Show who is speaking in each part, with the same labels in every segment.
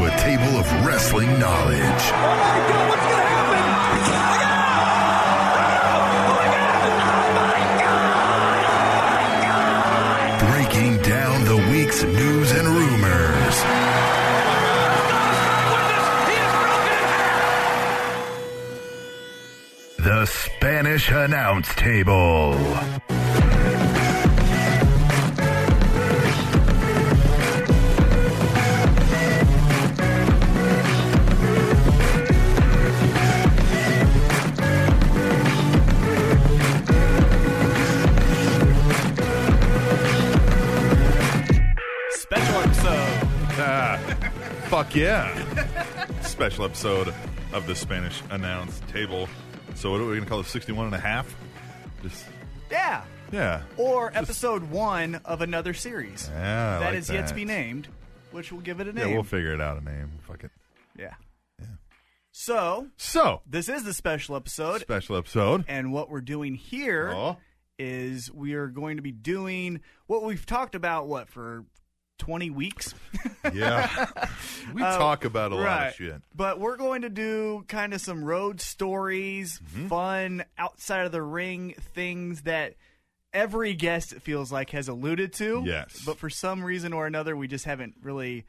Speaker 1: of wrestling knowledge.
Speaker 2: Oh my God, what's going to happen?
Speaker 1: Breaking down the week's news and rumors. The Spanish Announce Table.
Speaker 3: Special episode.
Speaker 4: Ah, Fuck yeah. Special episode of the Spanish announce table. So what are we going to call it? 61 and a half? Just,
Speaker 3: Yeah.
Speaker 4: yeah.
Speaker 3: Or episode one of another series.
Speaker 4: Yeah, I
Speaker 3: that
Speaker 4: like
Speaker 3: is yet to
Speaker 4: that.
Speaker 3: be named, which will give it a
Speaker 4: Yeah,
Speaker 3: name.
Speaker 4: we'll figure it out a name. Fuck it.
Speaker 3: yeah. So,
Speaker 4: So,
Speaker 3: this is the special episode.
Speaker 4: special episode.
Speaker 3: and what we're doing here is
Speaker 4: Oh,
Speaker 3: we are going to be doing what we've talked about, what, for 20 weeks?
Speaker 4: yeah. We talk about a lot of shit.
Speaker 3: But we're going to do kind of some road stories,
Speaker 4: Mm-hmm.
Speaker 3: fun outside of the ring things that every guest it feels like has alluded to.
Speaker 4: Yes.
Speaker 3: But for some reason or another, we just haven't really.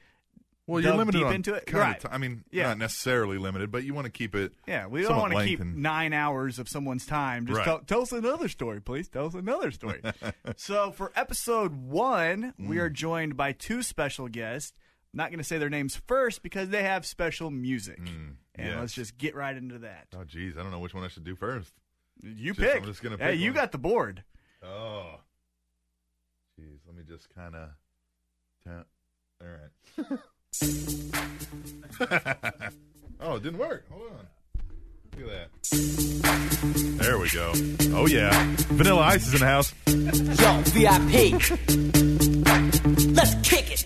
Speaker 4: Well, you're
Speaker 3: Delve
Speaker 4: limited
Speaker 3: deep
Speaker 4: on
Speaker 3: into it?
Speaker 4: kind
Speaker 3: Right.
Speaker 4: of ti- I mean,
Speaker 3: Yeah.
Speaker 4: not necessarily limited, but you want to keep it.
Speaker 3: Yeah, we don't
Speaker 4: somewhat
Speaker 3: want to keep
Speaker 4: lengthened.
Speaker 3: nine hours of someone's time. Just
Speaker 4: Right.
Speaker 3: tell, tell us another story, please. Tell us another story. so for episode one,
Speaker 4: Mm.
Speaker 3: we are joined by two special guests. I'm not going to say their names first because they have special music. And
Speaker 4: Mm. yes.
Speaker 3: let's just get right into that.
Speaker 4: Oh, geez. I don't know which one I should do first.
Speaker 3: You
Speaker 4: Just-
Speaker 3: pick.
Speaker 4: I'm just gonna
Speaker 3: hey,
Speaker 4: pick
Speaker 3: you
Speaker 4: one.
Speaker 3: got the board.
Speaker 4: Oh. Jeez, let me just kind of. Ta- All right. oh, it didn't work. Hold on. Look at that. There we go. Oh, yeah. Vanilla Ice is in the house.
Speaker 5: Yo, VIP. Let's kick it.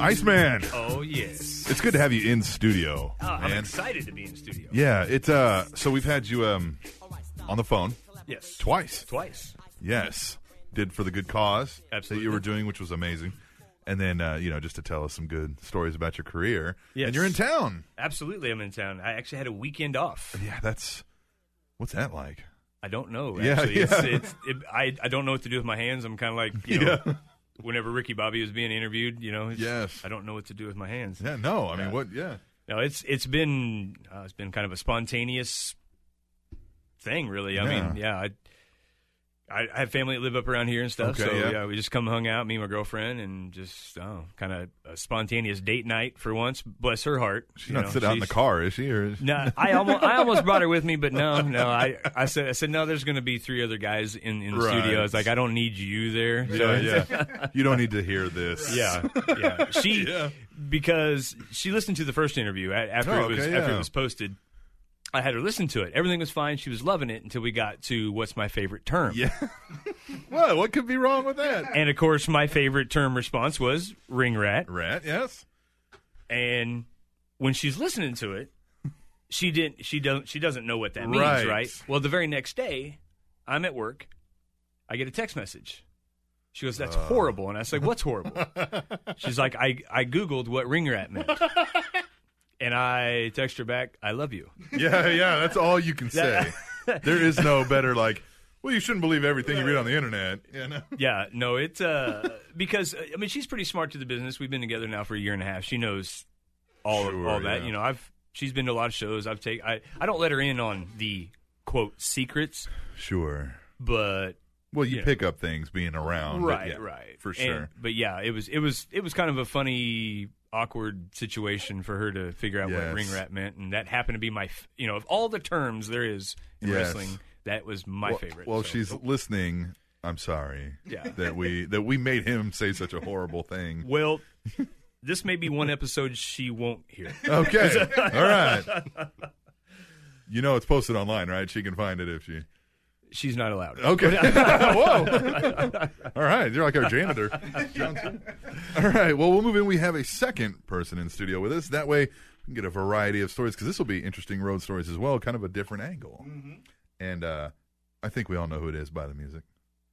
Speaker 4: Iceman,
Speaker 6: Oh yes.
Speaker 4: it's good to have you in studio.
Speaker 6: Oh, I'm
Speaker 4: man.
Speaker 6: excited to be in studio.
Speaker 4: Yeah, it's uh. So we've had you um on the phone
Speaker 6: Yes.
Speaker 4: twice.
Speaker 6: Twice.
Speaker 4: Yes, did for the good cause
Speaker 6: Absolutely.
Speaker 4: that you were doing, which was amazing. And then uh, you know, just to tell us some good stories about your career.
Speaker 6: Yes.
Speaker 4: And you're in town.
Speaker 6: Absolutely, I'm in town. I actually had a weekend off.
Speaker 4: Yeah, that's what's that like?
Speaker 6: I don't know.
Speaker 4: Yeah,
Speaker 6: Actually,
Speaker 4: yeah.
Speaker 6: It's, it's, it, I I don't know what to do with my hands. I'm kind of like you know,
Speaker 4: Yeah.
Speaker 6: whenever Ricky Bobby was being interviewed, you know. it's-
Speaker 4: Yes.
Speaker 6: I don't know what to do with my hands.
Speaker 4: Yeah, no, I mean, what? Yeah,
Speaker 6: No, it's it's been uh, it's been kind of a spontaneous thing, really. I
Speaker 4: Yeah.
Speaker 6: mean, yeah, I, I I have family that live up around here and stuff,
Speaker 4: Okay,
Speaker 6: so
Speaker 4: yeah.
Speaker 6: yeah. we just come hung out, me and my girlfriend, and just oh, kind of a spontaneous date night for once. Bless her heart.
Speaker 4: she's
Speaker 6: you
Speaker 4: not
Speaker 6: know,
Speaker 4: sitting out in the
Speaker 6: she's-
Speaker 4: car, is she? Or is
Speaker 6: No, I almost I almost brought her with me, but no, no. I, I said I said no. There's going to be three other guys in in the
Speaker 4: Right.
Speaker 6: studio. I was like, I don't need you there. So
Speaker 4: yeah,
Speaker 6: it's-
Speaker 4: yeah. you don't need to hear this.
Speaker 6: yeah, yeah. She
Speaker 4: Yeah.
Speaker 6: because she listened to the first interview a- after
Speaker 4: Oh,
Speaker 6: it was
Speaker 4: okay,
Speaker 6: after
Speaker 4: yeah.
Speaker 6: it was posted. I had her listen to it. Everything was fine. She was loving it until we got to what's my favorite term.
Speaker 4: yeah. what? What could be wrong with that?
Speaker 6: And of course, my favorite term response was ring rat.
Speaker 4: Rat? Yes.
Speaker 6: And when she's listening to it, she didn't. She doesn't. She doesn't know what that means,
Speaker 4: Right.
Speaker 6: right. Well, the very next day, I'm at work. I get a text message. She goes, "That's horrible," and I was like, "What's horrible?" She's like, "I I googled what ring rat meant." And I text her back, "I love you."
Speaker 4: Yeah, yeah. That's all you can say. there is no better. Like, well, you shouldn't believe everything you read on the internet. Yeah, no.
Speaker 6: Yeah, no, it's uh, because I mean she's pretty smart to the business. We've been together now for a year and a half. She knows all of
Speaker 4: Sure,
Speaker 6: all that.
Speaker 4: yeah.
Speaker 6: You know, I've she's been to a lot of shows. I've taken I I don't let her in on the quote secrets,
Speaker 4: Sure.
Speaker 6: but
Speaker 4: Well, you
Speaker 6: Yeah.
Speaker 4: pick up things being around, but
Speaker 6: right,
Speaker 4: yeah,
Speaker 6: right,
Speaker 4: for
Speaker 6: And-
Speaker 4: sure.
Speaker 6: but yeah, it was it was it was kind of a funny, awkward situation for her to figure out
Speaker 4: Yes.
Speaker 6: what ring rat meant, and that happened to be my f- you know of all the terms there is in
Speaker 4: Yes.
Speaker 6: wrestling, that was my
Speaker 4: well,
Speaker 6: favorite.
Speaker 4: well,
Speaker 6: so.
Speaker 4: she's listening. I'm sorry.
Speaker 6: Yeah.
Speaker 4: That we that we made him say such a horrible thing.
Speaker 6: well. This may be one episode she won't hear.
Speaker 4: Okay. All right. You know it's posted online, right? She can find it if she.
Speaker 6: She's not allowed.
Speaker 4: Okay. Whoa. All right. You're like our janitor. Johnson. All right. Well, we'll move in. We have a second person in studio with us. That way, we can get a variety of stories because this will be interesting road
Speaker 3: Mm-hmm.
Speaker 4: stories as well, kind of a different angle. And uh, I think we all know who it is by the music.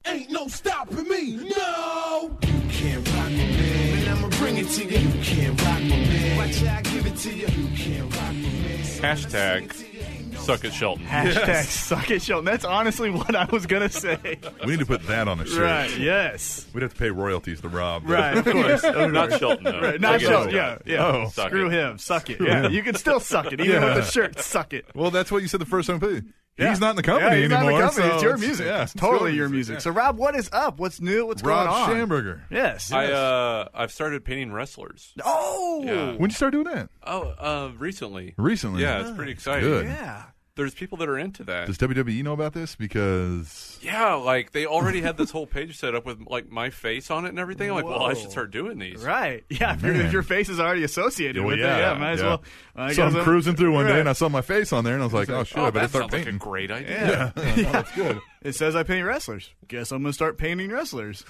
Speaker 7: Ain't no stopping me, no. You can't rock with me. And I'ma bring it to you. You can't rock with me. Watch out, give it to you. You can't rock with me.
Speaker 8: Hashtag suck at Shelton.
Speaker 3: Hashtag suck it, Shelton. That's honestly what I was going to say.
Speaker 4: We need to put that on a shirt.
Speaker 3: right, yes.
Speaker 4: We'd have to pay royalties to Rob.
Speaker 3: Right, of course.
Speaker 8: Not Shelton, though.
Speaker 3: Right, not
Speaker 8: Okay.
Speaker 3: Shelton. Yeah, yeah.
Speaker 4: Oh.
Speaker 8: Suck
Speaker 3: Screw
Speaker 8: it.
Speaker 3: him. Suck it. Yeah, you can still suck it. Even with the shirt, suck it.
Speaker 4: Well, that's what you said the first time. He's
Speaker 3: Yeah.
Speaker 4: not in the
Speaker 3: Yeah,
Speaker 4: company
Speaker 3: he's not in the
Speaker 4: anymore.
Speaker 3: company.
Speaker 4: so
Speaker 3: it's your music.
Speaker 4: yeah,
Speaker 3: it's totally
Speaker 4: your
Speaker 3: your music. So, Rob, what is up? What's new? What's
Speaker 4: Rob
Speaker 3: going on?
Speaker 4: Schamberger.
Speaker 3: Yes.
Speaker 8: I uh, I've started painting wrestlers.
Speaker 3: oh.
Speaker 8: Yeah.
Speaker 4: When'd you start doing that?
Speaker 8: Oh, uh, recently. Ah,
Speaker 4: Recently.
Speaker 8: Yeah, it's pretty exciting.
Speaker 4: Good.
Speaker 3: Yeah.
Speaker 8: There's people that are into that.
Speaker 4: Does WWE know about this? Because
Speaker 8: yeah, like they already had this whole page set up with like my face on it and everything. I'm like, well, I
Speaker 3: Whoa.
Speaker 8: should start doing these.
Speaker 3: Right. Yeah. If, your-
Speaker 4: Man.
Speaker 3: if your face is already associated
Speaker 4: Well,
Speaker 3: with
Speaker 4: Oh, yeah,
Speaker 3: it, yeah, might as
Speaker 4: yeah.
Speaker 3: well. I
Speaker 4: so
Speaker 3: guess
Speaker 4: I'm cruising through one day
Speaker 3: Right.
Speaker 4: and I saw my face on there and I was like, oh shit,
Speaker 8: Oh,
Speaker 4: I better
Speaker 8: that
Speaker 4: start
Speaker 8: sounds like a
Speaker 4: painting.
Speaker 8: great idea.
Speaker 3: Yeah. That's good. It says I paint wrestlers. Guess I'm going to start painting wrestlers.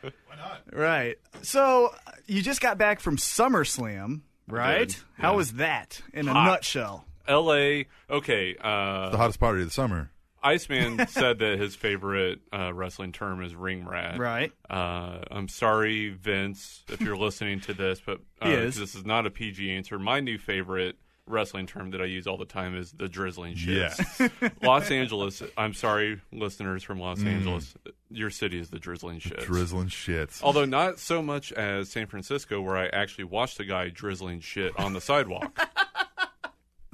Speaker 3: why not? Right. So uh, you just got back from SummerSlam, right?
Speaker 8: did,
Speaker 3: How was that in a nutshell?
Speaker 8: L.A. Okay. Uh,
Speaker 4: the hottest party of the summer.
Speaker 8: Iceman said that his favorite uh, wrestling term is ring rat.
Speaker 3: Right.
Speaker 8: Uh, I'm sorry, Vince, if you're listening to this, but uh,
Speaker 3: He is.
Speaker 8: this is not a PG answer. My new favorite wrestling term that I use all the time is the drizzling shits. Los Angeles. I'm sorry, listeners from Los
Speaker 4: Mm.
Speaker 8: Angeles. Your city is the drizzling shits.
Speaker 4: Drizzling shits.
Speaker 8: Although not so much as San Francisco, where I actually watched a guy drizzling shit on the sidewalk,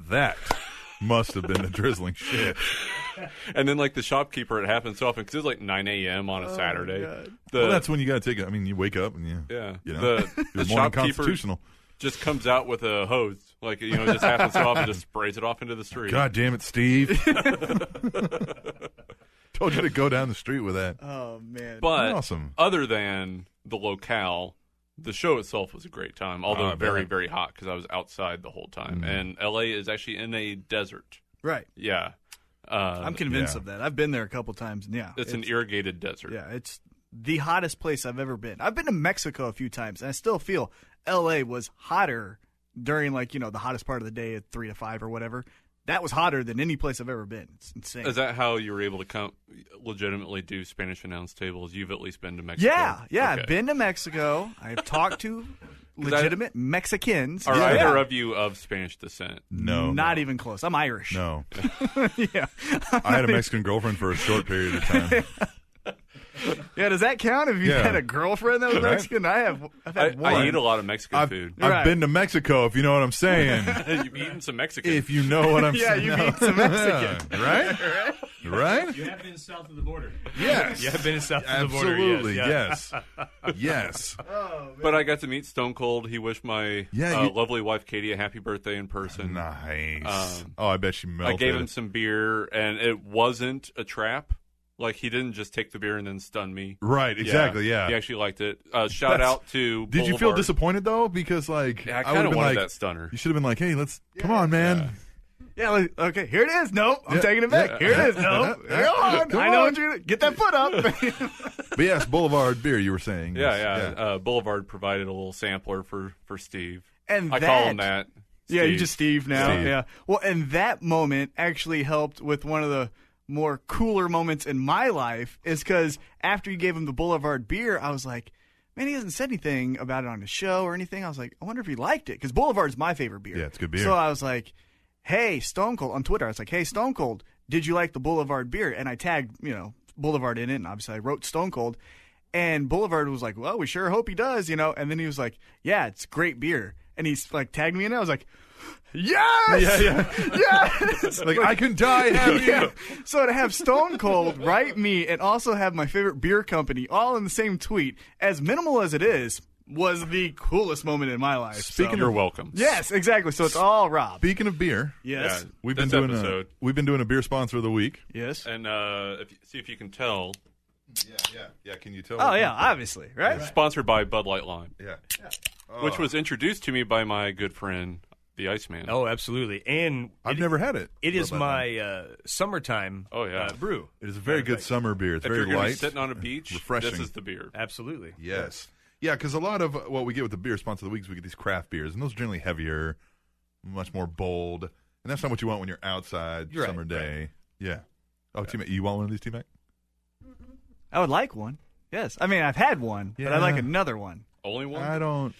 Speaker 4: That must have been the drizzling shit.
Speaker 8: and then like the shopkeeper, it happened so often because it was like 9 a.m. on a
Speaker 3: Oh
Speaker 8: Saturday. The,
Speaker 4: Well, that's when you got to take it. I mean, you wake up and you,
Speaker 8: Yeah.
Speaker 4: you know,
Speaker 8: The-
Speaker 4: your
Speaker 8: the
Speaker 4: morning
Speaker 8: shopkeeper-
Speaker 4: constitutional.
Speaker 8: just comes out with a hose, like you know, it just happens so often, just sprays it off into the street.
Speaker 4: God damn it, Steve. Told you to go down the street with that.
Speaker 3: Oh, man.
Speaker 8: But
Speaker 4: Awesome.
Speaker 8: other than the locale, the show itself was a great time, although
Speaker 4: I
Speaker 8: very,
Speaker 4: bet.
Speaker 8: very hot because I was outside the whole time. And LA is actually in a desert.
Speaker 3: right.
Speaker 8: Yeah. Uh,
Speaker 3: I'm convinced
Speaker 4: yeah.
Speaker 3: of that. I've been there a couple times. and Yeah.
Speaker 8: it's, an irrigated desert.
Speaker 3: Yeah, it's the hottest place I've ever been. I've been to Mexico a few times, and I still feel L.A. was hotter during like you know the hottest part of the day at three to five or whatever. That was hotter than any place I've ever been. It's insane.
Speaker 8: Is that how you were able to come legitimately do Spanish announce tables? You've at least been to Mexico.
Speaker 3: yeah, yeah.
Speaker 8: Okay.
Speaker 3: I've been to Mexico. I've talked to legitimate Mexicans.
Speaker 8: Are
Speaker 3: Yeah.
Speaker 8: either of you of Spanish descent?
Speaker 4: No.
Speaker 3: Not e- even close. I'm Irish.
Speaker 4: No.
Speaker 3: yeah.
Speaker 4: I had a Mexican girlfriend for a short period of time.
Speaker 3: Yeah. Does that count? If you
Speaker 4: Yeah.
Speaker 3: had a girlfriend that was
Speaker 4: Right.
Speaker 3: Mexican, I have. I've
Speaker 8: I,
Speaker 3: had one.
Speaker 8: I eat a lot of Mexican
Speaker 4: I've,
Speaker 8: food.
Speaker 4: I've
Speaker 3: Right.
Speaker 4: been to Mexico, if you know what I'm saying.
Speaker 8: You've eaten some Mexican.
Speaker 4: if you know what I'm
Speaker 3: Yeah,
Speaker 4: saying.
Speaker 3: you mean some Mexican.
Speaker 4: Yeah, right? Right?
Speaker 6: You have been south of the border.
Speaker 4: Yes.
Speaker 6: You have been south of the border.
Speaker 4: Absolutely.
Speaker 6: yes, yeah.
Speaker 4: yes. Yes.
Speaker 8: but I got to meet Stone Cold. He wished my
Speaker 4: Yeah,
Speaker 8: uh,
Speaker 4: you-
Speaker 8: lovely wife Katie a happy birthday in person.
Speaker 4: Nice.
Speaker 8: Um,
Speaker 4: oh, I bet she melted.
Speaker 8: I gave him some beer, and it wasn't a trap. Like he didn't just take the beer and then stun me.
Speaker 4: Right, exactly, yeah.
Speaker 8: he actually liked it. Uh, shout
Speaker 4: That's-
Speaker 8: out to.
Speaker 4: Did you feel
Speaker 8: Boulevard.
Speaker 4: disappointed though? Because like
Speaker 8: Yeah, I
Speaker 4: would
Speaker 8: kind
Speaker 4: have
Speaker 8: of
Speaker 4: been
Speaker 8: wanted
Speaker 4: like,
Speaker 8: that stunner.
Speaker 4: you should have been like, hey, let's come on, man.
Speaker 3: Yeah, like, okay, here it is. Nope, I'm
Speaker 4: Yeah,
Speaker 3: taking it back.
Speaker 4: yeah.
Speaker 3: Here it is. Nope.
Speaker 4: Yeah.
Speaker 3: Come on.
Speaker 4: Come
Speaker 3: I know
Speaker 4: on.
Speaker 3: what you're gonna- Get that foot up.
Speaker 4: But yes, Boulevard beer. You were saying.
Speaker 8: Yeah, yeah.
Speaker 4: Yes,
Speaker 8: Uh, Boulevard provided a little sampler for for Steve.
Speaker 3: And
Speaker 8: I call him
Speaker 3: that-
Speaker 8: that.
Speaker 3: yeah, you
Speaker 8: Steve.
Speaker 3: just Steve now.
Speaker 4: Steve.
Speaker 3: Yeah. Well, and that moment actually helped with one of the more cooler moments in my life is because after you gave him the Boulevard beer, I was like, man, he hasn't said anything about it on the show or anything. I was like, I wonder if he liked it because Boulevard's my favorite beer.
Speaker 4: Yeah, it's good beer.
Speaker 3: So I was like, hey, Stone Cold on Twitter. I was like, hey, Stone Cold, did you like the Boulevard beer? And I tagged, you know, Boulevard in it. And obviously I wrote Stone Cold. And Boulevard was like, well, we sure hope he does, you know. And then he was like, yeah, it's great beer. And he's like, tagged me in it. I was like, yes!
Speaker 8: Uh,
Speaker 4: Yeah, yeah.
Speaker 3: Yes!
Speaker 4: Like, I can die happy.
Speaker 3: Yeah. So to have Stone Cold write me and also have my favorite beer company all in the same tweet, as minimal as it is, was the coolest moment in my life. So-
Speaker 8: You're welcome.
Speaker 3: yes, exactly. So it's all Rob.
Speaker 4: Speaking of beer,
Speaker 3: Yes,
Speaker 4: we've
Speaker 8: This
Speaker 4: been doing
Speaker 8: episode.
Speaker 4: a we've been doing a beer sponsor of the week.
Speaker 3: yes.
Speaker 8: And uh, if, see if you can tell.
Speaker 4: Yeah, yeah, yeah. Can you tell?
Speaker 3: Oh yeah, obviously, right?
Speaker 8: Sponsored by Bud Light Lime,
Speaker 4: yeah. Uh,
Speaker 8: which
Speaker 4: Oh.
Speaker 8: was introduced to me by my good friend, the Iceman.
Speaker 6: Oh, absolutely. And
Speaker 4: I've never had it.
Speaker 6: it is
Speaker 4: But, uh,
Speaker 6: my uh, summertime
Speaker 8: Oh, yeah.
Speaker 6: uh, brew.
Speaker 4: It is a very good summer beer. It's
Speaker 8: if
Speaker 4: very
Speaker 8: you're gonna be
Speaker 4: light,
Speaker 8: sitting on a beach,
Speaker 4: refreshing.
Speaker 8: this is the beer.
Speaker 6: Absolutely.
Speaker 4: Yes. Yeah, because a lot of what we get with the beer sponsor of the week is we get these craft beers, and those are generally heavier, much more bold, and that's not what you want when you're outside
Speaker 6: You're right,
Speaker 4: summer day. Yeah. Oh, T Mac, you want one of these, T Mac?
Speaker 3: I would like one. Yes. I mean, I've had one, but I'd like
Speaker 4: Yeah.
Speaker 3: another one.
Speaker 8: Only one.
Speaker 4: I don't.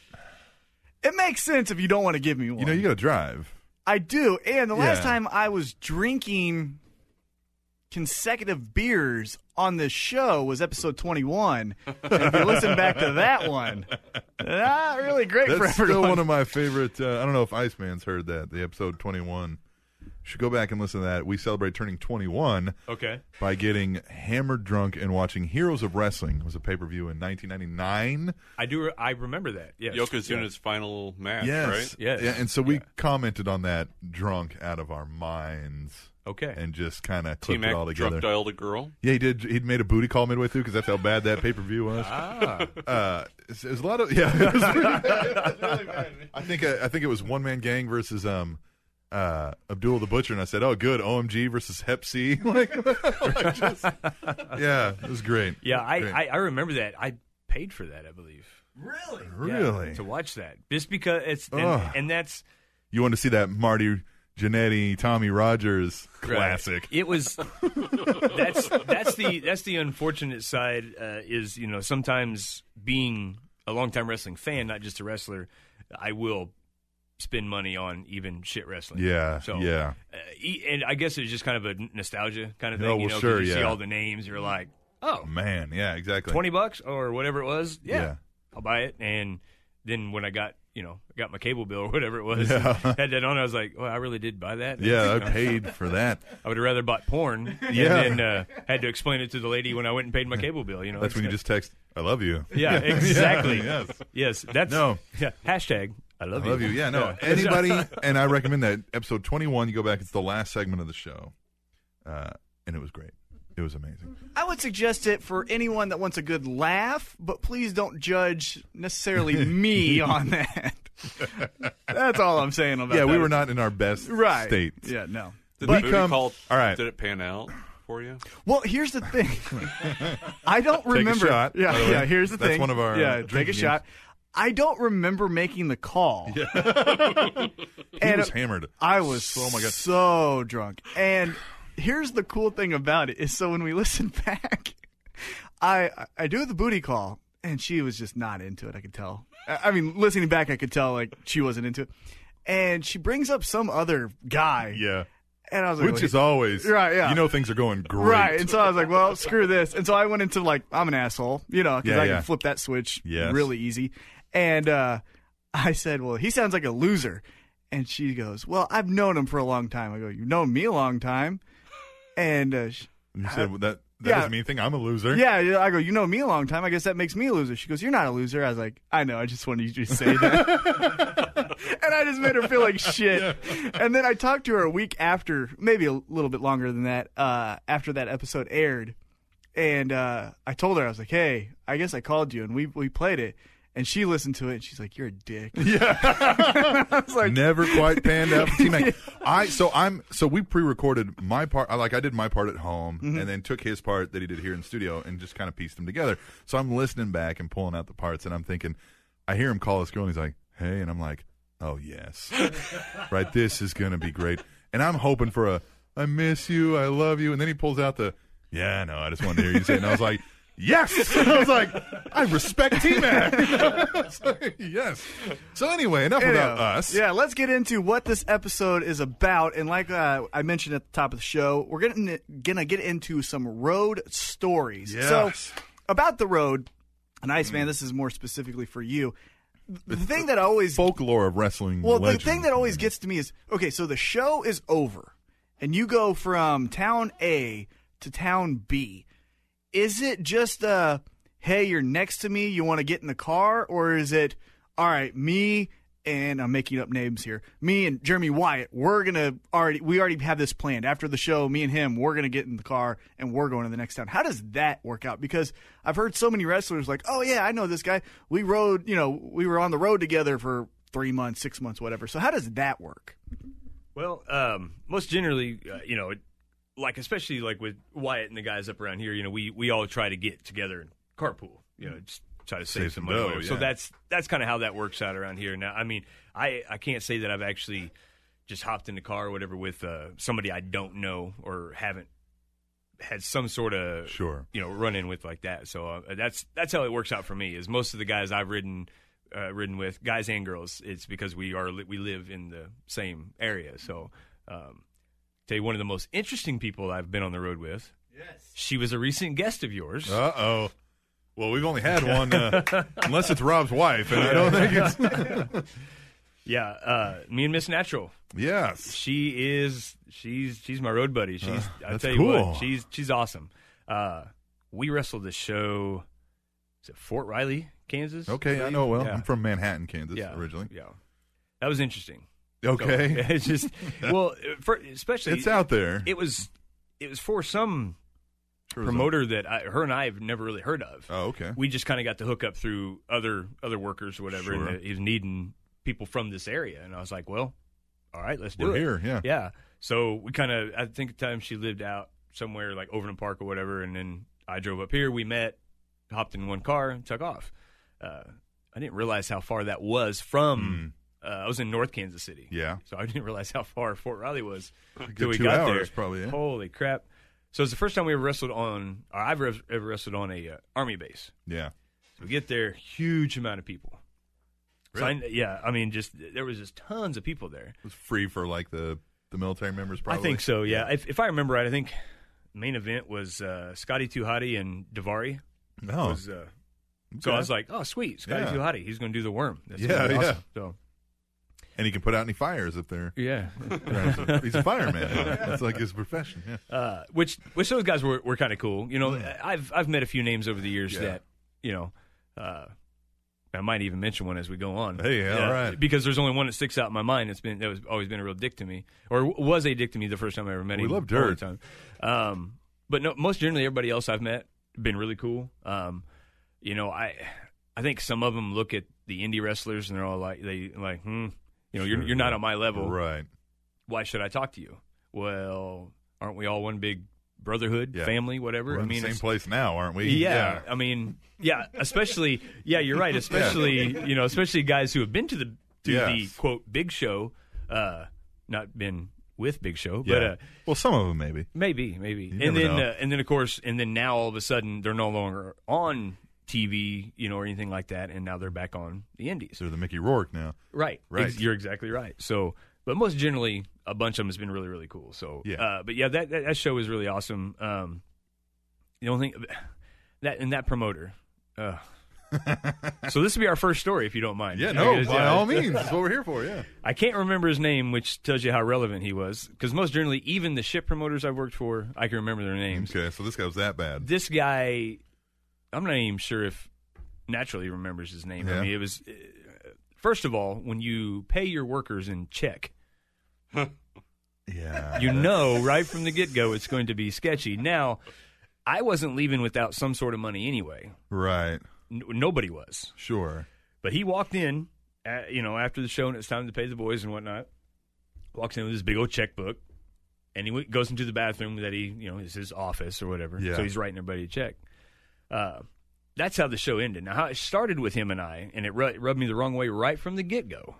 Speaker 3: It makes sense if you don't want to give me one.
Speaker 4: You know, you got to drive.
Speaker 3: I do. And the last
Speaker 4: Yeah.
Speaker 3: time I was drinking consecutive beers on this show was episode 21. And if you listen back to that one, not really great for
Speaker 4: That's
Speaker 3: everyone.
Speaker 4: still one of my favorite. Uh, I don't know if Iceman's heard that. The episode twenty-one. Should go back and listen to that. We celebrate turning twenty-one.
Speaker 6: Okay.
Speaker 4: by getting hammered drunk and watching Heroes of Wrestling. It was a pay per view in 1999.
Speaker 6: I do. Re- I remember that. Yes.
Speaker 8: Yokozuna's final match, right?
Speaker 6: Yes.
Speaker 4: Yeah, and so we commented on that drunk out of our minds
Speaker 6: Yeah. Okay.
Speaker 4: and just kind of
Speaker 8: T
Speaker 4: clipped it all
Speaker 8: Mac
Speaker 4: together.
Speaker 8: drug dialed a girl.
Speaker 4: Yeah, he did. He'd made a booty call midway through because that's how bad that pay per view was.
Speaker 8: Ah.
Speaker 4: Uh, it was a lot of yeah. It was pretty bad. It was really bad. I think uh, I think it was one man gang versus um uh Abdul the Butcher, and I said, "Oh, good, OMG versus Hep C." like, like, just- yeah, it was great.
Speaker 6: yeah. I,
Speaker 4: Great.
Speaker 6: I I remember that. I paid for that. I believe. Yeah,
Speaker 4: really.
Speaker 6: to watch that just because it's and,
Speaker 4: Ugh.
Speaker 6: and that's
Speaker 4: you want to see that Marty Jannetty, Tommy Rogers classic?
Speaker 6: It was that's that's the that's the unfortunate side uh, is you know sometimes being a longtime wrestling fan, not just a wrestler, I will spend money on even shit wrestling.
Speaker 4: Yeah,
Speaker 6: So
Speaker 4: yeah.
Speaker 6: uh, e- and I guess it was just kind of a nostalgia kind of
Speaker 4: Oh,
Speaker 6: thing. you
Speaker 4: well,
Speaker 6: know, 'cause
Speaker 4: sure,
Speaker 6: you see
Speaker 4: yeah.
Speaker 6: all the names, you're like, oh,
Speaker 4: Man, yeah, exactly.
Speaker 6: twenty bucks or whatever it was. Yeah,
Speaker 4: Yeah.
Speaker 6: I'll buy it. And then when I got you know got my cable bill or whatever it was,
Speaker 4: Yeah.
Speaker 6: had that on, I was like, well, I really did buy that.
Speaker 4: Yeah, I paid for that.
Speaker 6: I would have rather bought porn
Speaker 4: Yeah.
Speaker 6: and then uh, had to explain it to the lady when I went and paid my cable bill. You know,
Speaker 4: That's when you just text, "I love you."
Speaker 6: yeah, exactly.
Speaker 4: yes.
Speaker 6: Yes, that's
Speaker 4: No.
Speaker 6: Yeah, hashtag I love,
Speaker 4: I love you. Yeah, no. Anybody, and I recommend that episode twenty-one. You go back; it's the last segment of the show, uh, and it was great. It was amazing.
Speaker 3: I would suggest it for anyone that wants a good laugh, but please don't judge necessarily me on that. That's all I'm saying about
Speaker 4: Yeah,
Speaker 3: that.
Speaker 4: we were not in our best
Speaker 3: right.
Speaker 4: state.
Speaker 3: Yeah, no.
Speaker 8: Did
Speaker 4: But-
Speaker 8: the booty
Speaker 4: Become-
Speaker 8: call?
Speaker 4: all right.
Speaker 8: Did it pan out for you?
Speaker 3: Well, here's the thing. I don't remember.
Speaker 4: shot, by
Speaker 3: Yeah,
Speaker 4: the way.
Speaker 3: yeah. Here's the
Speaker 4: That's
Speaker 3: thing.
Speaker 4: one of our, uh,
Speaker 3: Yeah, take a
Speaker 4: drinking
Speaker 3: shot. I don't remember making the call.
Speaker 4: he
Speaker 3: and
Speaker 4: was hammered.
Speaker 3: I was
Speaker 4: Oh my God.
Speaker 3: so drunk. And here's the cool thing about it is so when we listen back, I I do the booty call, and she was just not into it. I could tell. I I mean, listening back, I could tell like she wasn't into it. And she brings up some other guy,
Speaker 4: Yeah,
Speaker 3: and I was like,
Speaker 4: which
Speaker 3: "Wait,
Speaker 4: is always
Speaker 3: Right, yeah.
Speaker 4: You know things are going great.
Speaker 3: Right. And so I was like, well, screw this. And so I went into like, I'm an asshole, you know, because
Speaker 4: Yeah,
Speaker 3: I
Speaker 4: yeah.
Speaker 3: can flip that switch
Speaker 4: Yes.
Speaker 3: really easy. And uh, I said, well, he sounds like a loser. And she goes, well, I've known him for a long time. I go, you've known me a long time. And uh, she,
Speaker 4: You said well, that. That
Speaker 3: Yeah.
Speaker 4: doesn't mean anything. I'm a loser.
Speaker 3: yeah, yeah, I go, you know me a long time. I guess that makes me a loser. She goes, you're not a loser. I was like, I know. I just wanted you to say that. and I just made her feel like shit. And then I talked to her a week after, maybe a little bit longer than that, uh, after that episode aired. And uh, I told her, I was like, hey, I guess I called you. And we, we played it. And she listened to it and she's like, you're a dick.
Speaker 4: never quite panned out for T-Mac. I so I'm so we pre-recorded my part. I like I did my part at home and then took his part that he did here in studio and just kind of pieced them together. So I'm listening back and pulling out the parts and I'm thinking, I hear him call this girl and he's like, "Hey," and I'm like, "Oh yes, right. This is gonna be great." And I'm hoping for a "I miss you, I love you," and then he pulls out the "Yeah, no, I just wanted to hear you say," it. and I was like. Yes, and I was like, I respect T Mac. yes. So anyway, enough about
Speaker 3: Anyhow,
Speaker 4: us.
Speaker 3: Yeah, let's get into what this episode is about. And like uh, I mentioned at the top of the show, we're gonna gonna get into some road stories.
Speaker 4: Yes.
Speaker 3: So about the road, and Iceman, this is more specifically for you. The thing that always
Speaker 4: folklore of wrestling.
Speaker 3: well,
Speaker 4: legend.
Speaker 3: the thing that always gets to me is okay, so the show is over, and you go from town A to town B. Is it just uh hey, you're next to me, you want to get in the car, or is it all right, me and I'm making up names here. Me and Jeremy Wyatt, we're gonna already we already have this planned. After the show, me and him, we're gonna get in the car and we're going to the next town. How does that work out? Because I've heard so many wrestlers like, oh yeah, I know this guy. We rode, you know, we were on the road together for three months, six months, whatever. So how does that work?
Speaker 6: Well, um, most generally, uh, you know, it, like especially like with Wyatt and the guys up around here, you know, we we all try to get together and carpool. You know, just try to save,
Speaker 4: Save
Speaker 6: some
Speaker 4: some
Speaker 6: money.
Speaker 4: dough,
Speaker 6: whatever. So
Speaker 4: yeah.
Speaker 6: that's that's kind of how that works out around here. Now, I mean, I I can't say that I've actually just hopped in the car or whatever with uh, somebody I don't know or haven't had some sort of
Speaker 4: Sure.
Speaker 6: you know run in with like that. So uh, that's that's how it works out for me. Is most of the guys I've ridden uh, ridden with, guys and girls, it's because we are li- we live in the same area. So um, tell you one of the most interesting people I've been on the road with. Yes, she was a recent guest of yours.
Speaker 4: Uh oh. Well, we've only had one, uh, unless it's Rob's wife, and I don't think it's.
Speaker 6: Yeah, uh, me and Miss Natural.
Speaker 4: Yes.
Speaker 6: She is she's she's my road buddy. She's I
Speaker 4: Ah, that's
Speaker 6: tell you
Speaker 4: cool.
Speaker 6: what, she's she's awesome. Uh, we wrestled the show. Is it Fort Riley, Kansas?
Speaker 4: Okay, I
Speaker 6: believe?
Speaker 4: know. Well,
Speaker 6: yeah.
Speaker 4: I'm from Manhattan, Kansas,
Speaker 6: yeah,
Speaker 4: originally.
Speaker 6: Yeah, that was interesting. So,
Speaker 4: Okay,
Speaker 6: it's just well, for, especially
Speaker 4: it's out there.
Speaker 6: It was it was for some
Speaker 4: Sure as a-
Speaker 6: promoter that I, her and I have never really heard of.
Speaker 4: Oh, okay.
Speaker 6: We just kind of got the hook up through other other workers or whatever,
Speaker 4: Sure.
Speaker 6: and he was needing people from this area, and I was like, well, all right, let's do
Speaker 4: We're
Speaker 6: it.
Speaker 4: here, yeah.
Speaker 6: yeah. So we kind of, I think, at the time she lived out somewhere like Overland Park or whatever, and then I drove up here. We met, hopped in one car, and took off. Uh, I didn't realize how far that was from. Uh, I was in North Kansas City,
Speaker 4: Hmm. Yeah.
Speaker 6: so I didn't realize how far Fort Riley was
Speaker 4: good
Speaker 6: till we
Speaker 4: two
Speaker 6: got
Speaker 4: hours,
Speaker 6: there.
Speaker 4: probably, yeah.
Speaker 6: Holy crap! So it's the first time we ever wrestled on, or I've res- ever wrestled on a uh, army base.
Speaker 4: Yeah.
Speaker 6: We get there, huge amount of people. So I, yeah, I mean, just there was just tons of people there.
Speaker 4: It was free for like the the military members, probably.
Speaker 6: I think so. Yeah, if, if I remember right, I think main event was uh, Scotty Tuhati and Davari.
Speaker 4: No.
Speaker 6: Was, uh,
Speaker 4: Oh. Okay.
Speaker 6: So I was like, oh sweet, Scotty
Speaker 4: Yeah.
Speaker 6: Tuhati, he's going to do the worm. That's
Speaker 4: Yeah,
Speaker 6: gonna be
Speaker 4: yeah.
Speaker 6: awesome. So
Speaker 4: and he can put out any fires if they're.
Speaker 6: yeah,
Speaker 4: He's a fireman. That's like his profession. Yeah.
Speaker 6: uh, which which those guys were, were kind of cool. You know, I've I've met a few names over the years
Speaker 4: Mm. Yeah.
Speaker 6: that you know. Uh, I might even mention one as we go on.
Speaker 4: Hey, all right.
Speaker 6: Because there's only one that sticks out in my mind. It's been that was always been a real dick to me, or was a dick to me the first time I ever met
Speaker 4: We
Speaker 6: him.
Speaker 4: love
Speaker 6: all the
Speaker 4: dirt.
Speaker 6: time. Um, but no, most generally everybody else I've met been really cool. Um, you know, I I think some of them look at the indie wrestlers and they're all like they like, hmm, you know, you're you're not on my level
Speaker 4: Right.
Speaker 6: why should I talk to you? Well, aren't we all one big brotherhood,
Speaker 4: Yeah.
Speaker 6: family, whatever?
Speaker 4: We're
Speaker 6: I
Speaker 4: in
Speaker 6: mean,
Speaker 4: the same
Speaker 6: it's-
Speaker 4: place now, aren't we?
Speaker 6: yeah, I mean, yeah, especially, yeah, you're right. Especially, you know, especially guys who have been to the to the
Speaker 4: Yes.
Speaker 6: quote big show, uh, not been with big show,
Speaker 4: Yeah.
Speaker 6: but uh,
Speaker 4: well, some of them maybe.
Speaker 6: maybe, maybe,
Speaker 4: never
Speaker 6: and then,
Speaker 4: know.
Speaker 6: uh, and then of course, and then now all of a sudden they're no longer on TV, you know, or anything like that, and now they're back on the Indies.
Speaker 4: They're the Mickey Rourke now.
Speaker 6: Right.
Speaker 4: Right.
Speaker 6: Ex- you're exactly right. So, but most generally, a bunch of them has been really, really cool. So,
Speaker 4: Yeah.
Speaker 6: Uh, but yeah, that, that that show was really awesome. Um, the only thing that and that promoter. Uh, so this will be our first story, if you don't mind.
Speaker 4: Yeah,
Speaker 6: I
Speaker 4: no,
Speaker 6: guess,
Speaker 4: by
Speaker 6: yeah.
Speaker 4: all means. That's what we're here for, yeah.
Speaker 6: I can't remember his name, which tells you how relevant he was. Because most generally, even the ship promoters I've worked for, I can remember their names.
Speaker 4: Okay, so this guy was that bad.
Speaker 6: This guy, I'm not even sure if naturally remembers his name.
Speaker 4: Yeah.
Speaker 6: I mean, it was uh, first of all when you pay your workers in check.
Speaker 4: Yeah.
Speaker 6: you know right from the get go it's going to be sketchy. Now, I wasn't leaving without some sort of money anyway.
Speaker 4: Right.
Speaker 6: N- nobody was.
Speaker 4: Sure.
Speaker 6: But he walked in, uh you know, after the show and it's time to pay the boys and whatnot. Walks in with his big old checkbook, and he w- goes into the bathroom that he, you know, is his office or whatever.
Speaker 4: Yeah.
Speaker 6: So he's writing everybody a check. Uh, that's how the show ended. Now, how it started with him and I, and it ru- rubbed me the wrong way right from the get go,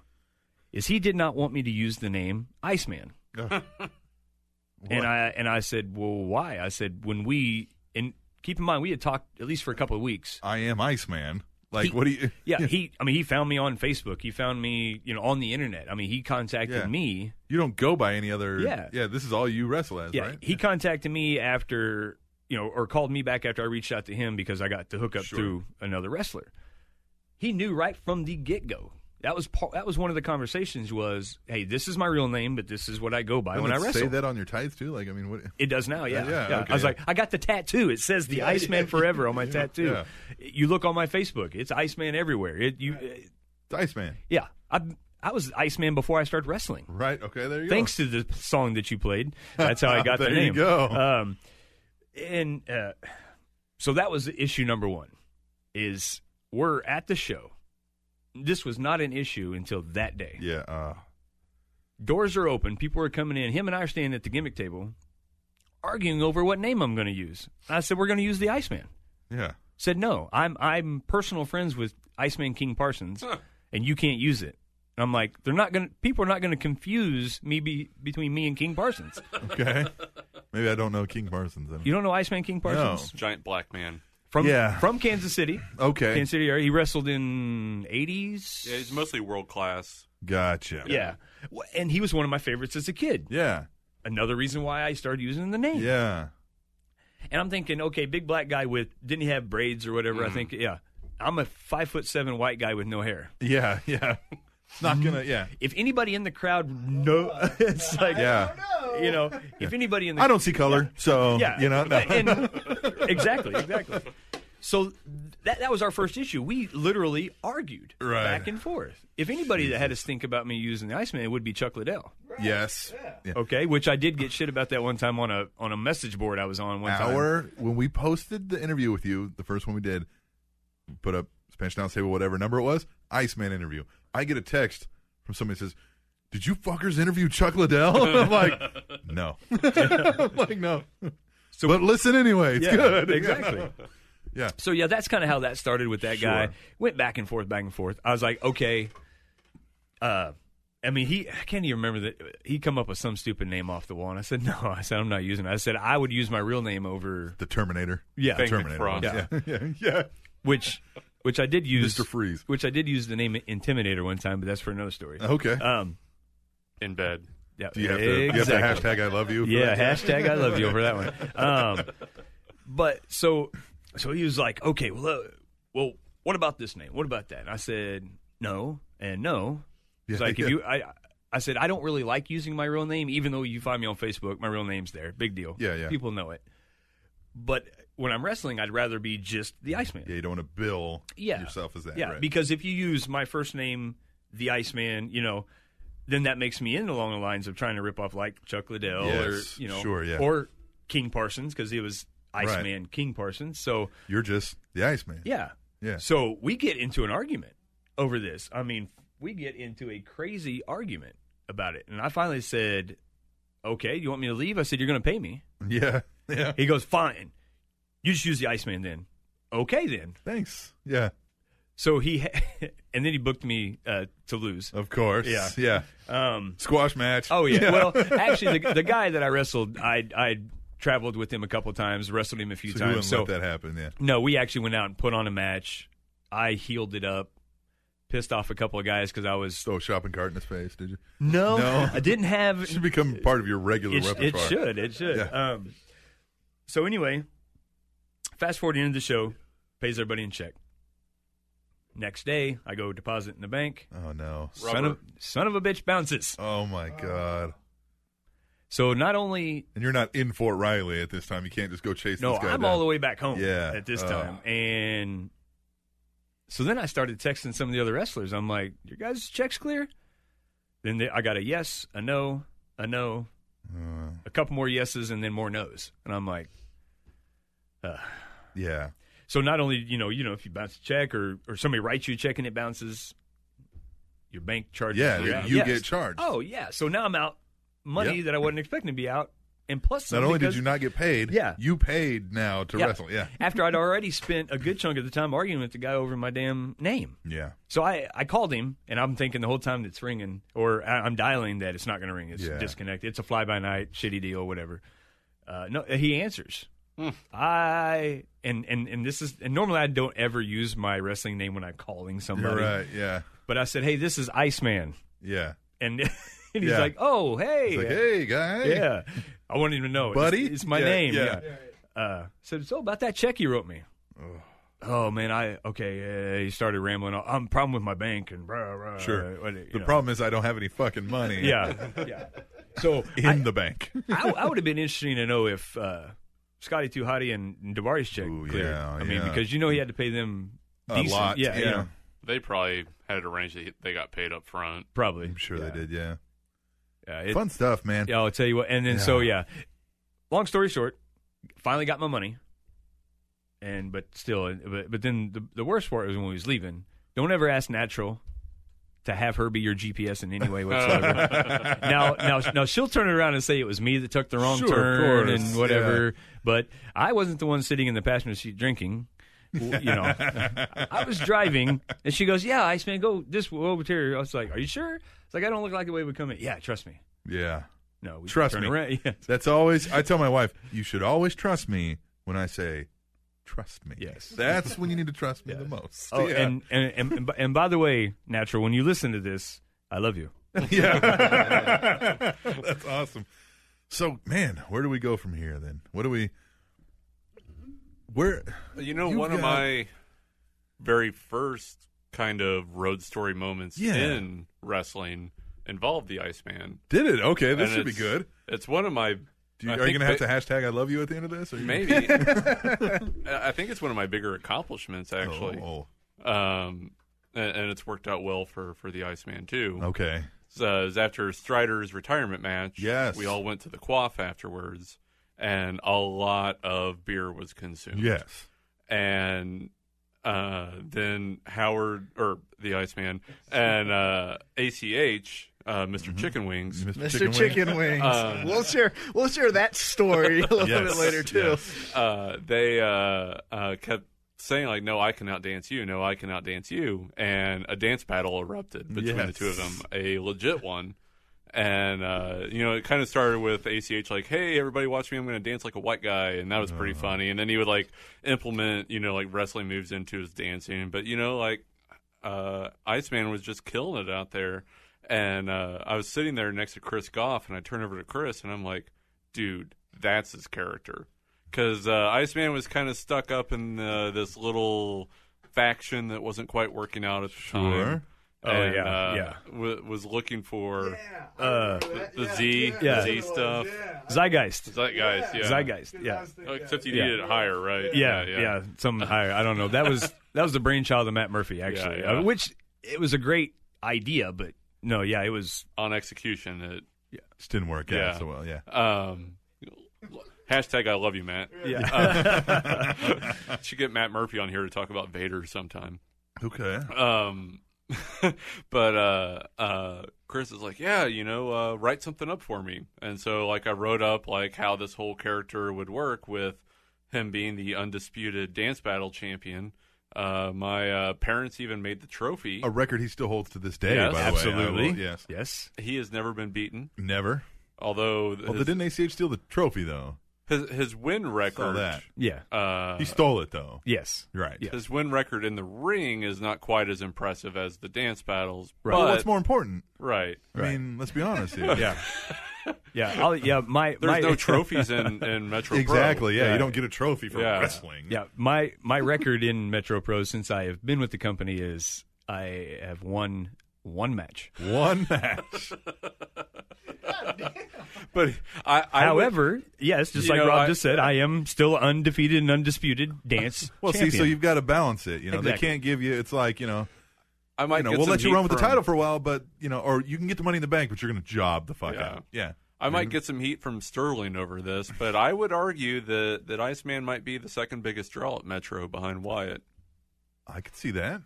Speaker 6: is he did not want me to use the name Iceman. And I and I said, "Well, why?" I said, "When we and keep in mind, we had talked at least for a couple of weeks."
Speaker 4: I am Iceman. Like,
Speaker 6: He-
Speaker 4: what do you.
Speaker 6: Yeah, he. I mean, he found me on Facebook. He found me, you know, on the internet. I mean, he contacted
Speaker 4: Yeah.
Speaker 6: me.
Speaker 4: You don't go by any other.
Speaker 6: Yeah.
Speaker 4: Yeah, this is all you wrestle as,
Speaker 6: Yeah,
Speaker 4: right?
Speaker 6: he contacted me after you know, or called me back after I reached out to him because I got the hookup
Speaker 4: Sure.
Speaker 6: through another wrestler. He knew right from the get go. That was part, that was one of the conversations. Was hey, this is my real name, but this is what I go by
Speaker 4: Doesn't
Speaker 6: when
Speaker 4: it
Speaker 6: I wrestle.
Speaker 4: say that on your tights, too? Like, I mean, what.
Speaker 6: It does now, yeah.
Speaker 4: Uh, yeah, okay,
Speaker 6: I was
Speaker 4: yeah.
Speaker 6: like, I got the tattoo. It says the Iceman forever on my tattoo.
Speaker 4: yeah.
Speaker 6: You look on my Facebook, it's Iceman everywhere. It you, uh,
Speaker 4: It's Iceman.
Speaker 6: yeah. I I was Iceman before I started wrestling.
Speaker 4: Right. Okay, there you
Speaker 6: Thanks to the song that you played, that's how I got the
Speaker 4: There you
Speaker 6: name.
Speaker 4: go.
Speaker 6: Um, and uh, so that was issue number one. Is we're at the show. This was not an issue until that day.
Speaker 4: go. Yeah. Uh,
Speaker 6: Doors are open. People are coming in. Him and I are standing at the gimmick table, arguing over what name I'm going to use. I said we're going to use the Iceman.
Speaker 4: yeah.
Speaker 6: Said no. I'm I'm personal friends with Iceman King Parsons, and you can't use it. And I'm like, they're not going. to People are not going to confuse me be, between me and King Parsons.
Speaker 4: Okay. Maybe I don't know King Parsons. Then.
Speaker 6: You don't know Iceman King Parsons?
Speaker 8: Giant black man.
Speaker 6: From
Speaker 4: Yeah.
Speaker 6: from Kansas City.
Speaker 4: Okay.
Speaker 6: Kansas City area. He wrestled in 80s.
Speaker 8: Yeah, he's mostly world class.
Speaker 4: Gotcha.
Speaker 6: Yeah. Wh- And he was one of my favorites as a kid.
Speaker 4: Yeah.
Speaker 6: Another reason why I started using the name.
Speaker 4: Yeah.
Speaker 6: And I'm thinking, okay, big black guy with didn't he have braids or whatever?
Speaker 4: Mm-hmm.
Speaker 6: I think, yeah. I'm a five foot seven white guy with no hair.
Speaker 4: Yeah. Yeah. It's not gonna. Yeah.
Speaker 6: If anybody in the crowd know, it's like,
Speaker 4: Yeah.
Speaker 6: you know, if anybody in the
Speaker 4: I don't see color, so
Speaker 6: yeah,
Speaker 4: you know. No.
Speaker 6: and- exactly, exactly. So that that was our first issue. We literally argued
Speaker 4: Right.
Speaker 6: back and forth. If anybody that had a stink about me using the Iceman, it would be Chuck Liddell.
Speaker 4: yes. Yeah.
Speaker 6: Okay, which I did get shit about that one time on a on a message board I was on one time.
Speaker 4: Our when we posted the interview with you, the first one we did, put up Spanish Down Table, whatever number it was, Iceman interview. I get a text from somebody that says, "Did you fuckers interview Chuck Liddell?" I'm like, "No." I'm like, "No." So, but listen anyway. It's
Speaker 6: Yeah,
Speaker 4: good.
Speaker 6: Exactly.
Speaker 4: Yeah.
Speaker 6: So yeah, that's kind of how that started with that guy.
Speaker 4: Sure.
Speaker 6: Went back and forth, back and forth. I was like, okay. Uh, I mean, he I can't even remember that he come up with some stupid name off the wall, and I said no. I said I'm not using. it. I said I would use my real name over
Speaker 4: The Terminator.
Speaker 6: yeah,
Speaker 4: The
Speaker 8: Thank
Speaker 4: Terminator.
Speaker 8: Frost.
Speaker 4: Yeah. Yeah. yeah. yeah.
Speaker 6: which which I did use
Speaker 4: Mr. Freeze.
Speaker 6: which I did use the name Intimidator one time, but that's for another story.
Speaker 4: Okay.
Speaker 6: Um,
Speaker 8: in bed.
Speaker 6: yeah,
Speaker 4: Do you have, to,
Speaker 6: exactly.
Speaker 4: you have to hashtag I love you? for
Speaker 6: Yeah,
Speaker 4: that?
Speaker 6: hashtag I love you over that one. Um, but so so he was like, okay, well, uh, well, what about this name? What about that? And I said no and no. He's
Speaker 4: Yeah,
Speaker 6: like,
Speaker 4: yeah.
Speaker 6: if you, I, I said I don't really like using my real name, even though you find me on Facebook, my real name's there. Big deal.
Speaker 4: Yeah, yeah.
Speaker 6: People know it. But when I'm wrestling, I'd rather be just the Iceman.
Speaker 4: Yeah, you don't want to bill
Speaker 6: yeah.
Speaker 4: yourself as that.
Speaker 6: Yeah,
Speaker 4: right.
Speaker 6: because if you use my first name, the Iceman, you know, then that makes me in along the lines of trying to rip off like Chuck Liddell
Speaker 4: Yes,
Speaker 6: or you know,
Speaker 4: sure, yeah.
Speaker 6: or King Parsons because he was Iceman King Parsons. So
Speaker 4: You're just the Iceman.
Speaker 6: yeah,
Speaker 4: Yeah.
Speaker 6: So we get into an argument over this. I mean, we get into a crazy argument about it, and I finally said, "Okay, you want me to leave?" I said, "You're going to pay me."
Speaker 4: Yeah. Yeah.
Speaker 6: He goes, "Fine, you just use the Iceman then." Okay, then.
Speaker 4: Thanks. Yeah.
Speaker 6: So he, and then he booked me uh, to lose.
Speaker 4: Of course.
Speaker 6: Yeah.
Speaker 4: Yeah.
Speaker 6: Um,
Speaker 4: Squash match.
Speaker 6: oh yeah. Well, actually, the, the guy that I wrestled, I I traveled with him a couple times, wrestled him a few
Speaker 4: so you wouldn't
Speaker 6: times. So
Speaker 4: let that happen. Yeah.
Speaker 6: no, we actually went out and put on a match. I healed it up, pissed off a couple of guys because I was
Speaker 4: Throw a shopping cart in his face, did you?
Speaker 6: no,
Speaker 4: No.
Speaker 6: I didn't have.
Speaker 4: It should become part of your regular
Speaker 6: It, it
Speaker 4: repertoire.
Speaker 6: should. It should.
Speaker 4: Yeah.
Speaker 6: Um, so anyway, fast forward into the show, pays everybody in check. Next day, I go deposit in the bank.
Speaker 4: Oh no.
Speaker 6: Son of, son of a bitch bounces.
Speaker 4: Oh my
Speaker 6: Uh,
Speaker 4: god.
Speaker 6: So not only
Speaker 4: And you're not in Fort Riley at this time. You can't just go chase
Speaker 6: no,
Speaker 4: this guy
Speaker 6: I'm
Speaker 4: down.
Speaker 6: all the way back home
Speaker 4: Yeah,
Speaker 6: at this
Speaker 4: uh.
Speaker 6: time, and so then I started texting some of the other wrestlers. I'm like, "Your guys' checks clear?" Then they, I got a yes, a no, a no,
Speaker 4: Uh.
Speaker 6: a couple more yeses, and then more nos. And I'm like,
Speaker 4: Yeah.
Speaker 6: so not only you know you know if you bounce a check or or somebody writes you a check and it bounces, your bank charges.
Speaker 4: Yeah,
Speaker 6: you,
Speaker 4: you- you get charged.
Speaker 6: Oh yeah, so now I'm out money
Speaker 4: Yep.
Speaker 6: that I wasn't expecting to be out, and plus some
Speaker 4: Not only did
Speaker 6: because-
Speaker 4: you not get paid,
Speaker 6: Yeah.
Speaker 4: you paid now to
Speaker 6: Yeah.
Speaker 4: wrestle. Yeah.
Speaker 6: after I'd already spent a good chunk of the time arguing with the guy over my damn name.
Speaker 4: Yeah.
Speaker 6: So I, I called him, and I'm thinking the whole time it's ringing, or I- I'm dialing that it's not going to ring. It's
Speaker 4: Yeah.
Speaker 6: disconnected. It's a fly by night, shitty deal, whatever. Uh, no, he answers. I and, and and this is and normally I don't ever use my wrestling name when I'm calling
Speaker 4: You're
Speaker 6: somebody,
Speaker 4: right. Yeah.
Speaker 6: but I said, "Hey, this is Iceman,"
Speaker 4: Yeah.
Speaker 6: and, and he's
Speaker 4: Yeah.
Speaker 6: like, "Oh, hey,
Speaker 4: It's like, hey guy.
Speaker 6: yeah, I wanted him to know, It's-
Speaker 4: Buddy?
Speaker 6: It's, my
Speaker 4: Yeah,
Speaker 6: name.
Speaker 4: yeah.
Speaker 6: Yeah. Uh, said so about that check you wrote me. Oh man, I okay. Uh, he started rambling. on, I'm problem with my bank and blah, blah,
Speaker 4: Sure.
Speaker 6: what- you
Speaker 4: the
Speaker 6: know.
Speaker 4: problem is I don't have any fucking money.
Speaker 6: Yeah, yeah. So
Speaker 4: In
Speaker 6: I,
Speaker 4: the bank.
Speaker 6: I, I would have been interesting to know if uh, Scotty Tuhati and Devari's check
Speaker 4: Ooh,
Speaker 6: cleared.
Speaker 4: yeah,
Speaker 6: I mean,
Speaker 4: yeah.
Speaker 6: because you know he had to pay them
Speaker 4: A
Speaker 6: decent-
Speaker 4: lot.
Speaker 6: Yeah, you know,
Speaker 8: They probably had it arranged that they got paid up front.
Speaker 6: probably.
Speaker 4: I'm sure
Speaker 6: yeah.
Speaker 4: they did. Yeah.
Speaker 6: Yeah, it-
Speaker 4: Fun stuff, man.
Speaker 6: Yeah, I'll tell you what. And then so yeah. Long story short, finally got my money. And but still, but, but then the the worst part was when we was leaving. Don't ever ask natural to have her be your GPS in any way whatsoever. now, now, now she'll turn it around and say it was me that took the wrong
Speaker 4: Sure, of
Speaker 6: turn
Speaker 4: course,
Speaker 6: and whatever. But I wasn't the one sitting in the passenger seat drinking. W- You know, I was driving, and she goes, "Yeah, I Iceman, go this way over here." I was like, "Are you sure?" It's like I don't look like the way we come in. Yeah, trust me.
Speaker 4: Yeah.
Speaker 6: No, we
Speaker 4: Trust
Speaker 6: turn
Speaker 4: me.
Speaker 6: around. Yeah.
Speaker 4: That's always. I tell my wife, you should always trust me when I say, trust me.
Speaker 6: Yes.
Speaker 4: That's when you need to trust me the most.
Speaker 6: Oh,
Speaker 4: yeah.
Speaker 6: and, and and and b- and by the way, natural. When you listen to this, I love you.
Speaker 4: yeah. That's awesome. So, man, where do we go from here then? What do we. Where.
Speaker 8: You know,
Speaker 4: You've
Speaker 8: one of
Speaker 4: got-
Speaker 8: my very first kind of road story moments
Speaker 4: Yeah.
Speaker 8: in wrestling involved the Iceman.
Speaker 4: Did it? Okay, this
Speaker 8: And
Speaker 4: should be
Speaker 8: it's-
Speaker 4: good.
Speaker 8: It's one of my.
Speaker 4: Do you,
Speaker 8: I
Speaker 4: are you
Speaker 8: think
Speaker 4: going to have
Speaker 8: ba-
Speaker 4: to hashtag I love you at the end of this? Or you-
Speaker 8: Maybe. I I think it's one of my bigger accomplishments,
Speaker 4: Oh,
Speaker 8: actually.
Speaker 4: oh,
Speaker 8: Um, and, and it's worked out well for, for the Iceman, too.
Speaker 4: oh. okay.
Speaker 8: So it was after Strider's retirement match.
Speaker 4: Yes.
Speaker 8: We all went to the quaff afterwards, and a lot of beer was consumed.
Speaker 4: Yes.
Speaker 8: and uh, then Howard or the Iceman and uh, ACH, uh, mister
Speaker 4: Mm-hmm.
Speaker 8: Chicken Wings.
Speaker 3: Mr.
Speaker 4: Wing?
Speaker 3: Chicken Wings.
Speaker 8: Uh,
Speaker 3: we'll share we'll share that story a little
Speaker 4: Yes,
Speaker 3: bit later too.
Speaker 4: yes.
Speaker 8: Uh, they uh, uh, kept saying like, "No, I can outdance you. No, I can outdance you." And a dance battle erupted between the
Speaker 4: Yes.
Speaker 8: two of them, a legit one. And uh, you know, it kind of started with ACH like, "Hey, everybody, watch me! I'm going to dance like a white guy," and that was pretty funny. And then he would like implement, you know, like wrestling moves into his dancing. But you know, like uh, Iceman was just killing it out there. And uh, I was sitting there next to Chris Goff, and I turn over to Chris, and I'm like, dude, that's his character. Because uh, Iceman was kind of stuck up in uh, this little faction that wasn't quite working out at the time.
Speaker 6: Oh,
Speaker 8: And,
Speaker 6: yeah,
Speaker 8: uh,
Speaker 6: yeah.
Speaker 8: W- was looking for
Speaker 6: Uh,
Speaker 8: the Z,
Speaker 6: yeah.
Speaker 8: the Z stuff.
Speaker 6: Zeitgeist.
Speaker 8: Zeitgeist, yeah.
Speaker 6: Zeitgeist. Yeah.
Speaker 8: Oh, except you
Speaker 6: Yeah.
Speaker 8: needed it higher, right?
Speaker 6: yeah, yeah, something higher. I don't know. That was that was the brainchild of Matt Murphy, actually.
Speaker 8: yeah.
Speaker 6: Uh, which it was a great idea, but no, yeah, it was.
Speaker 8: On execution, it
Speaker 4: Just didn't work
Speaker 8: Yeah.
Speaker 4: out so well, yeah.
Speaker 8: Um, hashtag I love you, Matt.
Speaker 6: Yeah.
Speaker 8: Uh, should get Matt Murphy on here to talk about Vader sometime.
Speaker 4: Okay.
Speaker 8: Um, but uh, uh, Chris is like, yeah, you know, uh, write something up for me. And so, like, I wrote up like how this whole character would work with him being the undisputed dance battle champion. Uh, my uh, parents even made the trophy.
Speaker 4: A record he still holds to this day, by
Speaker 8: Yes,
Speaker 4: the way. I will-
Speaker 6: absolutely.
Speaker 4: yes.
Speaker 6: Yes.
Speaker 8: He has never been beaten,
Speaker 4: Never.
Speaker 8: although his,
Speaker 4: Well, didn't ACH steal the trophy, though?
Speaker 8: his, his win record.
Speaker 4: that.
Speaker 6: Yeah.
Speaker 8: Uh,
Speaker 4: He stole it, though.
Speaker 6: Yes.
Speaker 4: Right.
Speaker 6: Yeah.
Speaker 8: His win record in the ring is not quite as impressive as the dance battles.
Speaker 6: Right.
Speaker 8: But,
Speaker 4: Well, what's more important?
Speaker 8: right.
Speaker 4: I mean, let's be honest here.
Speaker 6: Yeah. Yeah. I'll, yeah. My
Speaker 8: There's
Speaker 6: my,
Speaker 8: no trophies in, in Metro Pro.
Speaker 4: Exactly. Yeah,
Speaker 6: Yeah.
Speaker 4: you don't get a trophy for
Speaker 8: Yeah.
Speaker 4: wrestling.
Speaker 6: Yeah. My my record in Metro Pro since I have been with the company is I have won one match.
Speaker 4: One match.
Speaker 8: But I, I
Speaker 6: However, yes, just
Speaker 8: you
Speaker 6: like
Speaker 8: know,
Speaker 6: Rob
Speaker 8: I-
Speaker 6: just said, I am still undefeated and undisputed dance
Speaker 4: Well,
Speaker 6: champion.
Speaker 4: see, so you've got to balance it. You know,
Speaker 6: Exactly.
Speaker 4: they can't give you. It's like you know,
Speaker 8: would, I might
Speaker 4: you know,
Speaker 8: get
Speaker 4: we'll
Speaker 8: some
Speaker 4: let you
Speaker 8: heat
Speaker 4: run with the
Speaker 8: from-
Speaker 4: title for a while, but you know, or you can get the money in the bank, but you're going to job the fuck
Speaker 8: Yeah.
Speaker 4: out. Yeah.
Speaker 8: I might get some heat from Sterling over this, but I would argue that that Iceman might be the second biggest draw at Metro behind Wyatt.
Speaker 4: I could see that.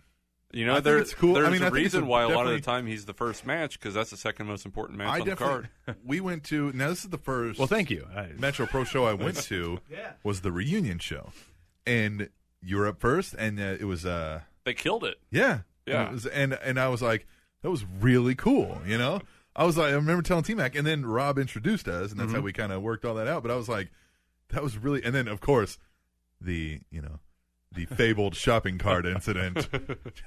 Speaker 8: You
Speaker 4: I
Speaker 8: know,
Speaker 4: think
Speaker 8: there,
Speaker 4: it's cool.
Speaker 8: there's
Speaker 4: I mean, I
Speaker 8: a
Speaker 4: think it's
Speaker 8: reason
Speaker 4: a-
Speaker 8: why a lot of the
Speaker 4: definitely-
Speaker 8: time he's the first match because that's the second most important match
Speaker 4: I
Speaker 8: on the
Speaker 4: definitely.
Speaker 8: card.
Speaker 4: we went to now. This is the first.
Speaker 6: well, thank you. I,
Speaker 4: Metro Pro show I went to was the reunion show, and you were up first, and uh, it was uh
Speaker 8: They killed it.
Speaker 4: yeah
Speaker 8: Yeah.
Speaker 4: and, it was, and and I was like that was really cool, you know. I was like I remember telling T Mac, and then Rob introduced us, and that's how we kind of worked all that out. But I was like, that was really, and then of course the you know the fabled shopping cart incident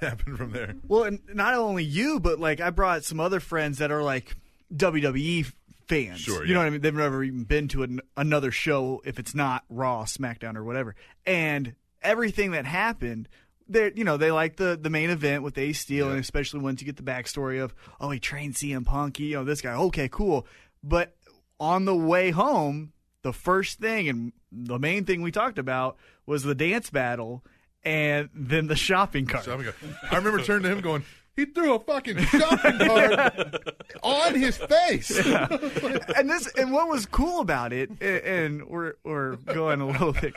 Speaker 4: happened from there.
Speaker 3: Well, and not only you, but like I brought some other friends that are like WWE fans.
Speaker 4: Sure,
Speaker 3: You know
Speaker 4: yeah.
Speaker 3: what I mean? They've never even been to an, another show if it's not Raw, SmackDown, or whatever. And everything that happened. They, you know, they like the, the main event with Ace Steel, and especially once you get the backstory of, oh, he trained CM Punk, he, you know, this guy, okay, cool. But on the way home, the first thing and the main thing we talked about was the dance battle, and then the shopping cart.
Speaker 4: Shopping cart. I remember turning to him going. He threw a fucking shopping cart on his face.
Speaker 3: and this and what was cool about it and, and we're we're going a little bit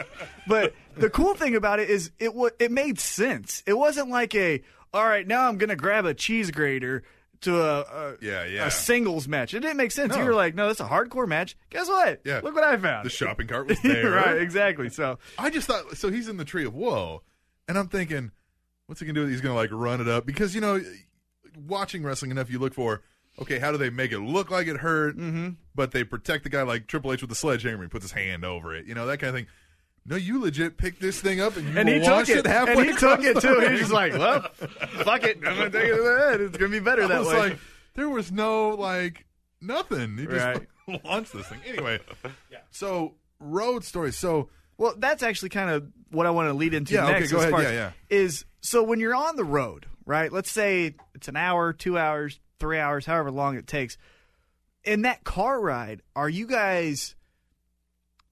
Speaker 3: but the cool thing about it is it wa it made sense it wasn't like a all right now i'm gonna grab a cheese grater to a, a
Speaker 4: Yeah, yeah.
Speaker 3: a singles match it didn't make sense
Speaker 4: No.
Speaker 3: you were like no that's a hardcore match guess what
Speaker 4: Yeah.
Speaker 3: look what i found
Speaker 4: The shopping cart was there.
Speaker 3: right exactly so
Speaker 4: I just thought so. He's in the tree of woe, and I'm thinking, what's he gonna do? He's gonna like run it up because you know, watching wrestling enough, you look for okay, how do they make it look like it hurt? Mm-hmm. But they protect the guy like Triple H with the sledgehammer. He puts his hand over it, you know that kind of thing. No, you legit picked this thing up and you
Speaker 3: And he took
Speaker 4: launched
Speaker 3: it.
Speaker 4: halfway.
Speaker 3: and he took
Speaker 4: across
Speaker 3: it
Speaker 4: the
Speaker 3: too. He
Speaker 4: ring.
Speaker 3: was just like, "Well, fuck it. I'm gonna take it to the head. It's gonna be better
Speaker 4: I
Speaker 3: that
Speaker 4: was
Speaker 3: way."
Speaker 4: like, there was no like nothing. He just launched this thing anyway. So road story. So
Speaker 3: Well, that's actually kind of what I want to lead into
Speaker 4: Yeah, okay,
Speaker 3: next.
Speaker 4: go
Speaker 3: as
Speaker 4: ahead.
Speaker 3: far as-
Speaker 4: Yeah,
Speaker 3: Is so when you're on the road, right? Let's say it's an hour, two hours, three hours, however long it takes. In that car ride, are you guys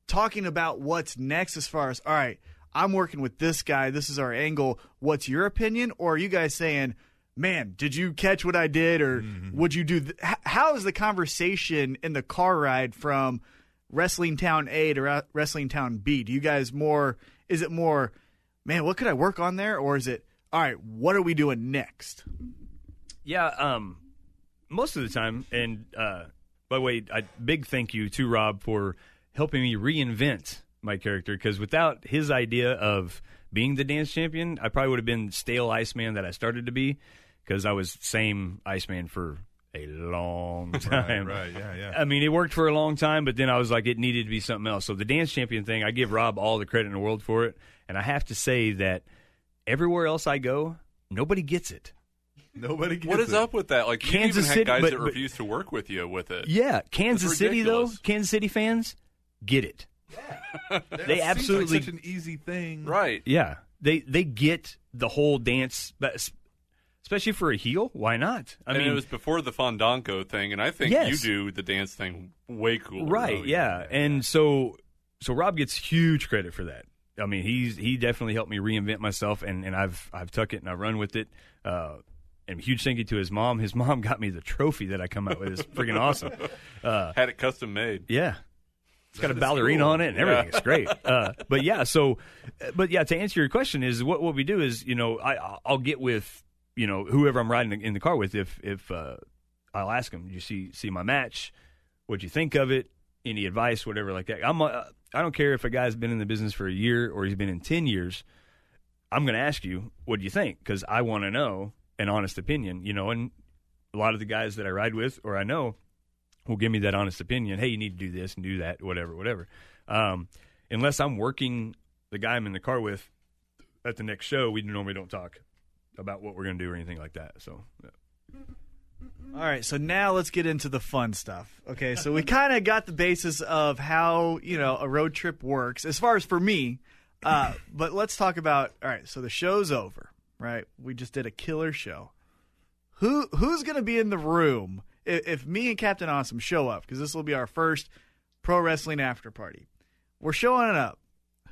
Speaker 3: talking about what's next as far as all right, I'm working with this guy, this is our angle. What's your opinion? Or are you guys saying, Man, did you catch what I did? Or would you do? Th- h- how is the conversation in the car ride from Wrestling Town A to Ra- Wrestling Town B? Do you guys more? Is it more, man? What could I work on there? Or is it all right? What are we doing next?
Speaker 6: Yeah, um, most of the time. And uh, by the way, a big thank you to Rob for helping me reinvent my character because without his idea of being the dance champion, I probably would have been stale Iceman that I started to be because I was same Iceman for a long time.
Speaker 4: right, yeah, yeah.
Speaker 3: Uh,
Speaker 6: I mean, it worked for a long time, but then I was like, it needed to be something else. So the dance champion thing, I give Rob all the credit in the world for it, and I have to say that everywhere else I go, nobody gets it.
Speaker 4: nobody. Gets
Speaker 8: What is
Speaker 4: it.
Speaker 8: up with that? Like, you
Speaker 6: Kansas
Speaker 8: even had
Speaker 6: City-
Speaker 8: guys
Speaker 6: but-
Speaker 8: that
Speaker 6: but-
Speaker 8: refuse to work with you with it.
Speaker 6: Yeah, Kansas
Speaker 8: It's
Speaker 6: City though,
Speaker 8: ridiculous.
Speaker 6: Kansas City fans get it.
Speaker 4: That
Speaker 6: they
Speaker 4: seems like
Speaker 6: absolutely,
Speaker 4: such an easy thing,
Speaker 8: Right.
Speaker 6: yeah, they they get the whole dance, but es- especially for a heel. Why not? I
Speaker 8: I mean,
Speaker 6: mean,
Speaker 8: it was before the Fandango thing, and I think
Speaker 6: Yes.
Speaker 8: you do the dance thing way cooler. Oh,
Speaker 6: right, yeah. and so so Rob gets huge credit for that. I mean, he's he definitely helped me reinvent myself, and and I've I've tuck it and I run with it. Uh, and huge thank you to his mom. His mom got me the trophy that I come out with. It's freaking awesome.
Speaker 8: Had it custom made.
Speaker 6: Yeah. It's got a ballerina on it and everything. It's great. Uh, but yeah, so, but yeah, to answer your question is what, what we do is, you know, I, I'll get with, you know, whoever I'm riding in the car with. If, if, uh, I'll ask them, you see, see my match, what'd you think of it? Any advice, whatever like that. I'm, uh, I don't care if a guy's been in the business for a year or he's been in 10 years. I'm going to ask you, what do you think? Cause I want to know an honest opinion, you know, and a lot of the guys that I ride with or I know, will give me that honest opinion. Hey, you need to do this and do that, whatever, whatever. Um, unless I'm working the guy I'm in the car with at the next show, we normally don't talk about what we're going to do or anything like that. So, yeah.
Speaker 3: All right, so now let's get into the fun stuff. Okay, so we kind of got the basis of how you know a road trip works, as far as for me. Uh, but let's talk about all right. So the show's over, right? We just did a killer show. Who who's going to be in the room if, if me and Captain Awesome show up? Because this will be our first pro wrestling after party. We're showing up.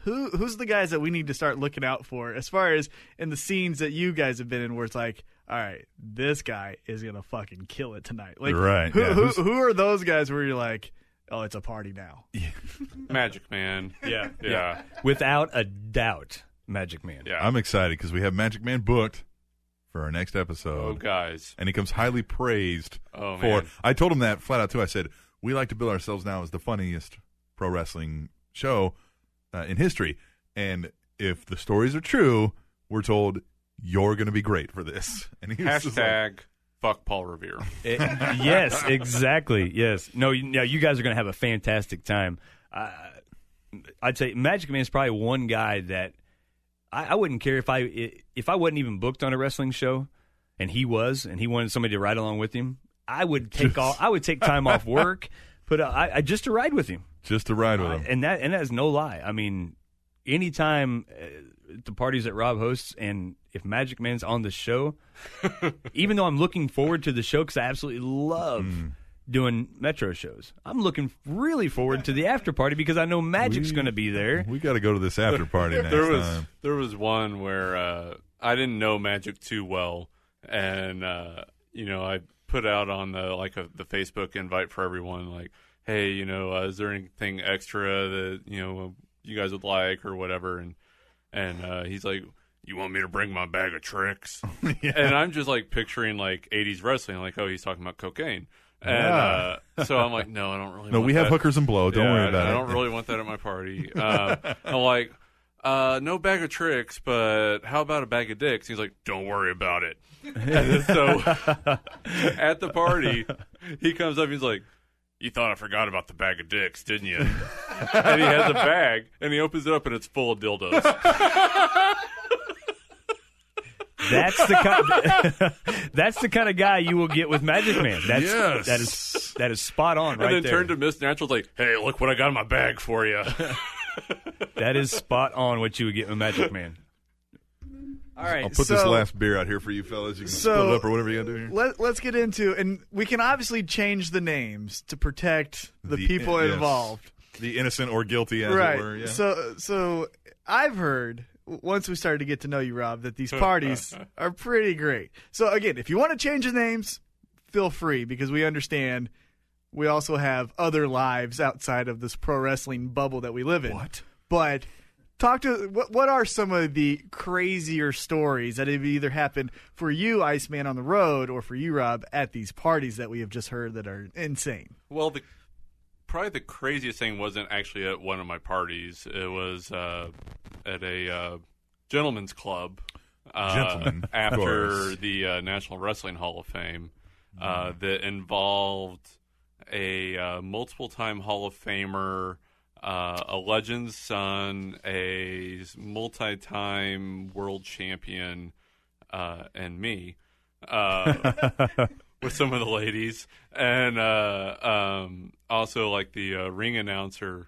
Speaker 3: Who who's the guys that we need to start looking out for as far as in the scenes that you guys have been in where it's like, all right, this guy is gonna fucking kill it tonight. Like,
Speaker 4: Right,
Speaker 3: Who
Speaker 4: yeah,
Speaker 3: who,
Speaker 4: who's-
Speaker 3: who are those guys where you're like, oh, it's a party now?
Speaker 8: Magic Man.
Speaker 6: yeah,
Speaker 8: Yeah.
Speaker 6: without a doubt, Magic Man.
Speaker 8: Yeah.
Speaker 4: I'm excited because we have Magic Man booked for our next
Speaker 8: oh,
Speaker 4: episode.
Speaker 8: guys.
Speaker 4: and he comes highly praised
Speaker 8: Oh,
Speaker 4: for.
Speaker 8: man.
Speaker 4: I told him that flat out too. I said we like to bill ourselves now as the funniest pro wrestling show uh, in history, and if the stories are true, we're told you're going to be great for this. And he was just like,
Speaker 8: Hashtag fuck Paul Revere.
Speaker 6: It- yes, exactly. Yes. No, you, no, you guys are going to have a fantastic time. Uh, I'd say Magic Man is probably one guy that I, I wouldn't care if I if I wasn't even booked on a wrestling show, and he was, and he wanted somebody to ride along with him. I would take all. I would take time off work, put a, I, I just to ride with him,
Speaker 4: just to ride with
Speaker 6: Uh,
Speaker 4: him.
Speaker 6: and that and that is no lie. I mean, anytime uh, the parties that Rob hosts, and if Magic Man's on the show, even though I'm looking forward to the show because I absolutely love
Speaker 8: Hmm.
Speaker 6: doing Metro shows. I'm looking really forward to the after party because I know Magic's going to be there.
Speaker 4: we got to go to this after party next
Speaker 8: there was
Speaker 4: time.
Speaker 8: there was one where uh, I didn't know magic too well, and uh, you know I put out on the like a, the Facebook invite for everyone like, hey, you know, uh, is there anything extra that you know you guys would like or whatever? And and uh, he's like, you want me to bring my bag of tricks? And I'm just like picturing like 80s wrestling, like oh he's talking about cocaine. And uh, so I'm like, no, I don't really.
Speaker 4: No,
Speaker 8: want
Speaker 4: we have
Speaker 8: that.
Speaker 4: hookers and blow. Don't
Speaker 8: Yeah,
Speaker 4: worry
Speaker 8: I
Speaker 4: about it.
Speaker 8: don't really want that at my party. Uh, I'm like, uh, no bag of tricks, but how about a bag of dicks? He's like, don't worry about it. And so at the party, he comes up, he's like, you thought I forgot about the bag of dicks, didn't you? and he has a bag, and he opens it up, and it's full of dildos.
Speaker 6: That's the kind. that's the kind of guy you will get with Magic Man. That's
Speaker 4: Yes.
Speaker 6: that is that is spot on right
Speaker 8: and then
Speaker 6: there.
Speaker 8: turned to Miss Natural's like, hey, look what I got in my bag for you.
Speaker 6: that is spot on what you would get with Magic Man.
Speaker 3: All right,
Speaker 4: I'll put
Speaker 3: so
Speaker 4: this last beer out here for you fellas. You can
Speaker 3: so-
Speaker 4: split it up or whatever you gotta do here.
Speaker 3: Let, let's get into, and we can obviously change the names to protect the,
Speaker 4: The-
Speaker 3: people
Speaker 4: yes.
Speaker 3: involved.
Speaker 4: The innocent or guilty, as
Speaker 3: right.
Speaker 4: it were. Yeah.
Speaker 3: So, so I've heard w- once we started to get to know you, Rob, that these parties are pretty great. So again, if you want to change the names, feel free because we understand we also have other lives outside of this pro wrestling bubble that we live in. What? But talk to what what are some of the crazier stories that have either happened for you, Iceman, on the road, or for you, Rob, at these parties that we have just heard that are insane.
Speaker 8: Well, the probably the craziest thing wasn't actually at one of my parties. It was uh, at a uh, gentleman's club. Uh,
Speaker 4: Gentlemen, of
Speaker 8: after
Speaker 4: course. Hmm.
Speaker 8: the uh, National Wrestling Hall of Fame, uh, that involved a uh, multiple-time Hall of Famer, uh, a legend's son, a multi-time world champion, uh, and me. Uh, with some of the ladies, and uh, um, also like the uh, ring announcer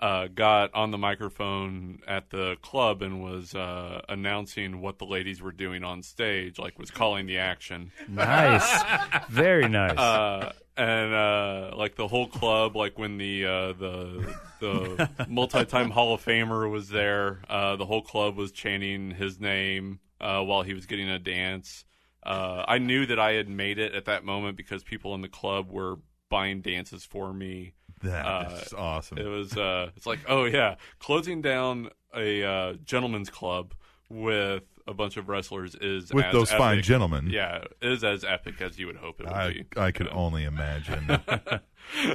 Speaker 8: uh, got on the microphone at the club and was uh, announcing what the ladies were doing on stage, like was calling the action,
Speaker 6: Nice, very nice.
Speaker 8: uh, and uh, like the whole club, like when the uh, the the multi-time Hall of Famer was there, uh, the whole club was chanting his name uh, while he was getting a dance. Uh, I knew that I had made it at that moment because people in the club were buying dances for me.
Speaker 4: That's awesome.
Speaker 8: Uh, It was uh it's like, oh yeah, closing down a uh gentleman's club with a bunch of wrestlers is
Speaker 4: With
Speaker 8: as
Speaker 4: those fine
Speaker 8: epic-
Speaker 4: gentlemen.
Speaker 8: Yeah, is as epic as you would hope it would
Speaker 4: I
Speaker 8: be.
Speaker 4: I could only imagine.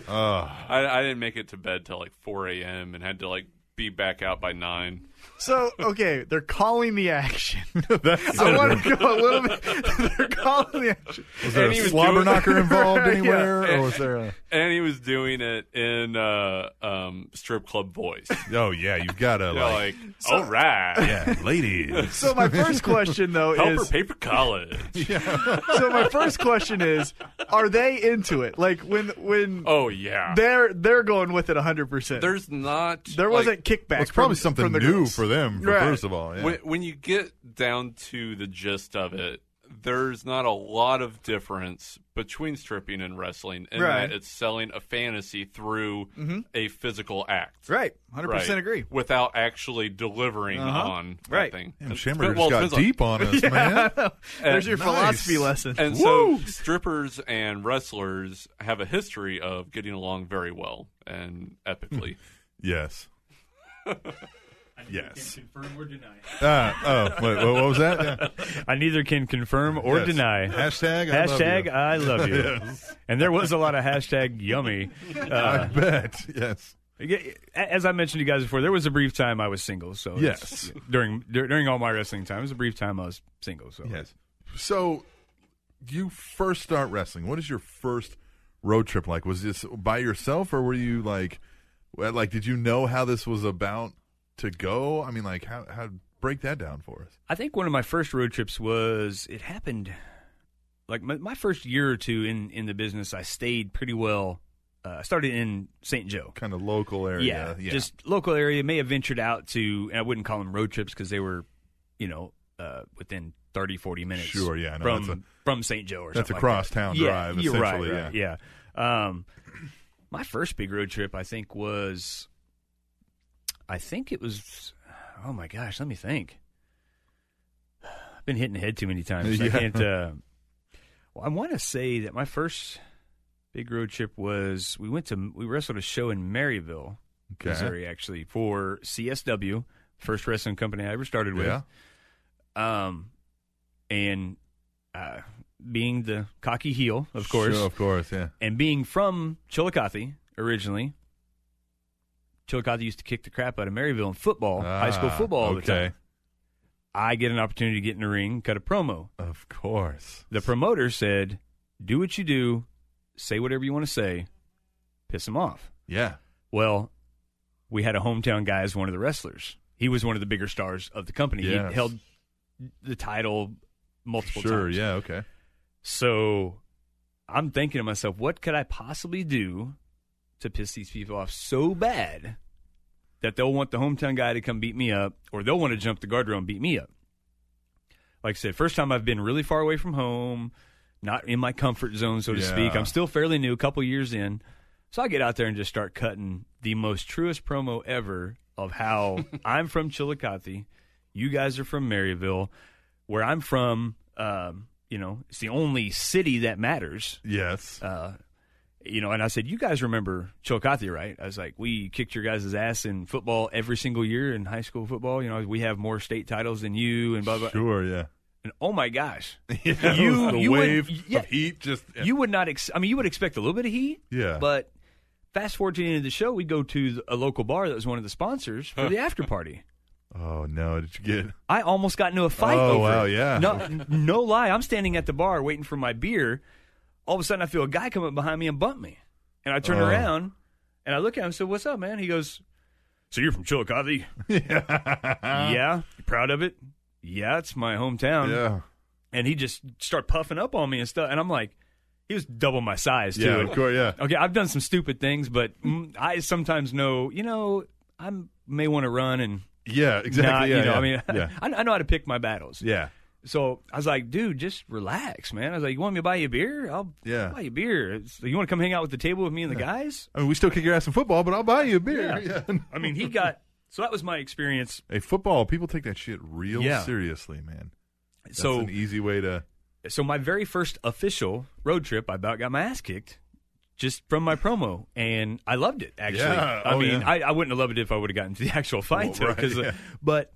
Speaker 4: Ah,
Speaker 8: I, I didn't make it to bed till like 4 a.m. and had to like be back out by nine.
Speaker 3: So, okay, they're calling the action.
Speaker 4: that's-
Speaker 3: I want to go a little bit. They're calling the action.
Speaker 4: was there
Speaker 8: and
Speaker 4: a
Speaker 8: he was
Speaker 4: slobber
Speaker 8: doing-
Speaker 4: knocker involved
Speaker 3: Right, yeah.
Speaker 4: anywhere, or was there a?
Speaker 8: And he was doing it in uh, um, strip club voice.
Speaker 4: Oh yeah, you've got to
Speaker 8: You know,
Speaker 4: like,
Speaker 8: like, all right,
Speaker 4: yeah, ladies.
Speaker 3: So my first question though
Speaker 8: help her
Speaker 3: is
Speaker 8: pay for college.
Speaker 3: so my first question is are they into it? Like when when
Speaker 8: oh yeah,
Speaker 3: they're they're going with it 100%.
Speaker 8: there's not
Speaker 3: there
Speaker 8: like,
Speaker 3: wasn't kickback.
Speaker 4: Well, it's probably
Speaker 3: from-
Speaker 4: something
Speaker 3: from the
Speaker 4: new
Speaker 3: girls.
Speaker 4: for them. For
Speaker 3: Right.
Speaker 4: First of all, yeah.
Speaker 8: When, when you get down to the gist of it, there's not a lot of difference between stripping and wrestling in
Speaker 3: Right. Mm-hmm.
Speaker 8: that it's selling a fantasy through a physical act.
Speaker 3: Right. 100%
Speaker 8: Right.
Speaker 3: agree.
Speaker 8: Without actually delivering
Speaker 4: Uh-huh.
Speaker 8: on that
Speaker 3: Right.
Speaker 8: thing.
Speaker 4: Damn,
Speaker 8: It's
Speaker 4: Shimmer just
Speaker 8: been- well, it's
Speaker 4: got
Speaker 8: been like-
Speaker 4: deep on us, man.
Speaker 3: There's your
Speaker 4: nice.
Speaker 3: philosophy lesson.
Speaker 8: and so strippers and wrestlers have a history of getting along very well and epically.
Speaker 4: Hmm. Yes. Yes.
Speaker 6: confirm or deny.
Speaker 4: Uh, oh, wait, what, what was that? Yeah.
Speaker 6: I neither can confirm or
Speaker 4: Yes.
Speaker 6: deny.
Speaker 4: Hashtag. I love
Speaker 6: Hashtag uh,
Speaker 4: you.
Speaker 6: I love you. And there was a lot of hashtag yummy. Uh,
Speaker 4: I bet. Yes.
Speaker 6: Yeah, As I mentioned to you guys before, there was a brief time I was single. So
Speaker 4: Yes.
Speaker 6: it's- during dur- during all my wrestling time, it was a brief time I was single. So
Speaker 4: Yes. So, you first start wrestling. What is your first road trip like? Was this by yourself, or were you like, well, like, did you know how this was about to go? I mean, like, how how break that down for us?
Speaker 6: I think one of my first road trips was it happened like my, my first year or two in in the business. I stayed pretty well. Uh, I started in St. Joe.
Speaker 4: Kind of local area.
Speaker 6: Yeah, just local area. May have ventured out to, and I wouldn't call them road trips because they were, you know, uh, within 30, 40 minutes.
Speaker 4: Sure, yeah, I know.
Speaker 6: from
Speaker 4: That's a-
Speaker 6: from St. Joe or
Speaker 4: that's a
Speaker 6: something like that.
Speaker 4: crosstown
Speaker 6: yeah,
Speaker 4: drive,
Speaker 6: You're right,
Speaker 4: essentially,
Speaker 6: right, yeah. Um, my first big road trip, I think, was, I think it was, oh my gosh, let me think. I've been hitting the head too many times. I
Speaker 4: Yeah.
Speaker 6: can't. Uh, well, I want to say that my first big road trip was we went to we wrestled a show in Maryville.
Speaker 4: Okay.
Speaker 6: Missouri, actually, for CSW, first wrestling company I ever started with.
Speaker 4: Yeah.
Speaker 6: Um, and uh, being the cocky heel, of course,
Speaker 4: Sure, of course. Yeah.
Speaker 6: and being from Chillicothe originally, Chillicothe used to kick the crap out of Maryville in football, high school
Speaker 4: Ah,
Speaker 6: football all the
Speaker 4: okay.
Speaker 6: time. I get an opportunity to get in the ring, cut a promo.
Speaker 4: Of course.
Speaker 6: The promoter said, "Do what you do, say whatever you want to say, piss him off."
Speaker 4: Yeah.
Speaker 6: Well, we had a hometown guy as one of the wrestlers. He was one of the bigger stars of the company.
Speaker 4: Yes.
Speaker 6: He held the title multiple
Speaker 4: sure.
Speaker 6: times.
Speaker 4: Yeah. Okay.
Speaker 6: So I'm thinking to myself, what could I possibly do to piss these people off so bad that they'll want the hometown guy to come beat me up or they'll want to jump the guardrail and beat me up? Like I said, first time I've been really far away from home, not in my comfort zone, so to speak.
Speaker 4: Yeah.
Speaker 6: I'm still fairly new, a couple years in. So I get out there and just start cutting the most truest promo ever of how I'm from Chillicothe, you guys are from Maryville, where I'm from. Um, you know, it's the only city that matters.
Speaker 4: Yes.
Speaker 6: Uh, You know, and I said, you guys remember Chillicothe, right? I was like, we kicked your guys' ass in football every single year in high school football. You know, we have more state titles than you, and blah blah.
Speaker 4: sure. Yeah.
Speaker 6: And oh my gosh,
Speaker 4: Yeah,
Speaker 6: You-
Speaker 4: the
Speaker 6: you would-
Speaker 4: wave
Speaker 6: yeah.
Speaker 4: of heat just
Speaker 6: you would not. Ex- I mean, you would expect a little bit of heat,
Speaker 4: Yeah.
Speaker 6: But fast forward to the end of the show, we go to the- a local bar that was one of the sponsors for the after party.
Speaker 4: oh no did you get
Speaker 6: I almost got into a fight.
Speaker 4: Oh,
Speaker 6: over
Speaker 4: wow,
Speaker 6: it.
Speaker 4: yeah.
Speaker 6: No, n- no lie. I'm standing at the bar waiting for my beer. All of a sudden, I feel a guy come up behind me and bump me, and I turn
Speaker 4: Oh.
Speaker 6: around and I look at him. and said, "What's up, man?" He goes, "So you're from Chillicothe? yeah. You proud of it? Yeah, it's my hometown."
Speaker 4: Uh-huh. yeah
Speaker 6: And he just started puffing up on me and stuff. And I'm like, he was double my size too.
Speaker 4: yeah of course yeah
Speaker 6: Okay, I've done some stupid things, but mm, I sometimes know, you know, I may want to run and
Speaker 4: yeah exactly
Speaker 6: not,
Speaker 4: yeah,
Speaker 6: you know,
Speaker 4: yeah.
Speaker 6: I mean,
Speaker 4: yeah
Speaker 6: I, I know how to pick my battles.
Speaker 4: yeah
Speaker 6: So I was like, dude, just relax, man. I was like, you want me to buy you a beer? I'll
Speaker 4: Yeah.
Speaker 6: buy you a beer. It's, you want to come hang out with the table with me and the guys?
Speaker 4: I mean we still kick your ass in football but I'll buy you a beer
Speaker 6: Yeah.
Speaker 4: Yeah.
Speaker 6: I mean, he got, so that was my experience.
Speaker 4: hey football people take that shit real
Speaker 6: Yeah.
Speaker 4: seriously man That's
Speaker 6: so,
Speaker 4: an e-, easy way to
Speaker 6: so my very first official road trip, I about got my ass kicked just from my promo, and I loved it. Actually,
Speaker 4: Yeah.
Speaker 6: I
Speaker 4: Oh,
Speaker 6: mean,
Speaker 4: yeah.
Speaker 6: I, I wouldn't have loved it if I would have gotten to the actual fight,
Speaker 4: Well,
Speaker 6: though,
Speaker 4: right,
Speaker 6: 'cause, uh,
Speaker 4: yeah.
Speaker 6: but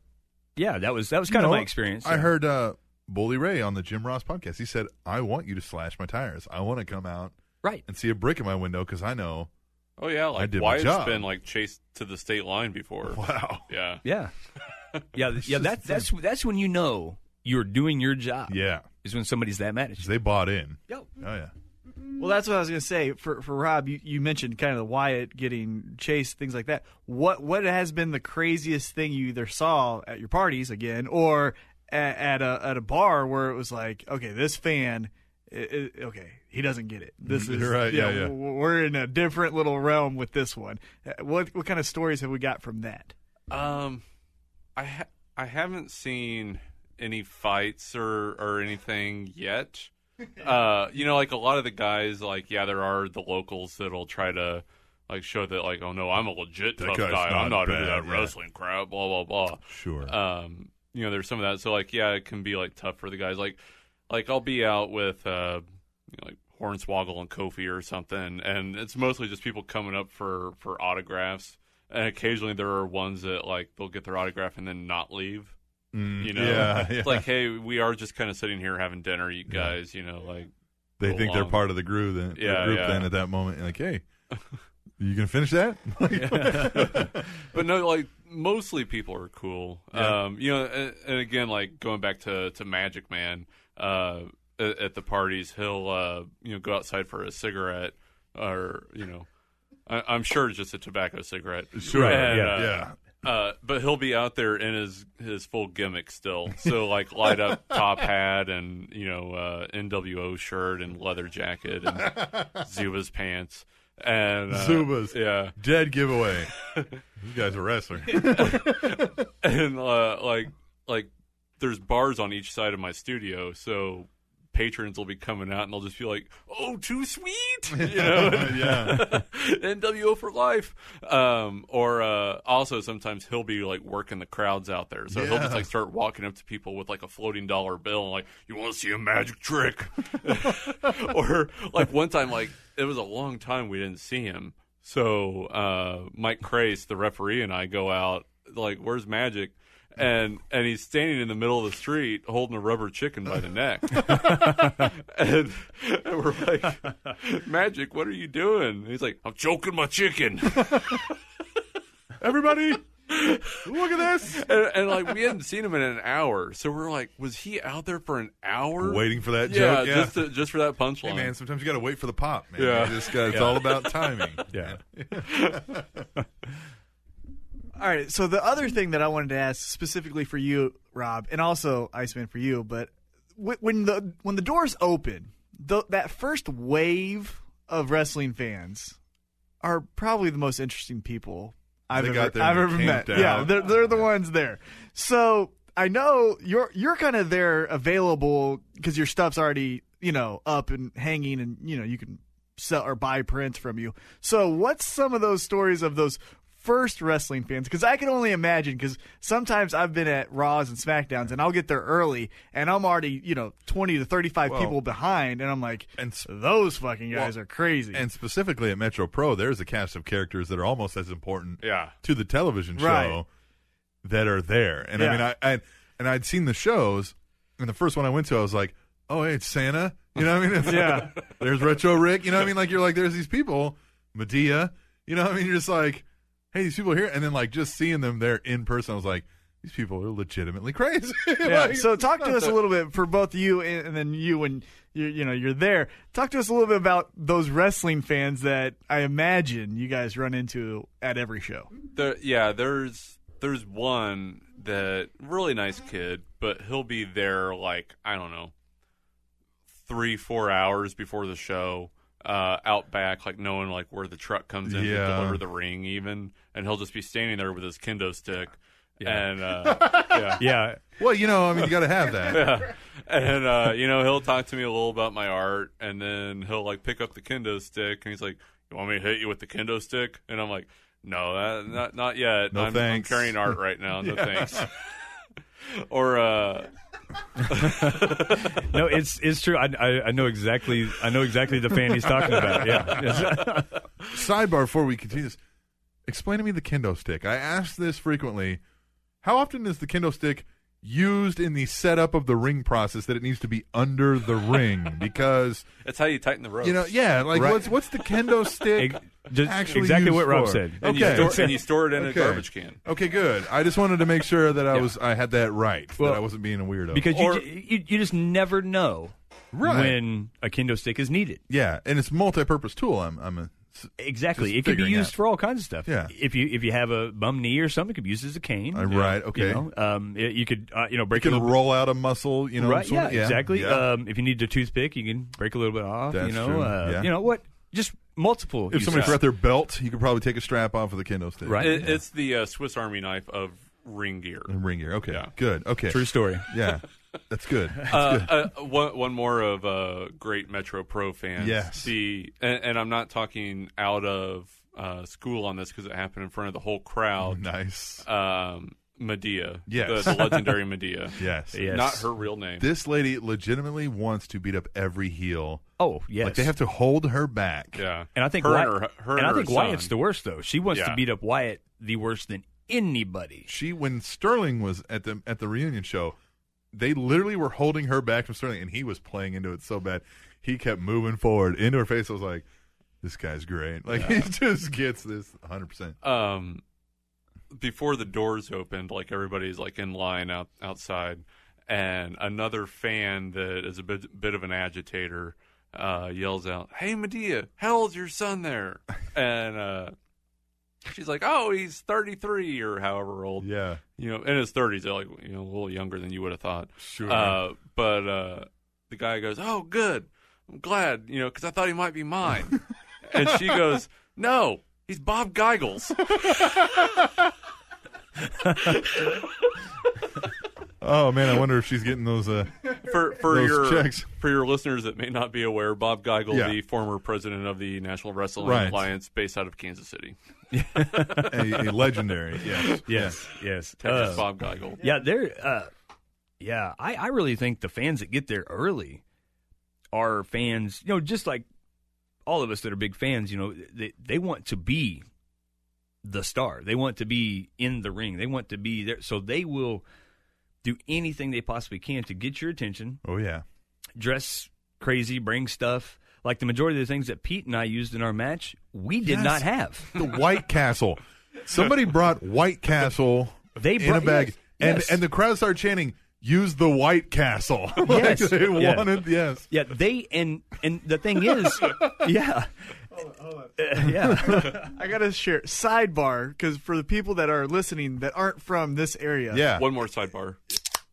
Speaker 6: yeah, that was that was kind
Speaker 4: You
Speaker 6: of
Speaker 4: know,
Speaker 6: my experience.
Speaker 4: I
Speaker 6: yeah.
Speaker 4: heard uh Bully Ray on the Jim Ross podcast he said I want you to slash my tires I want to come out
Speaker 6: right.
Speaker 4: and see a brick in my window because I know
Speaker 8: Oh yeah,
Speaker 4: I
Speaker 8: like
Speaker 4: did my
Speaker 8: Wyatt's
Speaker 4: job.
Speaker 8: been like chased to the state line before.
Speaker 4: wow
Speaker 8: Yeah.
Speaker 6: Yeah, yeah, th- yeah. That's that's that's when you know you're doing your job.
Speaker 4: yeah
Speaker 6: is when somebody's that mad at you.
Speaker 4: they bought in
Speaker 6: Yo.
Speaker 4: oh yeah
Speaker 3: Well, that's what I was going to say. For for Rob, you, you mentioned kind of the Wyatt getting chased, things like that. What what has been the craziest thing you either saw at your parties again, or at, at a at a bar where it was like, okay, this fan, i i okay, he doesn't get it. This is
Speaker 4: You're Mm-hmm. right,
Speaker 3: you know,
Speaker 4: yeah, yeah.
Speaker 3: w- We're in a different little realm with this one. Uh, What what kind of stories have we got from that?
Speaker 8: Um, I ha- I haven't seen any fights or or anything yet. Uh, you know, like a lot of the guys, like yeah, there are the locals that'll try to like show that like, oh no, I'm a legit
Speaker 4: That
Speaker 8: tough
Speaker 4: guy's
Speaker 8: guy. I'm
Speaker 4: not
Speaker 8: not into
Speaker 4: bad,
Speaker 8: that
Speaker 4: yeah.
Speaker 8: wrestling crap. Blah blah blah.
Speaker 4: sure
Speaker 8: um you know there's some of that so like yeah it can be like tough for the guys like like i'll be out with uh you know, like hornswoggle and kofi or something and it's mostly just people coming up for for autographs and occasionally there are ones that like they'll get their autograph and then not leave
Speaker 4: Mm,
Speaker 8: you know
Speaker 4: yeah, yeah.
Speaker 8: it's like hey we are just kind of sitting here having dinner you guys you know like
Speaker 4: they
Speaker 8: go
Speaker 4: think they're
Speaker 8: along.
Speaker 4: part of the groove then the
Speaker 8: Yeah,
Speaker 4: group
Speaker 8: yeah.
Speaker 4: then at that moment and like hey you gonna finish that
Speaker 8: but no, like mostly people are cool.
Speaker 4: Yeah.
Speaker 8: Um, you know, and, and again, like going back to to Magic Man, uh, at, at the parties, he'll uh, you know go outside for a cigarette or you know. I- I'm sure it's just a tobacco cigarette.
Speaker 4: Sure,
Speaker 8: And,
Speaker 4: yeah,
Speaker 8: uh,
Speaker 4: yeah.
Speaker 8: Uh, but he'll be out there in his his full gimmick still. So like light up top hat and you know uh, NWO shirt and leather jacket and Zuba's pants and uh,
Speaker 4: Zubas.
Speaker 8: Yeah,
Speaker 4: Dead giveaway. this guy's a wrestler.
Speaker 8: and uh, like like there's bars on each side of my studio, so patrons will be coming out and they'll just be like, "Oh, too sweet," you know,
Speaker 4: yeah.
Speaker 8: NWO for life. Um, or uh, also sometimes he'll be like working the crowds out there, so he'll just
Speaker 4: Yeah.
Speaker 8: like start walking up to people with like a floating dollar bill and like, "You want to see a magic trick?" or like one time, like it was a long time we didn't see him. So uh, Mike Crace, the referee, and I go out like, "Where's Magic?" And and he's standing in the middle of the street holding a rubber chicken by the neck, and, and we're like, "Magic, what are you doing?" And he's like, "I'm choking my chicken."
Speaker 4: Everybody, look at this.
Speaker 8: and, and, like we hadn't seen him in an hour, so we're like, was he out there for an hour
Speaker 4: Waiting for that
Speaker 8: Yeah,
Speaker 4: joke. Yeah.
Speaker 8: just to, just for that punchline.
Speaker 4: Hey, man, sometimes you got to wait for the pop, man.
Speaker 8: Yeah.
Speaker 4: This guy, it's all about timing.
Speaker 6: Yeah.
Speaker 3: All right. So the other thing that I wanted to ask specifically for you, Rob, and also Iceman for you, but wh- when the when the doors open, tho- that first wave of wrestling fans are probably the most interesting people I've
Speaker 4: They
Speaker 3: ever,
Speaker 4: got there
Speaker 3: I've
Speaker 4: and
Speaker 3: ever
Speaker 4: they
Speaker 3: met.
Speaker 4: camped
Speaker 3: Yeah,
Speaker 4: out.
Speaker 3: they're, they're the ones there. So I know you're you're kind of there available because your stuff's already you know up and hanging, and you know you can sell or buy prints from you. So what's some of those stories of those? First wrestling fans, because I can only imagine. Because sometimes I've been at Raws and Smackdowns, and I'll get there early, and I'm already you know twenty to thirty five
Speaker 4: Well-
Speaker 3: people behind, and I'm like,
Speaker 4: And s-
Speaker 3: those fucking guys
Speaker 4: Well,
Speaker 3: are crazy.
Speaker 4: And specifically at Metro Pro, there's a cast of characters that are almost as important
Speaker 8: Yeah.
Speaker 4: to the television show
Speaker 3: Right.
Speaker 4: that are there. And
Speaker 3: Yeah.
Speaker 4: I mean, I, I and I'd seen the shows, and the first one I went to, I was like, oh, hey, it's Santa. You know what I mean? It's-
Speaker 3: Yeah.
Speaker 4: There's Retro Rick. You know what I mean? Like, you're like, there's these people, Medea. You know what I mean? You're just like, hey, these people are here. And then, like, just seeing them there in person, I was like, these people are legitimately crazy.
Speaker 3: Yeah.
Speaker 4: Like,
Speaker 3: so talk to us a little bit for both you and, and then you when you you know you're there. Talk to us a little bit about those wrestling fans that I imagine you guys run into at every show.
Speaker 8: There, yeah, there's there's one that really nice kid, but he'll be there like I don't know, three four hours before the show, uh, out back, like knowing like where the truck comes in
Speaker 4: Yeah.
Speaker 8: to deliver the ring, even, and he'll just be standing there with his kendo stick,
Speaker 6: Yeah.
Speaker 8: and uh,
Speaker 6: Yeah.
Speaker 4: well, you know, I mean, you got to have that.
Speaker 8: and uh, you know he'll talk to me a little about my art, and then he'll like pick up the kendo stick, and he's like, "You want me to hit you with the kendo stick?" And I'm like, "No, that, not not yet.
Speaker 4: No
Speaker 8: I'm, I'm
Speaker 4: thanks."
Speaker 8: carrying art right now. No thanks." or uh,
Speaker 6: No, it's it's true. I, I I know exactly. I know exactly the fan he's talking about. Yeah.
Speaker 4: sidebar before we continue this. Explain to me the kendo stick. I ask this frequently. How often is the kendo stick used in the setup of the ring process that it needs to be under the ring? Because
Speaker 8: it's how you tighten the rope.
Speaker 4: you know, yeah, like
Speaker 6: Right.
Speaker 4: what's what's the kendo stick?
Speaker 6: Ex- just
Speaker 4: actually
Speaker 6: exactly
Speaker 4: used
Speaker 6: what Rob
Speaker 4: for?
Speaker 6: said.
Speaker 8: And,
Speaker 4: Okay.
Speaker 8: you store, and you store it in
Speaker 4: Okay.
Speaker 8: a garbage can.
Speaker 4: Okay, good. I just wanted to make sure that I was I had that right.
Speaker 6: Well,
Speaker 4: that I wasn't being a weirdo.
Speaker 6: Because you,
Speaker 8: Or-
Speaker 6: ju- you you just never know
Speaker 4: Right.
Speaker 6: when a kendo stick is needed.
Speaker 4: yeah, and it's a multi-purpose tool. I'm I'm a,
Speaker 6: Exactly.
Speaker 4: Just
Speaker 6: it can be
Speaker 4: figuring
Speaker 6: used
Speaker 4: out.
Speaker 6: for all kinds of stuff.
Speaker 4: Yeah.
Speaker 6: If you if you have a bum knee or something, it could be used as a cane.
Speaker 4: I- right.
Speaker 6: You
Speaker 4: Okay,
Speaker 6: know, um, it- you could uh, you know
Speaker 4: you
Speaker 6: break a
Speaker 4: can
Speaker 6: little
Speaker 4: roll out a muscle. You know,
Speaker 6: right?
Speaker 4: sort
Speaker 6: Yeah,
Speaker 4: of-
Speaker 6: exactly.
Speaker 4: yeah.
Speaker 6: Um, if you need a toothpick, you can break a little bit off.
Speaker 4: That's
Speaker 6: you know,
Speaker 4: true.
Speaker 6: Uh,
Speaker 4: Yeah.
Speaker 6: you know what? Just multiple.
Speaker 4: if somebody
Speaker 6: uses.
Speaker 4: forgot their belt, you could probably take a strap off of the kendo stick.
Speaker 6: Right.
Speaker 8: It, It's the uh, Swiss Army knife of ring gear.
Speaker 4: And ring gear. Okay,
Speaker 8: Yeah.
Speaker 4: good. Okay,
Speaker 6: True story.
Speaker 4: Yeah, that's good. That's good.
Speaker 8: uh, uh, one, one more of uh, great Metro Pro fans.
Speaker 4: Yes.
Speaker 8: The and, and I'm not talking out of uh, school on this because it happened in front of the whole crowd.
Speaker 4: Nice.
Speaker 8: Um, Medea.
Speaker 4: Mm-hmm. Yes.
Speaker 8: The, the legendary Medea.
Speaker 4: Yes.
Speaker 6: Yes.
Speaker 8: Not her real name.
Speaker 4: This lady legitimately wants to beat up every heel.
Speaker 6: Oh yes.
Speaker 4: Like they have to hold her back.
Speaker 8: yeah.
Speaker 6: And I think
Speaker 8: her,
Speaker 6: Wyatt,
Speaker 8: and her, her
Speaker 6: and I
Speaker 8: her
Speaker 6: think
Speaker 8: son.
Speaker 6: Wyatt's the worst though. She wants to
Speaker 8: Yeah.
Speaker 6: beat up Wyatt the worst than anybody.
Speaker 4: She when Sterling was at the at the reunion show, they literally were holding her back from Sterling and he was playing into it so bad. He kept moving forward into her face. I was like, this guy's great. Like he just gets this 100%.
Speaker 8: um before the doors opened like everybody's like in line out outside and another fan that is a bit, bit of an agitator uh yells out hey medea how old's your son there and uh she's like oh he's 33 or however old
Speaker 4: Yeah.
Speaker 8: you know in his 30s they're like you know a little younger than you would have thought
Speaker 4: Sure.
Speaker 8: uh, but uh, the guy goes, "Oh, good. I'm glad, you know, because I thought he might be mine." and she goes, "No, he's Bob Geigels."
Speaker 4: oh man, I wonder if she's getting those uh
Speaker 8: For for
Speaker 4: Those
Speaker 8: your
Speaker 4: checks.
Speaker 8: for your listeners that may not be aware, Bob Geigel,
Speaker 4: Yeah.
Speaker 8: the former president of the National Wrestling
Speaker 4: Right.
Speaker 8: Alliance, based out of Kansas City,
Speaker 4: a, a legendary. Yes.
Speaker 6: Yes. Yes.
Speaker 8: Texas
Speaker 6: Uh,
Speaker 8: Bob Geigel.
Speaker 6: Yeah, they're uh, yeah, I, I really think the fans that get there early are fans, you know, just like all of us that are big fans, you know, they they want to be the star. They want to be in the ring. They want to be there so they will do anything they possibly can to get your attention,
Speaker 4: Oh yeah.
Speaker 6: dress crazy, bring stuff. Like the majority of the things that Pete and I used in our match, we did
Speaker 4: Yes.
Speaker 6: not have.
Speaker 4: The White Castle. Somebody brought White Castle
Speaker 6: They
Speaker 4: in a
Speaker 6: brought-
Speaker 4: bag,
Speaker 6: yes,
Speaker 4: and
Speaker 6: yes.
Speaker 4: and the crowd started chanting, "Use the White Castle." Like,
Speaker 6: Yes,
Speaker 4: they
Speaker 6: yeah.
Speaker 4: wanted yes.
Speaker 6: Yeah, they and and the thing is, yeah, Uh, yeah,
Speaker 3: I gotta share sidebar because for the people that are listening that aren't from this area,
Speaker 4: Yeah.
Speaker 8: One more sidebar.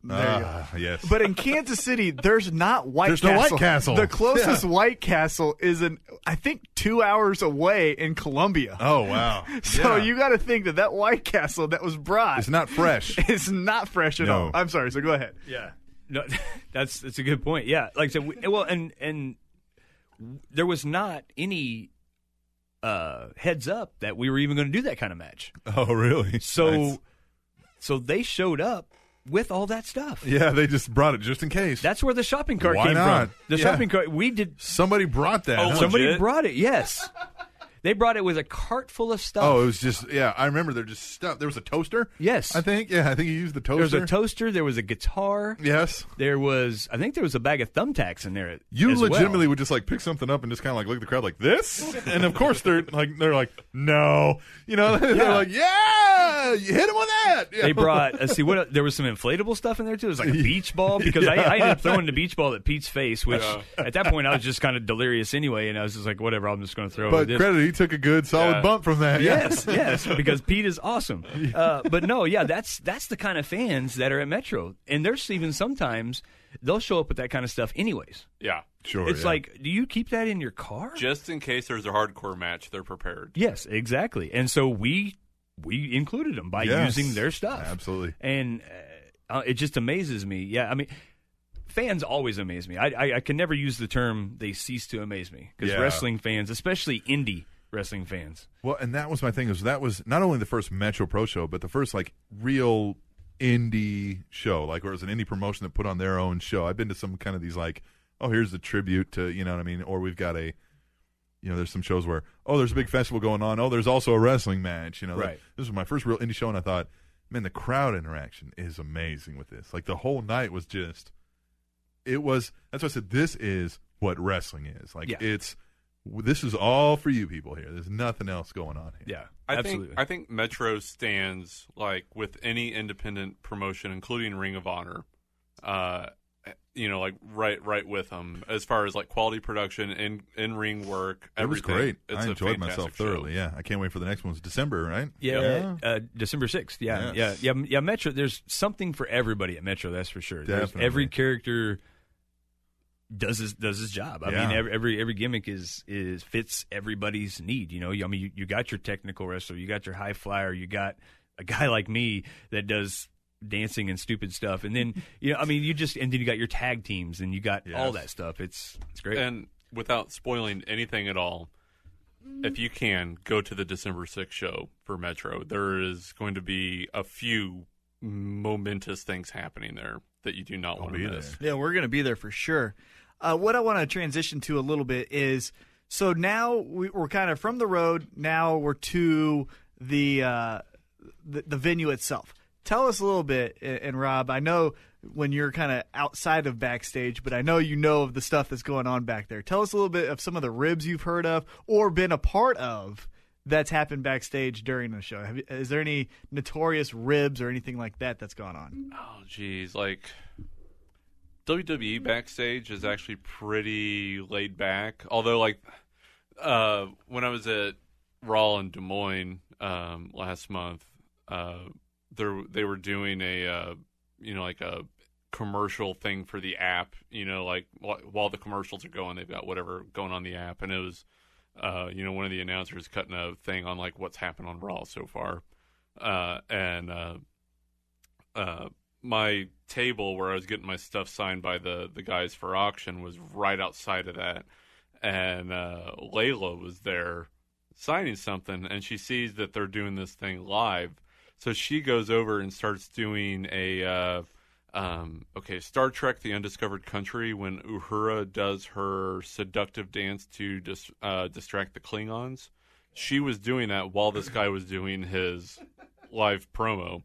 Speaker 4: Ah, yes.
Speaker 3: But in Kansas City, there's not White
Speaker 4: There's no
Speaker 3: Castle.
Speaker 4: White Castle.
Speaker 3: The closest White Castle is an I think two hours away in Columbia.
Speaker 4: oh wow.
Speaker 3: so
Speaker 4: Yeah.
Speaker 3: you got to think that that White Castle that was brought
Speaker 4: It's not fresh.
Speaker 3: is not fresh at
Speaker 4: No.
Speaker 3: all. I'm sorry. So go ahead.
Speaker 6: yeah. No, that's that's a good point. Yeah, like I said, we, well, and and there was not any uh heads up that we were even going to do that kind of match.
Speaker 4: Oh really?
Speaker 6: So,
Speaker 4: Nice.
Speaker 6: so they showed up with all that stuff.
Speaker 4: yeah, they just brought it just in case.
Speaker 6: That's where the shopping cart
Speaker 4: Why
Speaker 6: came
Speaker 4: not?
Speaker 6: from. The
Speaker 4: Yeah.
Speaker 6: shopping cart. We did.
Speaker 4: Somebody brought that.
Speaker 8: Oh,
Speaker 4: huh?
Speaker 8: some-
Speaker 6: Somebody
Speaker 8: Legit?
Speaker 6: brought it. Yes, they brought it with a cart full of stuff.
Speaker 4: Oh, it was just yeah. I remember they're just stuff. There was a toaster.
Speaker 6: Yes.
Speaker 4: I think yeah. I think you used the
Speaker 6: there was
Speaker 4: toaster.
Speaker 6: a toaster. There was a guitar.
Speaker 4: yes.
Speaker 6: There was, I think, there was a bag of thumbtacks in there.
Speaker 4: You
Speaker 6: as well.
Speaker 4: legitimately would just like pick something up and just kind of like look at the crowd like this, and of course they're like they're like no, you know they're like yeah, you hit him with that. Yeah.
Speaker 6: They brought. Let's see what. el- There was some inflatable stuff in there too. It was like a beach ball because I, I ended up throwing the beach ball at Pete's face, which at that point I was just kind of delirious anyway, and I was just like, whatever, I'm just going to throw.
Speaker 4: But
Speaker 6: this.
Speaker 4: credit, he took a good solid
Speaker 8: Yeah.
Speaker 4: bump from that. Yeah.
Speaker 6: Yes, yes, because Pete is awesome. Uh, but no, yeah, that's that's the kind of fans that are at Metro, and there's even sometimes they'll show up with that kind of stuff. Anyways,
Speaker 8: Yeah.
Speaker 4: sure.
Speaker 6: it's
Speaker 4: Oh, yeah.
Speaker 6: like, do you keep that in your car?
Speaker 8: Just in case there's a hardcore match, they're prepared.
Speaker 6: yes, exactly. And so we we included them by
Speaker 4: Yes.
Speaker 6: using their stuff.
Speaker 4: Absolutely.
Speaker 6: and uh, it just amazes me. Yeah, I mean, fans always amaze me. I I, I can never use the term they cease to amaze me because
Speaker 4: Yeah.
Speaker 6: wrestling fans, especially indie wrestling fans,
Speaker 4: Well, and that was my thing is that was not only the first Metro Pro show, but the first like real indie show, like where it was an indie promotion that put on their own show. I've been to some kind of these like, oh, here's the tribute to you know what I mean, or we've got a, you know, there's some shows where oh, there's a big festival going on, oh, there's also a wrestling match, you know,
Speaker 6: Right.
Speaker 4: This was my first real indie show, and I thought, man, the crowd interaction is amazing with this. Like the whole night was just, it was. That's why I said this is what wrestling is. Like
Speaker 6: Yeah.
Speaker 4: it's. This is all for you people here. There's nothing else going on here.
Speaker 6: yeah,
Speaker 8: I
Speaker 6: absolutely.
Speaker 8: think I think Metro stands like with any independent promotion, including Ring of Honor. Uh, you know, like right, right with them as far as like quality production and in ring work.
Speaker 4: It was
Speaker 8: everything.
Speaker 4: great.
Speaker 8: It's
Speaker 4: I
Speaker 8: a
Speaker 4: enjoyed myself
Speaker 8: fantastic show.
Speaker 4: thoroughly. Yeah, I can't wait for the next one's December, right?
Speaker 6: Yeah,
Speaker 4: Yeah.
Speaker 6: Uh, December sixth. Yeah,
Speaker 4: Yes.
Speaker 6: yeah, yeah, yeah. Metro. There's something for everybody at Metro. That's for sure. There's-
Speaker 4: Definitely.
Speaker 6: Every character does his does his job. I
Speaker 4: Yeah.
Speaker 6: mean, every, every every gimmick is is fits everybody's need. You know, You- I mean, you, you got your technical wrestler, you got your high flyer, you got a guy like me that does dancing and stupid stuff, and then you know, I mean, you just and then you got your tag teams and you got
Speaker 4: Yes.
Speaker 6: all that stuff. It's it's great.
Speaker 8: And without spoiling anything at all, if you can go to the December 6th show for Metro, there is going to be a few momentous things happening there that you do not want
Speaker 4: be
Speaker 8: to miss.
Speaker 4: there.
Speaker 3: Yeah, we're going to be there for sure. Uh, what I want to transition to a little bit is so now we, we're kind of from the road. Now we're to the, uh, the the venue itself. Tell us a little bit, a- and Rob, I know when you're kind of outside of backstage, but I know you know of the stuff that's going on back there. Tell us a little bit of some of the ribs you've heard of or been a part of that's happened backstage during the show. Have, you- is there any notorious ribs or anything like that that's gone on?
Speaker 8: Oh, geez. Like, WWE backstage is actually pretty laid back. Although, like, uh, when I was at Raw in Des Moines um, last month, uh, there they were doing a uh, you know like a commercial thing for the app. You know, like wh- while the commercials are going, they've got whatever going on the app, and it was uh, you know one of the announcers cutting a thing on like what's happened on Raw so far, uh, and uh, uh, my table where I was getting my stuff signed by the the guys for auction was right outside of that, and uh, Layla was there signing something, and she sees that they're doing this thing live, so she goes over and starts doing a. Uh, um, okay, Star Trek: The Undiscovered Country when Uhura does her seductive dance to dis- uh, distract the Klingons, she was doing that while this guy was doing his live promo.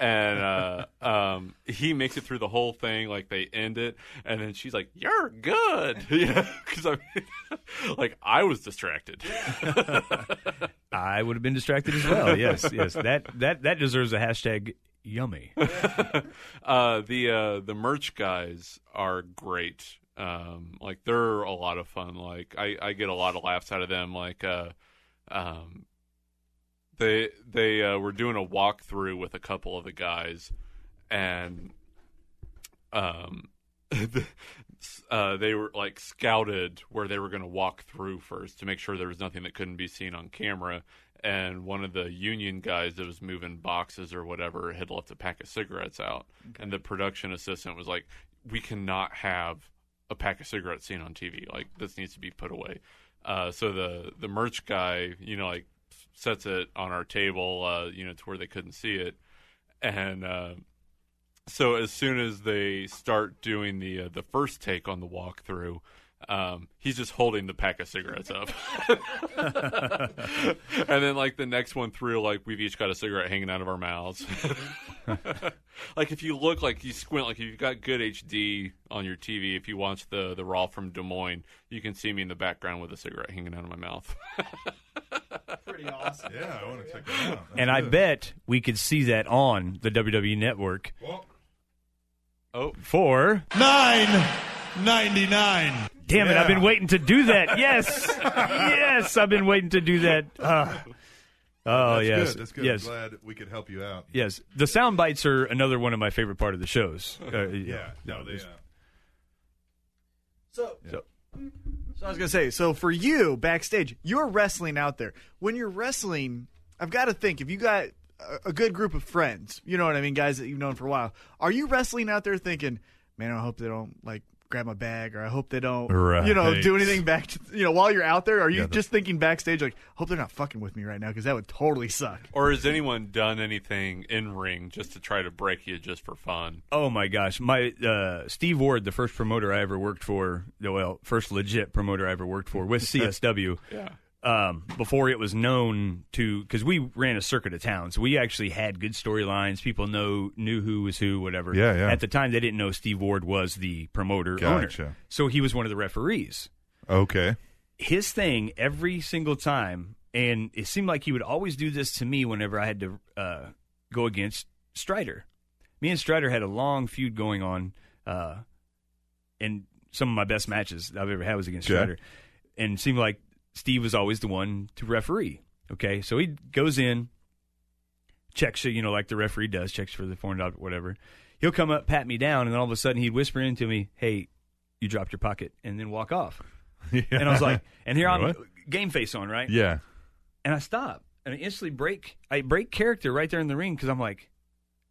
Speaker 8: And uh, um, he makes it through the whole thing, like they end it, and then she's like, "You're good," you know, because I, mean, like, I was distracted.
Speaker 6: I would have been distracted as well. Yes, yes. That that that deserves a hashtag yummy.
Speaker 8: Uh, the uh, the merch guys are great. Um, like they're a lot of fun. Like I, I get a lot of laughs out of them. Like uh, um, they they uh, were doing a walkthrough with a couple of the guys, and um, uh, they were like scouted where they were going to walk through first to make sure there was nothing that couldn't be seen on camera. And one of the union guys that was moving boxes or whatever had left a pack of cigarettes out, and the production assistant was like, "We cannot have a pack of cigarettes seen on TV. Like this needs to be put away." Uh, so the the merch guy, you know, like sets it on our table, uh, you know, to where they couldn't see it, and. Uh, so as soon as they start doing the uh, the first take on the walkthrough, um, he's just holding the pack of cigarettes up, and then like the next one through, like we've each got a cigarette hanging out of our mouths. like if you look, like you squint, like if you've got good HD on your TV, if you watch the the raw from Des Moines, you can see me in the background with a cigarette hanging out of my mouth.
Speaker 3: Pretty awesome.
Speaker 4: Yeah, I want to check that out.
Speaker 6: And I bet we could see that on the WWE Network
Speaker 8: oh,
Speaker 6: for
Speaker 7: Nine ninety nine.
Speaker 6: Damn it!
Speaker 4: Yeah.
Speaker 6: I've been waiting to do that. Yes, yes, I've been waiting to do that. Uh, oh
Speaker 4: That's
Speaker 6: yes,
Speaker 4: good. That's good.
Speaker 6: yes,
Speaker 4: I'm glad we could help you out.
Speaker 6: yes. The sound bites are another one of my favorite part of the shows. Uh,
Speaker 4: Yeah. No, they. Uh,
Speaker 3: So, so I was gonna say, so for you backstage, you're wrestling out there. When you're wrestling, I've got to think if you got a, a good group of friends, you know what I mean, guys that you've known for a while. Are you wrestling out there thinking, man, I hope they don't like grab my bag, or I hope they don't, you know,
Speaker 4: Right.
Speaker 3: do anything back, to, you know, while you're out there? Are you
Speaker 4: Yeah, the-
Speaker 3: just thinking backstage like, hope they're not fucking with me right now because that would totally suck.
Speaker 8: or has anyone done anything in ring just to try to break you just for fun?
Speaker 6: Oh my gosh, my uh, Steve Ward, the first promoter I ever worked for, well, first legit promoter I ever worked for with CSW. yeah. Um, before it was known to, because we ran a circuit of towns, we actually had good storylines. People know knew who was who, whatever.
Speaker 4: Yeah, yeah.
Speaker 6: At the time, they didn't know Steve Ward was the promoter
Speaker 4: Gotcha.
Speaker 6: owner, so he was one of the referees
Speaker 4: okay.
Speaker 6: his thing every single time, and it seemed like he would always do this to me whenever I had to uh, go against Strider. Me and Strider had a long feud going on, uh, and some of my best matches I've ever had was against
Speaker 4: Okay.
Speaker 6: Strider, and it seemed like Steve was always the one to referee. Okay, so he goes in, checks you know like the referee does, checks for the foreign object, whatever. He'll come up, pat me down, and then all of a sudden he'd whisper into me, "Hey, you dropped your pocket," and then walk off. And I was like, and here I'm
Speaker 4: What?
Speaker 6: game face on, right?
Speaker 4: yeah.
Speaker 6: And I stop and I instantly break. I break character right there in the ring because I'm like,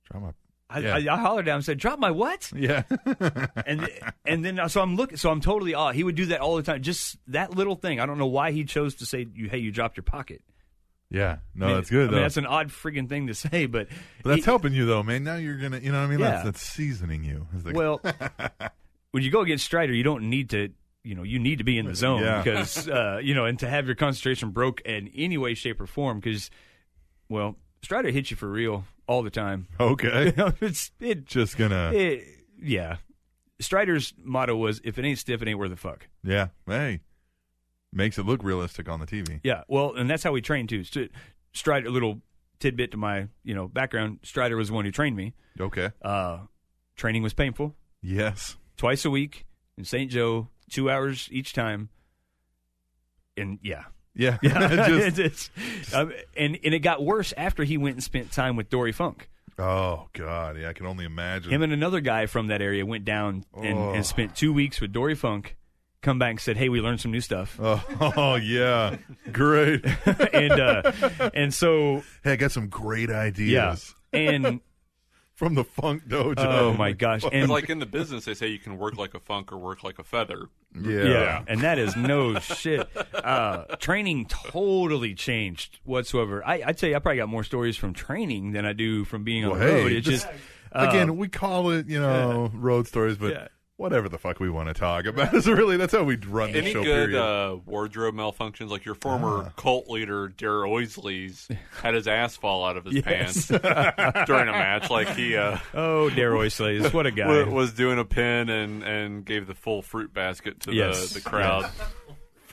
Speaker 4: Drum up.
Speaker 6: I,
Speaker 4: Yeah.
Speaker 6: I, I hollered down and said, "Drop my what?"
Speaker 4: Yeah.
Speaker 6: And and then uh, so I'm looking, so I'm totally off. He would do that all the time. Just that little thing. I don't know why he chose to say, "You hey, you dropped your pocket."
Speaker 4: yeah. No,
Speaker 6: I mean,
Speaker 4: that's good.
Speaker 6: I
Speaker 4: though.
Speaker 6: mean, that's an odd friggin' thing to say, but,
Speaker 4: But that's
Speaker 6: he-
Speaker 4: helping you though, man. Now you're gonna, you know what I mean? That's,
Speaker 6: Yeah.
Speaker 4: that's seasoning you. It's like-
Speaker 6: Well, when you go against Strider, you don't need to. You know, you need to be in the zone
Speaker 4: Yeah.
Speaker 6: because uh, you know, and to have your concentration broke in any way, shape, or form, because well, Strider hits you for real all the time.
Speaker 4: okay,
Speaker 6: it's it,
Speaker 4: just gonna,
Speaker 6: it, yeah. Strider's motto was, "If it ain't stiff, it ain't worth a fuck."
Speaker 4: yeah. Hey, makes it look realistic on the TV.
Speaker 6: Yeah, well, and that's how we train too. St- Strider, a little tidbit to my you know background. Strider was the one who trained me.
Speaker 4: Okay.
Speaker 6: Uh, training was painful.
Speaker 4: Yes.
Speaker 6: twice a week in St. Joe, two hours each time. And yeah,
Speaker 4: Yeah.
Speaker 6: yeah,
Speaker 4: Just-
Speaker 6: It's- it's- um, and and it got worse after he went and spent time with Dory Funk.
Speaker 4: oh God. Yeah, I can only imagine.
Speaker 6: Him and another guy from that area went down and,
Speaker 4: Oh.
Speaker 6: and spent two weeks with Dory Funk. Come back and said, "Hey, we learned some new stuff."
Speaker 4: oh, oh, yeah. Great. hey,
Speaker 6: and uh, and so
Speaker 4: I got some great ideas
Speaker 6: yeah, and
Speaker 4: from the Funk Dojo.
Speaker 6: oh my gosh, and
Speaker 8: It's like in the business, they say you can work like a funk or work like a feather.
Speaker 4: Yeah.
Speaker 6: Yeah. and that is no shit. Uh, training totally changed whatsoever. I, I tell you, I probably got more stories from training than I do from being on
Speaker 4: Well,
Speaker 6: the road.
Speaker 4: hey,
Speaker 6: it's
Speaker 4: this-
Speaker 6: just um,
Speaker 4: Again, we call it, you know, road stories, but
Speaker 6: Yeah.
Speaker 4: whatever the fuck we want to talk about is really that's how we run the
Speaker 8: Any
Speaker 4: show.
Speaker 8: good
Speaker 4: period.
Speaker 8: uh, wardrobe malfunctions, like your former
Speaker 6: Ah.
Speaker 8: cult leader Darrell Oisley's had his ass fall out of his pants
Speaker 6: Yes.
Speaker 8: during a match, like he uh,
Speaker 6: oh, Daryl Slays, what a guy.
Speaker 8: wa- was doing a pin and and gave the full fruit basket to
Speaker 6: Yes.
Speaker 8: the the crowd.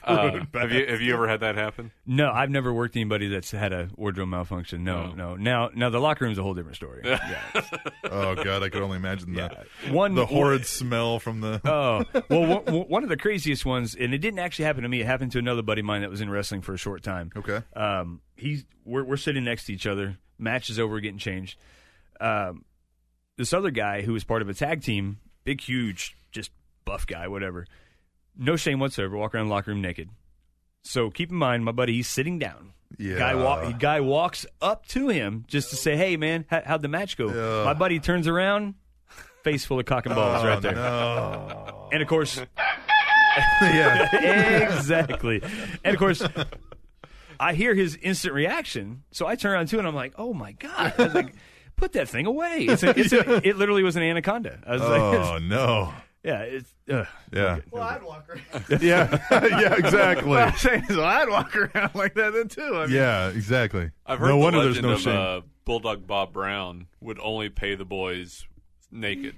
Speaker 8: Uh, have you have you ever had that happen?
Speaker 6: No, I've never worked anybody that's had a wardrobe malfunction. No, no. Now, now the locker room's a whole different story.
Speaker 4: Oh god, I could only imagine the
Speaker 6: One
Speaker 4: the horrid smell from the.
Speaker 6: Oh well, one- one of the craziest ones, and it didn't actually happen to me. It happened to another buddy of mine that was in wrestling for a short time.
Speaker 4: Okay.
Speaker 6: Um, he's we're we're sitting next to each other. Match is over, we're getting changed. Um, this other guy who was part of a tag team, big, huge, just buff guy, whatever. No shame whatsoever. Walk around the locker room naked. So keep in mind, my buddy, he's sitting down.
Speaker 4: Yeah.
Speaker 6: Guy, wa- guy walks up to him just to say, "Hey, man, how- how'd the match go?"
Speaker 4: Yeah.
Speaker 6: My buddy turns around, face full of cock and balls,
Speaker 4: Oh,
Speaker 6: right there.
Speaker 4: No.
Speaker 6: And of course,
Speaker 4: yeah.
Speaker 6: exactly. And of course, I hear his instant reaction. So I turn around too, and I'm like, "Oh my god!" I was like, "Put that thing away!" It's a, it's a, it literally was an anaconda. I was like,
Speaker 4: Oh no.
Speaker 6: "Yeah, it's, ugh.
Speaker 4: Yeah.
Speaker 3: Well, I'd walk around.
Speaker 4: Yeah. yeah. Exactly.
Speaker 3: I'm saying, so I'd walk around like that then too. I mean,
Speaker 4: Yeah. Exactly.
Speaker 8: I've heard
Speaker 4: no
Speaker 8: the
Speaker 4: wonder there's
Speaker 8: legend
Speaker 4: no
Speaker 8: of
Speaker 4: shame.
Speaker 8: Uh, Bulldog Bob Brown would only pay the boys naked.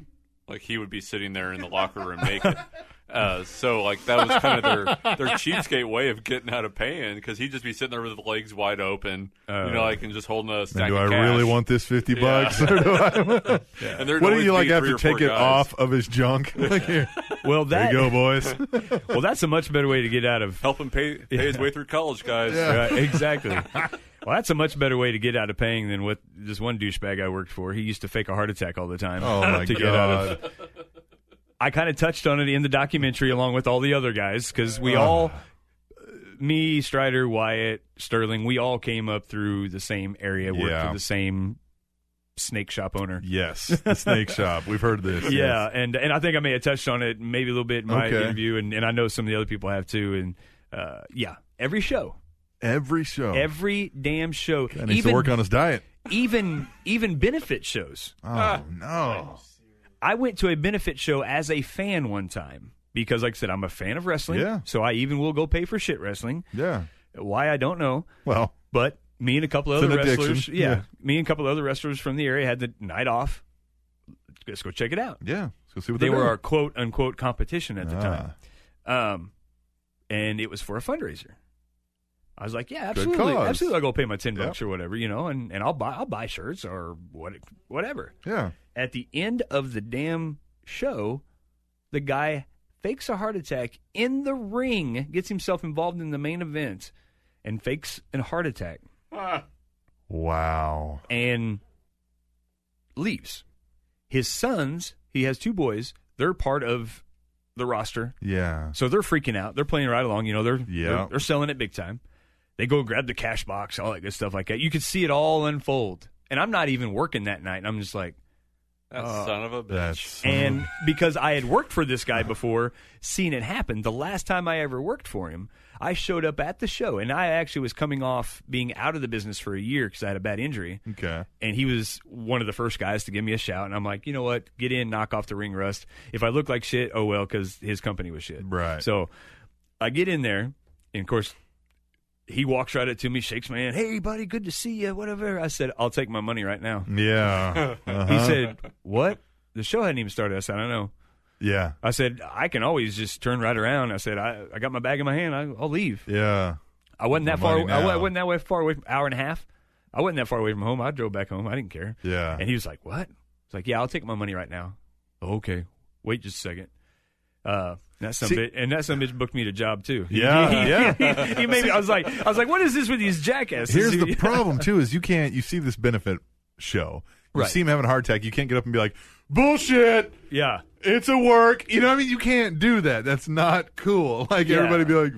Speaker 8: Like he would be sitting there in the locker room naked. Uh, so like that was kind of their their cheapskate way of getting out of paying because he'd just be sitting there with his legs wide open, you know, like and just holding a
Speaker 4: And
Speaker 8: stack.
Speaker 4: Uh, do I
Speaker 8: of cash.
Speaker 4: really want this fifty
Speaker 8: Yeah.
Speaker 4: bucks? Or do I...
Speaker 8: And there'd
Speaker 4: What do
Speaker 8: always
Speaker 4: you
Speaker 8: be
Speaker 4: like? Have
Speaker 8: three
Speaker 4: to
Speaker 8: or four
Speaker 4: take it
Speaker 8: guys.
Speaker 4: off of his junk. Like, here,
Speaker 6: well
Speaker 4: there
Speaker 6: that
Speaker 4: you go, boys.
Speaker 6: well that's a much better way to get out of
Speaker 8: Help him pay pay his way through college, guys.
Speaker 6: Right, exactly." Well, that's a much better way to get out of paying than what this one douchebag I worked for. He used to fake a heart attack all the time
Speaker 4: Oh my
Speaker 6: to
Speaker 4: god.
Speaker 6: get out of I kind of touched on it in the documentary along with all the other guys because we all, me, Strider, Wyatt, Sterling, we all came up through the same area, worked
Speaker 4: Yeah.
Speaker 6: for the same snake shop owner.
Speaker 4: Yes, the snake shop. We've heard this.
Speaker 6: Yeah,
Speaker 4: Yes.
Speaker 6: and and I think I may have touched on it maybe a little bit in my
Speaker 4: Okay.
Speaker 6: interview, and, and I know some of the other people have too. And uh, yeah, every show,
Speaker 4: Every show.
Speaker 6: every damn show,
Speaker 4: I Oh. needs to
Speaker 6: even
Speaker 4: work on his diet.
Speaker 6: even even benefit shows.
Speaker 4: Oh
Speaker 8: Ah.
Speaker 4: no.
Speaker 6: I went to a benefit show as a fan one time because, like I said, I'm a fan of wrestling.
Speaker 4: Yeah.
Speaker 6: So I even will go pay for shit wrestling.
Speaker 4: Yeah.
Speaker 6: Why I don't know,
Speaker 4: Well.
Speaker 6: but me and a couple of
Speaker 4: It's
Speaker 6: other
Speaker 4: an addiction.
Speaker 6: wrestlers, yeah,
Speaker 4: Yeah.
Speaker 6: me and a couple of other wrestlers from the area had the night off. Let's go check it out.
Speaker 4: Yeah. Let's go see what
Speaker 6: They
Speaker 4: they're
Speaker 6: were
Speaker 4: doing.
Speaker 6: our quote unquote competition at the
Speaker 4: Ah.
Speaker 6: time, um, and it was for a fundraiser. I was like, yeah,
Speaker 4: Good
Speaker 6: absolutely,
Speaker 4: cause.
Speaker 6: absolutely, I'll go pay my ten
Speaker 4: Yep.
Speaker 6: bucks or whatever, you know, and, and I'll buy I'll buy shirts or what whatever
Speaker 4: Yeah.
Speaker 6: at the end of the damn show, the guy fakes a heart attack in the ring, gets himself involved in the main event, and fakes a heart attack
Speaker 4: Wow.
Speaker 6: and leaves. His sons, he has two boys, they're part of the roster.
Speaker 4: Yeah.
Speaker 6: So they're freaking out. They're playing right along. You know, they're,
Speaker 4: Yeah.
Speaker 6: they're, they're selling it big time. They go grab the cash box, all that good stuff like that. You could see it all unfold. And I'm not even working that night. And I'm just like,
Speaker 8: That
Speaker 4: Uh,
Speaker 8: son of a bitch.
Speaker 4: That's
Speaker 6: and because I had worked for this guy before, seen it happen, the last time I ever worked for him, I showed up at the show and I actually was coming off being out of the business for a year because I had a bad injury.
Speaker 4: okay.
Speaker 6: And he was one of the first guys to give me a shout. And I'm like, you know what? Get in, knock off the ring rust. If I look like shit, oh well, because his company was shit.
Speaker 4: Right.
Speaker 6: So I get in there, and of course, he walks right up to me, shakes my hand. Hey, buddy, good to see you. Whatever. I said, I'll take my money right now.
Speaker 4: Yeah.
Speaker 6: He
Speaker 4: Uh-huh.
Speaker 6: said, What? The show hadn't even started. I said, I don't know.
Speaker 4: Yeah.
Speaker 6: I said, I can always just turn right around. I said, I, I got my bag in my hand. I, I'll leave.
Speaker 4: Yeah.
Speaker 6: I wasn't that
Speaker 4: The
Speaker 6: far.
Speaker 4: money
Speaker 6: I, wa- I
Speaker 4: now.
Speaker 6: wasn't that way far away. From, hour and a half. I wasn't that far away from home. I drove back home. I didn't care.
Speaker 4: Yeah.
Speaker 6: And he was like, "What?" It's like, "Yeah, I'll take my money right now." Okay, wait just a second. Uh, that some
Speaker 4: See-
Speaker 6: bitch, and that some bitch booked me to job too.
Speaker 4: Yeah,
Speaker 6: He-
Speaker 4: yeah.
Speaker 6: he, he made me. I was like, I was like, "What is this with these jackasses?"
Speaker 4: Here's the problem too: is you can't. You see this benefit show. You
Speaker 6: Right.
Speaker 4: see him having a heart attack. You can't get up and be like, "Bullshit!
Speaker 6: yeah.
Speaker 4: It's a work." You know what I mean? You can't do that. That's not cool. Like
Speaker 6: Yeah.
Speaker 4: everybody be like,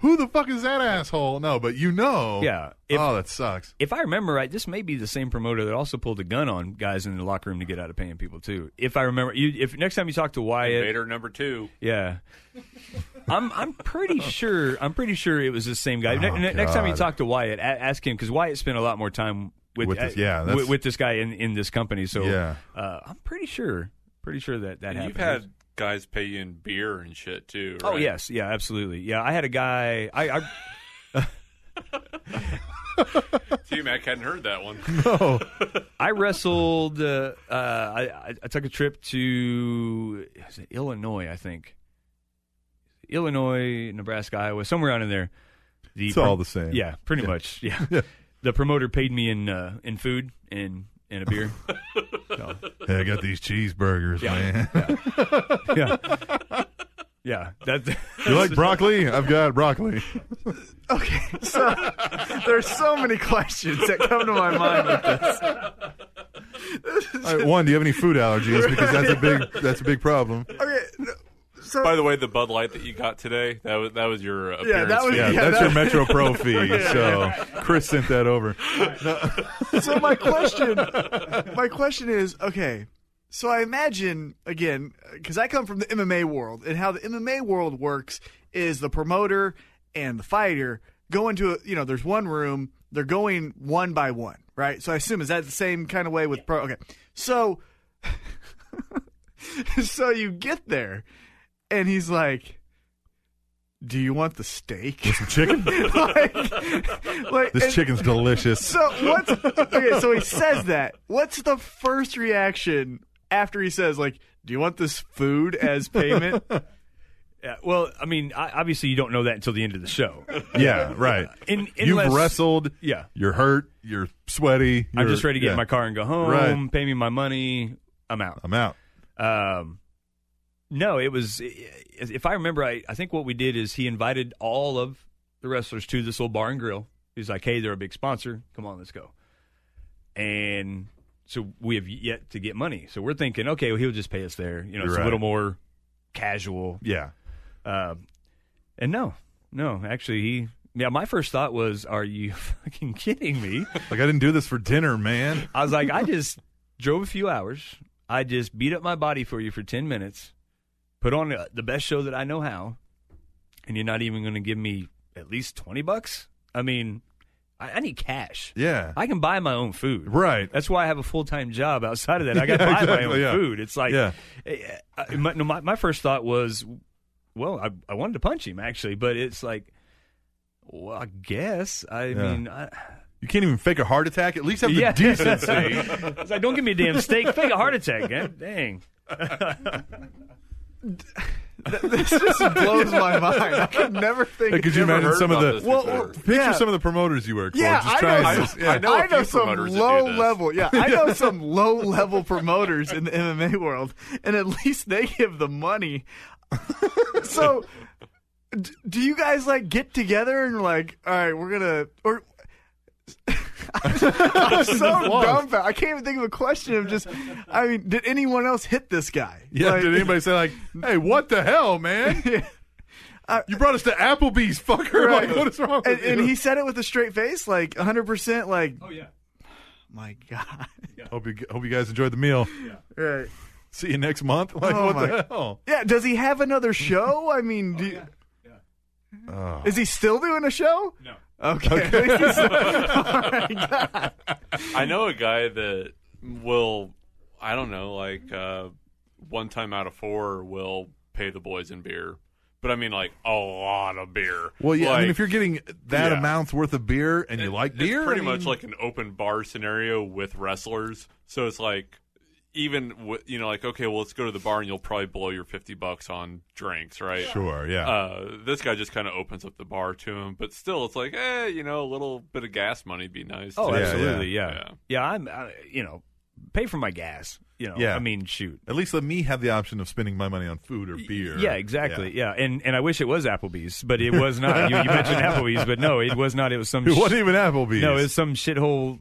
Speaker 4: "Who the fuck is that asshole?" No, but you know.
Speaker 6: Yeah. If-
Speaker 4: oh, that sucks.
Speaker 6: if I remember right, this may be the same promoter that also pulled a gun on guys in the locker room to get out of paying people too. If I remember, you, if next time you talk to Wyatt,
Speaker 8: Vader number two.
Speaker 6: yeah, I'm I'm pretty sure I'm pretty sure it was the same guy. Ne- ne- next time you
Speaker 4: Oh, God.
Speaker 6: talk to Wyatt, a- ask him because Wyatt spent a lot more time with,
Speaker 4: With this-
Speaker 6: uh,
Speaker 4: yeah,
Speaker 6: with,
Speaker 4: that's-
Speaker 6: with this guy in, in this company. So
Speaker 4: Yeah.
Speaker 6: uh, I'm pretty sure pretty sure that that
Speaker 8: And
Speaker 6: happened.
Speaker 8: you've had guys pay you in beer and shit too.
Speaker 6: Oh
Speaker 8: right?
Speaker 6: yes, yeah, absolutely, yeah. I had a guy. I, I
Speaker 8: T Mac hadn't heard that one.
Speaker 6: I wrestled. Uh, uh, I, I- I took a trip to is it Illinois, I think. Illinois, Nebraska, Iowa, somewhere out in there. The
Speaker 4: It's all the same.
Speaker 6: Yeah, pretty much. Yeah. the promoter paid me in uh, in food and and a beer.
Speaker 4: Hey, I got these cheeseburgers, man.
Speaker 6: yeah. Yeah, that
Speaker 4: You like broccoli? I've got broccoli.
Speaker 3: Okay, so there's so many questions that come to my mind with this.
Speaker 4: All right, one, do you have any food allergies? Because that's a big that's a big problem.
Speaker 3: Okay, no, so
Speaker 8: By the way, the Bud Light that you got today, that was that was your appearance.
Speaker 3: Yeah, that was-
Speaker 4: Yeah,
Speaker 3: Yeah,
Speaker 4: that's
Speaker 3: that-
Speaker 4: your Metro Pro fee. So Chris sent that over.
Speaker 3: so my question, my question is okay. So I imagine again because I come from the MMA world, and how the MMA world works is the promoter and the fighter go into a, you know there's one room, they're going one by one, right? So I assume is that the same kind of way with pro? Okay, so so you get there, and he's like. Do you want the steak?
Speaker 4: Some chicken.
Speaker 3: like, like,
Speaker 4: This
Speaker 3: and-
Speaker 4: chicken's delicious.
Speaker 3: so what's okay? So he says that. What's the first reaction after he says like, "Do you want this food as payment?"
Speaker 6: Yeah, well, I mean, I, obviously you don't know that until the end of the show.
Speaker 4: Yeah, right.
Speaker 6: In-
Speaker 4: You've
Speaker 6: unless-
Speaker 4: wrestled.
Speaker 6: Yeah.
Speaker 4: You're hurt. You're sweaty.
Speaker 6: I'm
Speaker 4: you're-
Speaker 6: just ready to get
Speaker 4: yeah.
Speaker 6: in my car and go home.
Speaker 4: Right.
Speaker 6: Pay me my money. I'm out.
Speaker 4: I'm out.
Speaker 6: Um, no, it was. If I remember, I, I think what we did is he invited all of the wrestlers to this little bar and grill. He's like, "Hey, they're a big sponsor. Come on, let's go." And so we have yet to get money. So we're thinking, okay, well, he'll just pay us there. You know, it's
Speaker 4: Right.
Speaker 6: a little more casual.
Speaker 4: Yeah.
Speaker 6: Um, and no, no, actually, he. Yeah, my first thought was, "Are you fucking kidding me?"
Speaker 4: Like I didn't do this for dinner, man.
Speaker 6: I was like, I just drove a few hours. I just beat up my body for you for 10 minutes, put on uh, the best show that I know how, and you're not even going to give me at least 20 bucks? I mean, I, I need cash.
Speaker 4: Yeah.
Speaker 6: I can buy my own food.
Speaker 4: Right.
Speaker 6: That's why I have a full time job outside of that. I got to
Speaker 4: Yeah,
Speaker 6: buy my
Speaker 4: exactly,
Speaker 6: own
Speaker 4: yeah.
Speaker 6: food. It's like,
Speaker 4: Yeah.
Speaker 6: eh, I- my, no, my, my first thought was, well, I, I wanted to punch him actually, but it's like, well, I guess. I mean, I,
Speaker 4: You can't even fake a heart attack. At least have the
Speaker 6: Yeah.
Speaker 4: decency.
Speaker 6: It's like, don't give me a damn steak. Fake a heart attack. eh? Dang.
Speaker 3: this just blows my mind. I could never think.
Speaker 4: Hey, could you
Speaker 8: Never
Speaker 4: imagine
Speaker 8: heard
Speaker 4: some of
Speaker 8: about
Speaker 4: the
Speaker 8: this
Speaker 3: Well,
Speaker 8: before.
Speaker 3: well,
Speaker 4: picture
Speaker 3: yeah.
Speaker 4: some of the promoters you work
Speaker 3: Yeah,
Speaker 4: for? Just
Speaker 3: I
Speaker 4: try
Speaker 3: know
Speaker 4: and-
Speaker 3: some-
Speaker 4: yeah.
Speaker 8: I know a
Speaker 3: I know
Speaker 8: few
Speaker 3: some
Speaker 8: promoters that do
Speaker 3: low
Speaker 8: this.
Speaker 3: level. Yeah, I know some low level promoters in the MMA world, and at least they give the money. so, d- do you guys like get together and like, all right, we're gonna or. I'm so dumbfounded. I can't even think of a question. of just, I mean, did anyone else hit this guy?
Speaker 4: Yeah,
Speaker 3: Like-
Speaker 4: did anybody say like, "Hey, what the hell, man? you brought us to Applebee's, fucker!
Speaker 3: Right.
Speaker 4: Like, what is wrong?"
Speaker 3: and,
Speaker 4: with you?
Speaker 3: and he said it with a straight face, like 100. percent Like,
Speaker 6: Oh yeah.
Speaker 3: my God.
Speaker 4: hope you hope you guys enjoyed the meal.
Speaker 3: Right.
Speaker 4: See you next month. Like,
Speaker 3: Oh
Speaker 4: what
Speaker 3: my-
Speaker 4: the hell?
Speaker 3: Yeah, does he have another show? I mean, do you-
Speaker 4: Oh.
Speaker 3: is he still doing a show?
Speaker 6: No.
Speaker 3: Okay.
Speaker 8: I know a guy that will, I don't know, like uh, one time out of four will pay the boys in beer, but I mean like a lot of beer.
Speaker 4: Well, yeah. I mean,
Speaker 8: Like,
Speaker 4: if you're getting that
Speaker 8: yeah.
Speaker 4: amount's worth of beer and you like
Speaker 8: it's
Speaker 4: beer,
Speaker 8: pretty
Speaker 4: I
Speaker 8: much
Speaker 4: mean-
Speaker 8: like an open bar scenario with wrestlers. So it's like even wi- you know like okay, well let's go to the bar and you'll probably blow your fifty bucks on drinks, right?
Speaker 4: sure, yeah.
Speaker 8: Uh, this guy just kind of opens up the bar to him, but still, it's like, eh, you know, a little bit of gas money would be nice.
Speaker 6: Oh,
Speaker 8: too.
Speaker 4: Yeah,
Speaker 6: absolutely.
Speaker 8: yeah.
Speaker 6: Yeah.
Speaker 8: Yeah.
Speaker 6: Yeah. I'm. I, you know, pay for my gas. You know.
Speaker 4: Yeah.
Speaker 6: I mean, shoot.
Speaker 4: At least let me have the option of spending my money on food or beer.
Speaker 6: Yeah, exactly. Yeah. and and I wish it was Applebee's, but it was not. you, you mentioned Applebee's, but no, it was not. It was some.
Speaker 4: It
Speaker 6: sh-
Speaker 4: wasn't even Applebee's.
Speaker 6: no, it was some shithole.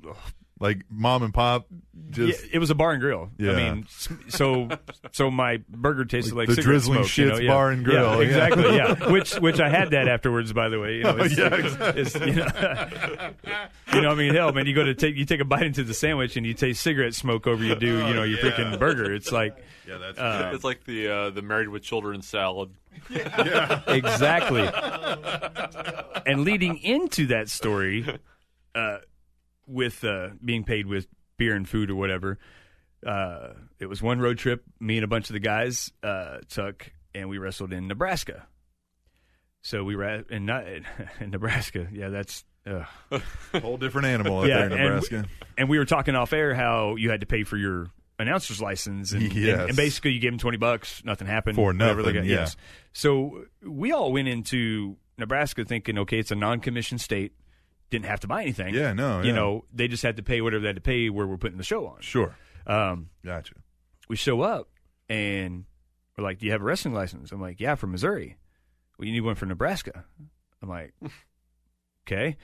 Speaker 4: like mom and pop. Just
Speaker 6: Yeah, it was a bar and grill.
Speaker 4: Yeah.
Speaker 6: I mean, s- so so my burger tasted
Speaker 4: Like
Speaker 6: like,
Speaker 4: the
Speaker 6: cigarette
Speaker 4: drizzling
Speaker 6: smoke, you know,
Speaker 4: shits
Speaker 6: yeah.
Speaker 4: bar and grill, yeah.
Speaker 6: Yeah, exactly. Yeah, which which I had that afterwards, by the way. You know, it's,
Speaker 4: Oh, yeah,
Speaker 6: it's, you know, you know, I mean, hell, man, you go to take you take a bite into the sandwich and you taste cigarette smoke over you do you know
Speaker 4: Oh,
Speaker 6: your freaking burger. It's like
Speaker 4: yeah, that's
Speaker 8: it's like the uh, the married with children salad.
Speaker 6: exactly. and leading into that story, uh, with uh, being paid with beer and food or whatever, uh, it was one road trip. Me and a bunch of the guys uh, took, and we wrestled in Nebraska. So we were at, in, not, in Nebraska. Yeah, that's. Uh,
Speaker 4: a whole different animal out
Speaker 6: yeah,
Speaker 4: there in Nebraska.
Speaker 6: And, and we were talking off air how you had to pay for your announcer's license, and, and-
Speaker 4: Yes.
Speaker 6: and basically you gave him twenty bucks, nothing happened
Speaker 4: For
Speaker 6: whatever they
Speaker 4: nothing,
Speaker 6: got-
Speaker 4: yeah.
Speaker 6: Yes. So we all went into Nebraska thinking, okay, it's a non-commission state, didn't have to buy anything.
Speaker 4: Yeah, no,
Speaker 6: you
Speaker 4: yeah.
Speaker 6: know, they just had to pay whatever they had to pay where we're putting the show on.
Speaker 4: Sure.
Speaker 6: Um,
Speaker 4: Gotcha.
Speaker 6: we show up and we're like, "Do you have a wrestling license?" I'm like, "Yeah, from Missouri." Well, you need one from Nebraska. I'm like, "Okay."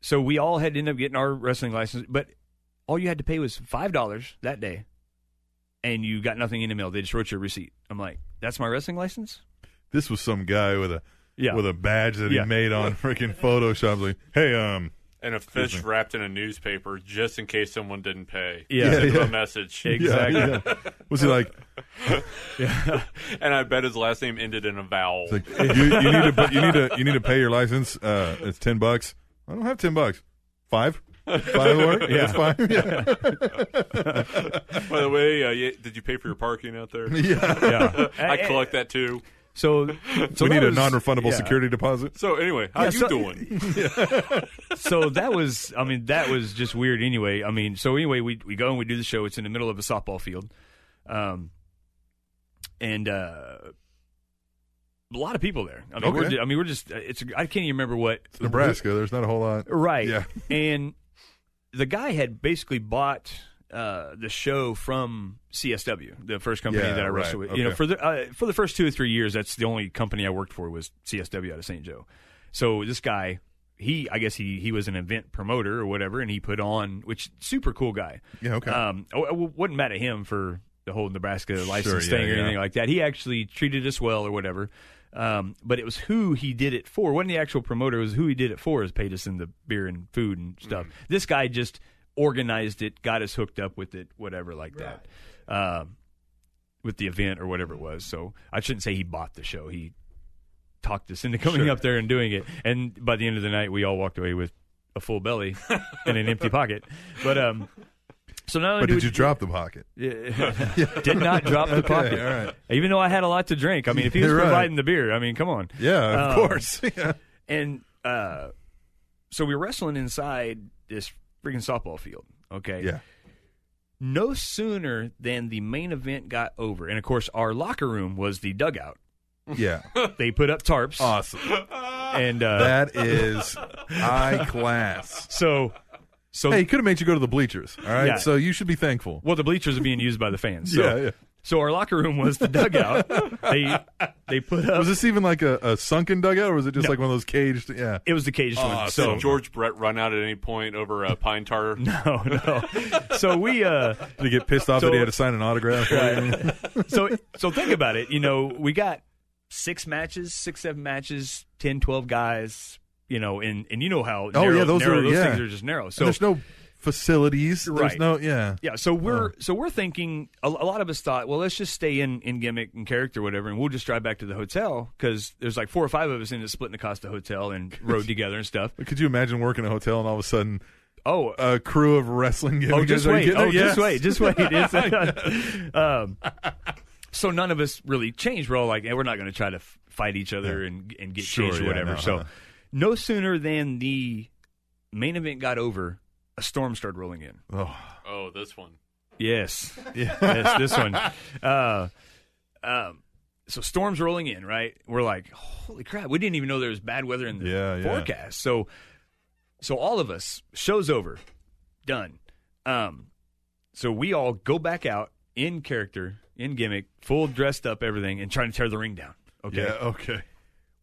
Speaker 6: So we all had to end up getting our wrestling license, but all you had to pay was five dollars that day, and you got nothing in the mail. They just wrote you a receipt. I'm like, "That's my wrestling license."
Speaker 4: This was some guy with a
Speaker 6: Yeah.
Speaker 4: with a badge that
Speaker 6: Yeah.
Speaker 4: he made on freaking Photoshop. Like, hey, um,
Speaker 8: And a fish wrapped in a newspaper just in case someone didn't pay.
Speaker 6: Yeah.
Speaker 8: Send
Speaker 4: Yeah,
Speaker 8: them
Speaker 4: yeah.
Speaker 8: a message.
Speaker 6: Exactly.
Speaker 4: yeah, yeah. was he like,
Speaker 8: And I bet his last name ended in a vowel.
Speaker 4: It's like you, you need to bu- you need to you need to pay your license. Uh, it's ten bucks. I don't have ten bucks. Five. Five will work. Yeah. That's five. Yeah.
Speaker 8: By the way, uh, yeah, did you pay for your parking out there?
Speaker 6: Yeah.
Speaker 8: I collect that too.
Speaker 6: Eh, So, so
Speaker 4: we
Speaker 6: that
Speaker 4: need
Speaker 6: was-
Speaker 4: a non-refundable
Speaker 6: yeah.
Speaker 4: security deposit.
Speaker 8: So anyway, how
Speaker 6: Yeah,
Speaker 8: you
Speaker 6: so-
Speaker 8: doing?
Speaker 6: so that was i mean that was just weird anyway i mean so anyway we, we go and we do the show it's in the middle of a softball field um, and uh, a lot of people there i mean we're
Speaker 4: Okay.
Speaker 6: just, i mean we're just it's i can't even remember what
Speaker 4: Nebraska. There's not a whole lot.
Speaker 6: right
Speaker 4: Yeah.
Speaker 6: and the guy had basically bought uh, the show from CSW, the first company
Speaker 4: Yeah,
Speaker 6: that I wrestled
Speaker 4: right,
Speaker 6: with. You know,
Speaker 4: okay.
Speaker 6: for the uh, for the first two or three years, that's the only company I worked for was CSW out of St. Joe. So this guy, he I guess he he was an event promoter or whatever, and he put on which super cool guy.
Speaker 4: Yeah, okay.
Speaker 6: Um, I, I wasn't mad at him for the whole Nebraska license
Speaker 4: yeah,
Speaker 6: thing or
Speaker 4: yeah.
Speaker 6: anything like that. He actually treated us well or whatever. Um, but it was who he did it for. wasn't the actual promoter. It was who he did it for. Has paid us in the beer and food and stuff.
Speaker 4: Mm-hmm.
Speaker 6: This guy just organized it, got us hooked up with it, whatever like that, um, with the event or whatever it was. So I shouldn't say he bought the show. He talked us into coming up there and doing it. And by the end of the night, we all walked away with a full belly and an empty pocket. But um, so not only
Speaker 4: But
Speaker 6: do
Speaker 4: did
Speaker 6: we-
Speaker 4: you drop the pocket?
Speaker 6: yeah. did not drop the pocket.
Speaker 4: all right.
Speaker 6: Even though I had a lot to drink. I mean, if he was
Speaker 4: You're right.
Speaker 6: providing the beer, I mean, come on.
Speaker 4: Yeah, of
Speaker 6: Um,
Speaker 4: course. Yeah.
Speaker 6: And uh, so we were wrestling inside this freaking softball field. Okay.
Speaker 4: Yeah.
Speaker 6: No sooner than the main event got over, and of course, our locker room was the dugout.
Speaker 4: Yeah.
Speaker 6: They put up tarps,
Speaker 4: Awesome.
Speaker 6: and uh,
Speaker 4: Ah. That is high class.
Speaker 6: so so
Speaker 4: Hey, he could have made you go to the bleachers. All right.
Speaker 6: Yeah.
Speaker 4: So you should be thankful.
Speaker 6: well, the bleachers are being used by the fans. So,
Speaker 4: Yeah, yeah.
Speaker 6: So our locker room was the dugout. they they put up.
Speaker 4: Was this even like a, a sunken dugout, or was it just
Speaker 6: No.
Speaker 4: like one of those caged? Yeah.
Speaker 6: it was the caged
Speaker 4: Ah,
Speaker 6: one.
Speaker 8: Uh, So
Speaker 6: So
Speaker 8: George Brett run out at any point over a pine tar?
Speaker 6: no, no. So we uh
Speaker 4: Did he get pissed off that
Speaker 6: So-
Speaker 4: he had to sign an autograph?
Speaker 6: so so think about it, you know, we got six matches, six seven matches, 10 12 guys, you know, and and you know how
Speaker 4: Oh,
Speaker 6: narrow,
Speaker 4: yeah, those
Speaker 6: narrow
Speaker 4: are-
Speaker 6: those
Speaker 4: yeah.
Speaker 6: things are just narrow.
Speaker 4: So
Speaker 6: So
Speaker 4: there's no facilities. There's
Speaker 6: Right.
Speaker 4: no yeah.
Speaker 6: yeah, so we're
Speaker 4: Oh.
Speaker 6: so we're thinking a, a lot of us thought, well, let's just stay in in gimmick and character or whatever and we'll just drive back to the hotel cuz there's like four or five of us in it splitting the cost of the hotel and rode together and stuff.
Speaker 4: Could you imagine working in a hotel and all of a sudden
Speaker 6: Oh,
Speaker 4: a crew of wrestling gimmick
Speaker 6: Oh, just
Speaker 4: guys are
Speaker 6: wait.
Speaker 4: getting
Speaker 6: Oh,
Speaker 4: it? Yes.
Speaker 6: just wait. Just wait. It's- um, so none of us really changed. We're all like, hey, we're not going to try to f- fight each other and, and get
Speaker 4: Sure,
Speaker 6: changed or
Speaker 4: yeah,
Speaker 6: whatever.
Speaker 4: no,
Speaker 6: so
Speaker 4: uh-uh.
Speaker 6: no sooner than the main event got over, a storm started rolling in.
Speaker 8: Oh, this one.
Speaker 6: Yes. yes, this one. Uh, um, so storms rolling in, right? We're like, holy crap! We didn't even know there was bad weather in the
Speaker 4: Yeah, yeah.
Speaker 6: forecast. So, so all of us shows over, done. Um, so we all go back out in character, in gimmick, full dressed up, everything, and trying to tear the ring down. Okay.
Speaker 4: Yeah. Okay.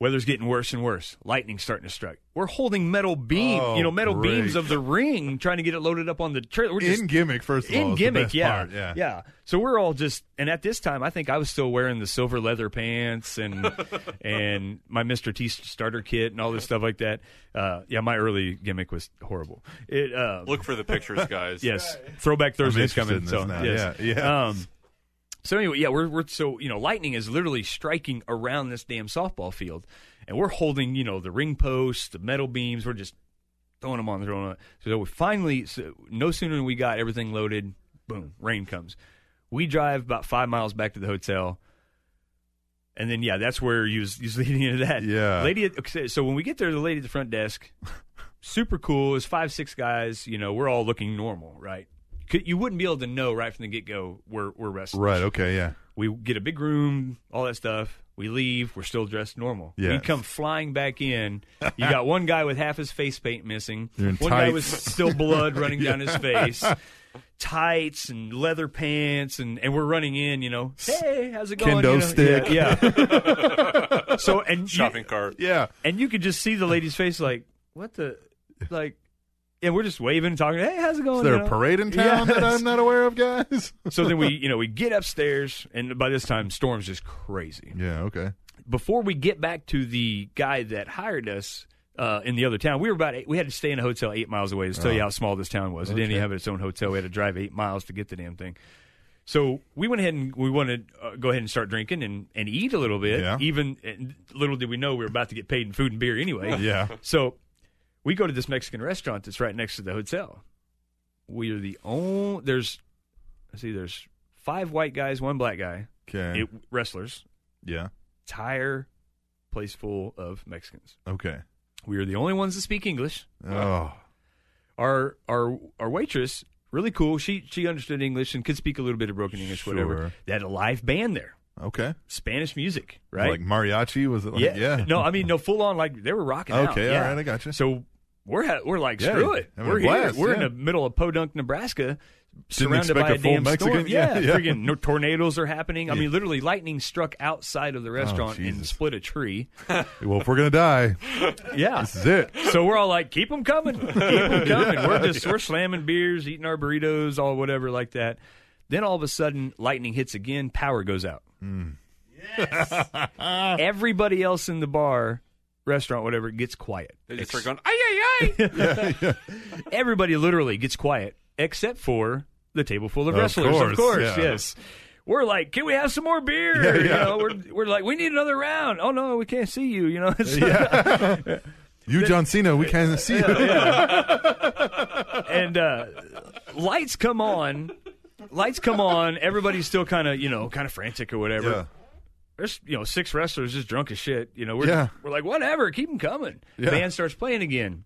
Speaker 6: Weather's getting worse and worse. Lightning's starting to strike. We're holding metal beam,
Speaker 4: Oh,
Speaker 6: you know, metal
Speaker 4: great.
Speaker 6: beams of the ring, trying to get it loaded up on the trailer. We're just
Speaker 4: In gimmick first of all.
Speaker 6: in
Speaker 4: is the
Speaker 6: gimmick,
Speaker 4: best
Speaker 6: yeah,
Speaker 4: part, yeah.
Speaker 6: So we're all just, and at this time, I think I was still wearing the silver leather pants and and my Mister T starter kit and all this stuff like that. Uh, yeah, my early gimmick was horrible. It, uh,
Speaker 8: Look for the pictures, guys.
Speaker 6: yes, Throwback Thursday's
Speaker 4: interested
Speaker 6: coming.
Speaker 4: in this
Speaker 6: so
Speaker 4: now.
Speaker 6: yes.
Speaker 4: Yeah, yeah.
Speaker 6: Um, so anyway, yeah, we're we're so you know, lightning is literally striking around this damn softball field, and we're holding you know the ring posts, the metal beams. We're just throwing them on, throwing them. On. So we finally, so no sooner than we got everything loaded, boom, rain comes. We drive about five miles back to the hotel. And then yeah, that's where you was, you was leading into that.
Speaker 4: Yeah.
Speaker 6: lady. At, okay, so when we get there, the lady at the front desk, super cool. It's five six guys. You know, we're all looking normal, right? could, you wouldn't be able to know right from the get go we're we're wrestlers.
Speaker 4: Right. Okay. Yeah.
Speaker 6: We get a big room, all that stuff. We leave. We're still dressed normal. You
Speaker 4: Yes.
Speaker 6: come flying back in. You got one guy with half his face paint missing.
Speaker 4: You're in
Speaker 6: one guy
Speaker 4: tights.
Speaker 6: with still blood running down his face. Tights and leather pants, and, and we're running in. You know, hey, how's it going?
Speaker 4: Kendo
Speaker 6: you know,
Speaker 4: stick.
Speaker 6: Yeah. yeah. so and you-
Speaker 8: Shopping cart.
Speaker 4: Yeah.
Speaker 6: and you could just see the lady's face, like, what the, like, and we're just waving, talking. Hey, how's it going?
Speaker 4: Is there
Speaker 6: you
Speaker 4: a
Speaker 6: know?
Speaker 4: parade in town that
Speaker 6: Yes.
Speaker 4: I'm not aware of, guys?
Speaker 6: so then we, you know, we get upstairs, and by this time, storm's just crazy.
Speaker 4: yeah. Okay.
Speaker 6: Before we get back to the guy that hired us uh, in the other town, we were about eight, we had to stay in a hotel eight miles away. To tell
Speaker 4: Uh-huh.
Speaker 6: you how small this town was, it didn't even have its own hotel. We had to drive eight miles to get the damn thing. So we went ahead and we wanted uh, go ahead and start drinking and, and eat a little bit.
Speaker 4: Yeah.
Speaker 6: Even and little did we know we were about to get paid in food and beer anyway.
Speaker 4: Yeah.
Speaker 6: So we go to this Mexican restaurant that's right next to the hotel. We are the only there's let's see there's five white guys, one black guy,
Speaker 4: Okay.
Speaker 6: it, wrestlers.
Speaker 4: yeah.
Speaker 6: Entire place full of Mexicans.
Speaker 4: Okay.
Speaker 6: We are the only ones that speak English.
Speaker 4: Oh.
Speaker 6: Our our our waitress really cool. She she understood English and could speak a little bit of broken English, whatever.
Speaker 4: Sure.
Speaker 6: They had a live band there,
Speaker 4: Oh, Okay.
Speaker 6: Spanish music, right?
Speaker 4: Like mariachi was it? Like, yeah.
Speaker 6: No, I mean no full on like they were rocking out.
Speaker 4: Okay, all
Speaker 6: yeah.
Speaker 4: right, I gotcha.
Speaker 6: So we're ha- we're like
Speaker 4: Yeah,
Speaker 6: screw it.
Speaker 4: having a
Speaker 6: We're
Speaker 4: blast,
Speaker 6: here. We're in
Speaker 4: yeah.
Speaker 6: the middle of Podunk, Nebraska, surrounded
Speaker 4: expect
Speaker 6: by a,
Speaker 4: a full
Speaker 6: damn storm.
Speaker 4: Mexican, yeah, yeah.
Speaker 6: friggin' no, tornadoes are happening. I mean, literally lightning struck outside of the restaurant and
Speaker 4: Oh, Jesus.
Speaker 6: split a tree.
Speaker 4: Well, if we're gonna die,
Speaker 6: Yeah.
Speaker 4: this is it.
Speaker 6: So we're all like, keep them coming, keep them coming. We're just we're slamming beers, eating our burritos, all whatever like that. Then all of a sudden, lightning hits again. Power goes out.
Speaker 4: Hmm.
Speaker 6: Yes. Everybody else in the bar, restaurant, whatever, gets quiet.
Speaker 8: They just start going, ay, ay, ay.
Speaker 6: Everybody literally gets quiet except for the table full of
Speaker 4: Of
Speaker 6: wrestlers. Of course,
Speaker 4: course, yeah.
Speaker 6: yes. We're like, can we have some more beer?
Speaker 4: Yeah,
Speaker 6: You
Speaker 4: yeah.
Speaker 6: know, we're, we're like, we need another round. Oh no, we can't see you. You know, It's-
Speaker 4: You, John Cena, we can't see you.
Speaker 6: and uh, lights come on. Lights come on. Everybody's still kind of, you know, kind of frantic or whatever.
Speaker 4: Yeah.
Speaker 6: There's, you know, six wrestlers just drunk as shit. You know, we're,
Speaker 4: Yeah.
Speaker 6: we're like, whatever, keep them coming.
Speaker 4: Yeah.
Speaker 6: Band starts playing again.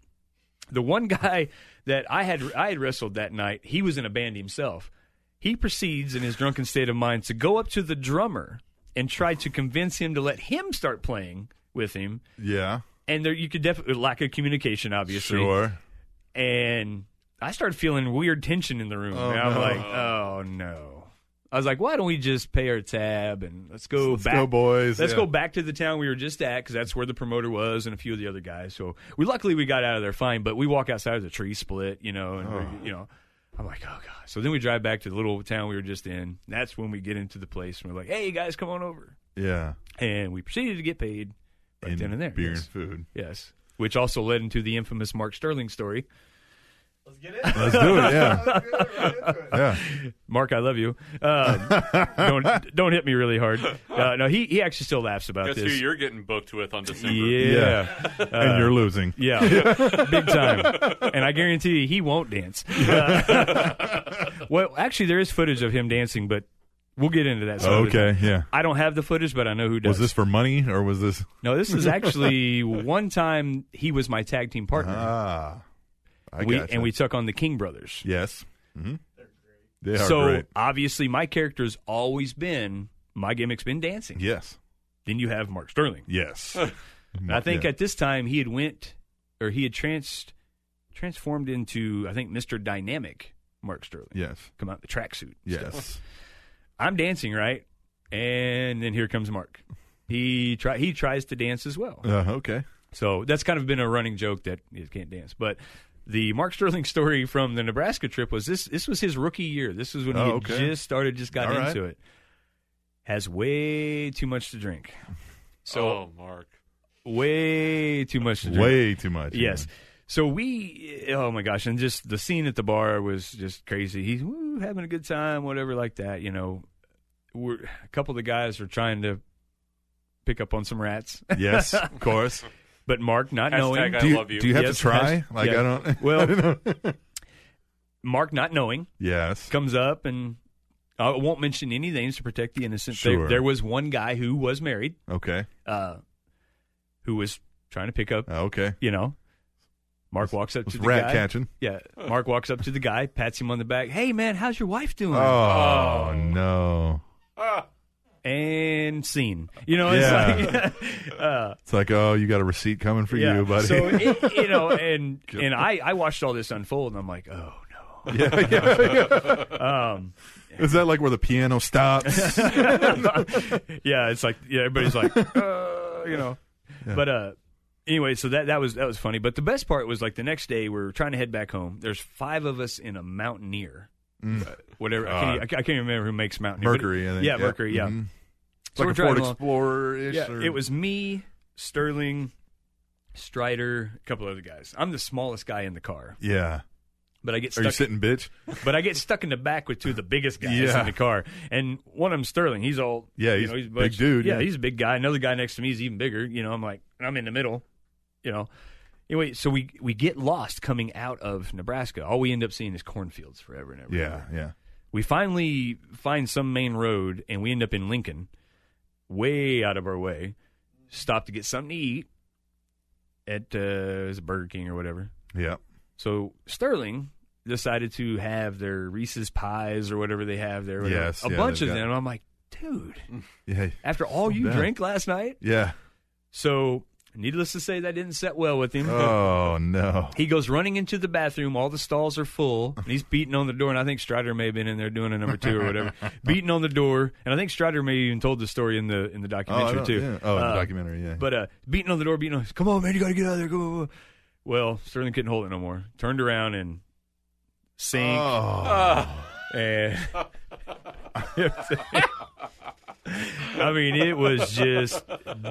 Speaker 6: The one guy that I had I had wrestled that night, he was in a band himself. He proceeds in his drunken state of mind to go up to the drummer and try to convince him to let him start playing with him.
Speaker 4: Yeah.
Speaker 6: And there, you could definitely lack of communication, obviously
Speaker 4: Sure.
Speaker 6: and I started feeling weird tension in the room. and I'm
Speaker 4: no.
Speaker 6: like, oh no. I was like, why don't we just pay our tab and let's go
Speaker 4: Let's
Speaker 6: back,
Speaker 4: go, boys.
Speaker 6: Let's
Speaker 4: Yeah.
Speaker 6: go back to the town we were just at because that's where the promoter was and a few of the other guys. So we luckily we got out of there fine, but we walk outside of the tree split, you know, and we, you know, I'm like, oh god. So then we drive back to the little town we were just in. That's when we get into the place and we're like, hey guys, come on over,
Speaker 4: Yeah.
Speaker 6: and we proceeded to get paid right
Speaker 4: In
Speaker 6: then and there.
Speaker 4: Beer
Speaker 6: yes.
Speaker 4: and food.
Speaker 6: Yes. Which also led into the infamous Mark Sterling story.
Speaker 4: Let's do it. Yeah. yeah.
Speaker 6: Mark, I love you. Um, don't don't hit me really hard. Uh, no, he he actually still laughs about
Speaker 8: Guess who
Speaker 6: this.
Speaker 8: you're getting booked with on December?
Speaker 6: yeah,
Speaker 4: and you're losing.
Speaker 6: Uh, yeah, big time. And I guarantee you, he won't dance. Uh, well, actually, there is footage of him dancing, but we'll get into that. some other
Speaker 4: Okay.
Speaker 6: time.
Speaker 4: Yeah.
Speaker 6: I don't have the footage, but I know who does.
Speaker 4: Was this for money or was this?
Speaker 6: no, this is actually one time he was my tag team partner,
Speaker 4: Ah. I
Speaker 6: we,
Speaker 4: gotcha.
Speaker 6: and we took on the King Brothers.
Speaker 4: Yes. Mhm. They are
Speaker 6: so
Speaker 4: oh, great.
Speaker 6: obviously, my character's always been my gimmick's been dancing.
Speaker 4: Yes.
Speaker 6: Then you have Mark Sterling.
Speaker 4: Yes.
Speaker 6: I think
Speaker 4: Yeah.
Speaker 6: at this time he had went or he had trans transformed into I think Mr. Dynamic Mark Sterling.
Speaker 4: Yes.
Speaker 6: Come out in the tracksuit. Stuff.
Speaker 4: Yes.
Speaker 6: I'm dancing, right? And then here comes Mark. He try he tries to dance as well.
Speaker 4: Uh, okay.
Speaker 6: So that's kind of been a running joke that he can't dance. But the Mark Sterling story from the Nebraska trip was this this was his rookie year. This was when he
Speaker 4: Oh,
Speaker 6: had
Speaker 4: okay.
Speaker 6: just started, just got
Speaker 4: All right.
Speaker 6: into it. Has way too much to drink.
Speaker 8: So, oh, Mark.
Speaker 6: Way too much to drink.
Speaker 4: Way too much.
Speaker 6: Yes. So we, oh my gosh, and just the scene at the bar was just crazy. He's woo, having a good time, whatever, like that. You know, we're a couple of the guys are trying to pick up on some rats,
Speaker 4: Yes. Of course.
Speaker 6: but Mark, not knowing,
Speaker 8: Hashtag I
Speaker 4: do you,
Speaker 8: love you.
Speaker 4: Do you have
Speaker 6: Yes,
Speaker 4: to try?
Speaker 6: yes.
Speaker 4: Like
Speaker 6: Yeah.
Speaker 4: I don't.
Speaker 6: Well-
Speaker 4: I don't know.
Speaker 6: Mark, not knowing,
Speaker 4: yes.
Speaker 6: comes up and uh, I won't mention any names to protect the innocent. There- There,
Speaker 4: Sure.
Speaker 6: was one guy who was married,
Speaker 4: Okay.
Speaker 6: uh, who was trying to pick up,
Speaker 4: Oh, Okay.
Speaker 6: you know, Mark walks up to the
Speaker 4: rat
Speaker 6: guy.
Speaker 4: catching.
Speaker 6: Yeah, Mark walks up to the guy, pats him on the back. Hey man, how's your wife doing?
Speaker 4: Oh, no!
Speaker 6: and scene. You know, it's
Speaker 4: Yeah.
Speaker 6: like
Speaker 4: It's like, oh, you got a receipt coming for
Speaker 6: yeah.
Speaker 4: you, buddy.
Speaker 6: So it, you know, and and I I watched all this unfold, and I'm like, oh no.
Speaker 4: Um, Is that like where the piano stops?
Speaker 6: yeah, it's like yeah, everybody's like, uh, you know. But uh, anyway, so that that was that was funny. But the best part was like the next day we were trying to head back home. There's five of us in a Mountaineer, Uh, whatever. I can't, I can't even remember who makes Mountaineer. but-
Speaker 4: Mm. Mercury, I think. Yeah.
Speaker 6: Yeah, Mercury. Yeah.
Speaker 4: Mhm.
Speaker 6: So
Speaker 4: like
Speaker 6: we're
Speaker 4: a
Speaker 6: driving
Speaker 4: Ford
Speaker 6: along.
Speaker 4: Explorer ish.
Speaker 6: Yeah, it was me, Sterling, Strider, a couple other guys. I'm the smallest guy in the car,
Speaker 4: Yeah.
Speaker 6: but I get
Speaker 4: Are you
Speaker 6: stuck.
Speaker 4: sitting, bitch?
Speaker 6: but I get stuck in the back with two of the biggest guys
Speaker 4: Yeah.
Speaker 6: in the car, and one of them Sterling. He's all
Speaker 4: Yeah,
Speaker 6: you
Speaker 4: he's
Speaker 6: know,
Speaker 4: a
Speaker 6: a
Speaker 4: big
Speaker 6: bunch-
Speaker 4: dude,
Speaker 6: Yeah,
Speaker 4: yeah.
Speaker 6: he's a big guy. Another guy next to me is even bigger. You know, I'm like, and I'm in the middle. You know, anyway, so we we get lost coming out of Nebraska. All we end up seeing is cornfields forever and ever.
Speaker 4: Yeah, yeah.
Speaker 6: We finally find some main road, and we end up in Lincoln, way out of our way. Stop to get something to eat at uh, it was Burger King or whatever.
Speaker 4: Yeah.
Speaker 6: So Sterling decided to have their Reese's pies or whatever they have there. whatever.
Speaker 4: Yes,
Speaker 6: a
Speaker 4: yeah,
Speaker 6: bunch
Speaker 4: they've
Speaker 6: of
Speaker 4: got-
Speaker 6: them. I'm like, dude,
Speaker 4: Yeah.
Speaker 6: after all you
Speaker 4: Yeah.
Speaker 6: drank last night.
Speaker 4: Yeah.
Speaker 6: So, needless to say, that didn't set well with him.
Speaker 4: Oh, no.
Speaker 6: He goes running into the bathroom. All the stalls are full. And he's beating on the door. And I think Strider may have been in there doing a number two or whatever, beating on the door. And I think Strider may have even told the story in the in the
Speaker 4: Oh, I
Speaker 6: documentary
Speaker 4: know,
Speaker 6: too.
Speaker 4: yeah. Oh,
Speaker 6: Uh,
Speaker 4: the documentary, yeah.
Speaker 6: But uh, beating on the door, beating on, come on, man, you got to get out of there. Go, go, go." Well, Sterling couldn't hold it no more. Turned around and sank.
Speaker 4: oh,
Speaker 6: And I mean, it was just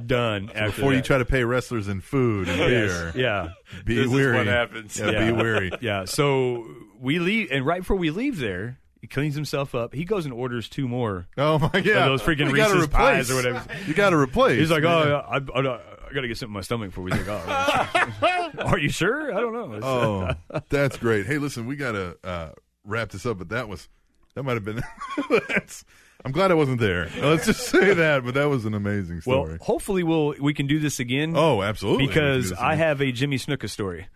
Speaker 6: done after
Speaker 4: before you
Speaker 6: that.
Speaker 4: try to pay wrestlers in food and beer,
Speaker 6: yeah.
Speaker 4: be
Speaker 8: This is
Speaker 4: weary.
Speaker 8: what happens.
Speaker 4: Yeah,
Speaker 6: Yeah.
Speaker 4: be weary.
Speaker 6: Yeah. So we leave, and right before we leave there, he cleans himself up. He goes and orders two more.
Speaker 4: Oh my god!
Speaker 6: those freaking
Speaker 4: you gotta
Speaker 6: Reese's
Speaker 4: replace.
Speaker 6: pies or whatever.
Speaker 4: You got to replace.
Speaker 6: He's like, oh, yeah, I, I, I got to get something in my stomach before we take off. Are you sure? I don't know. It's- uh,
Speaker 4: oh, that's great. Hey, listen, we gotta uh, wrap this up, but that was that might have been. that's, I'm glad I wasn't there. Let's just say that, but that was an amazing
Speaker 6: well,
Speaker 4: story.
Speaker 6: hopefully we'll we can do this again.
Speaker 4: oh, absolutely.
Speaker 6: because I
Speaker 4: have.
Speaker 6: have a Jimmy Snuka story.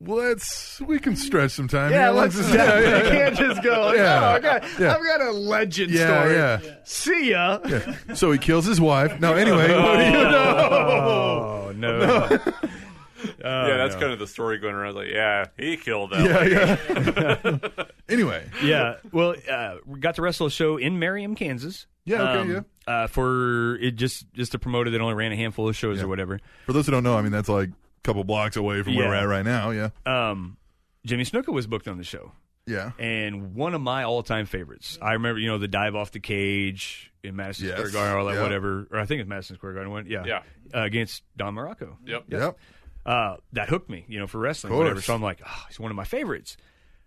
Speaker 4: Let's we can stretch some time.
Speaker 3: Yeah,
Speaker 4: here.
Speaker 3: let's.
Speaker 4: just-
Speaker 3: Yeah,
Speaker 4: yeah,
Speaker 3: You can't just go.
Speaker 4: Yeah.
Speaker 3: Yeah, oh, I got,
Speaker 4: Yeah.
Speaker 3: I've got a legend
Speaker 4: yeah,
Speaker 3: story.
Speaker 4: yeah,
Speaker 3: See ya.
Speaker 4: yeah. So he kills his wife. No, anyway, what do you know?
Speaker 6: Oh no!
Speaker 8: yeah, that's kind of the story going around. Like, yeah, he killed that.
Speaker 4: Yeah, yeah. anyway,
Speaker 6: yeah. Well, uh, we got to wrestle a show in Merriam, Kansas.
Speaker 4: Yeah, okay,
Speaker 6: Um, Uh, for it just just to promote it, it only ran a handful of shows
Speaker 4: Yeah.
Speaker 6: or whatever.
Speaker 4: for those who don't know, I mean that's like a couple blocks away from where
Speaker 6: Yeah.
Speaker 4: we're at right now. Yeah,
Speaker 6: Um, Jimmy Snuka was booked on the show,
Speaker 4: yeah.
Speaker 6: and one of my all time favorites. I remember, you know, the dive off the cage in Madison
Speaker 4: Yes.
Speaker 6: Square Garden, all that
Speaker 4: Yeah.
Speaker 6: whatever, or I think it's Madison Square Garden one. Yeah,
Speaker 8: Yeah.
Speaker 6: Uh, against Don Morocco.
Speaker 8: Yep.
Speaker 4: Yep.
Speaker 6: uh, that hooked me, you know, for wrestling,
Speaker 4: Of
Speaker 6: whatever.
Speaker 4: course.
Speaker 6: So I'm like, oh, he's one of my favorites.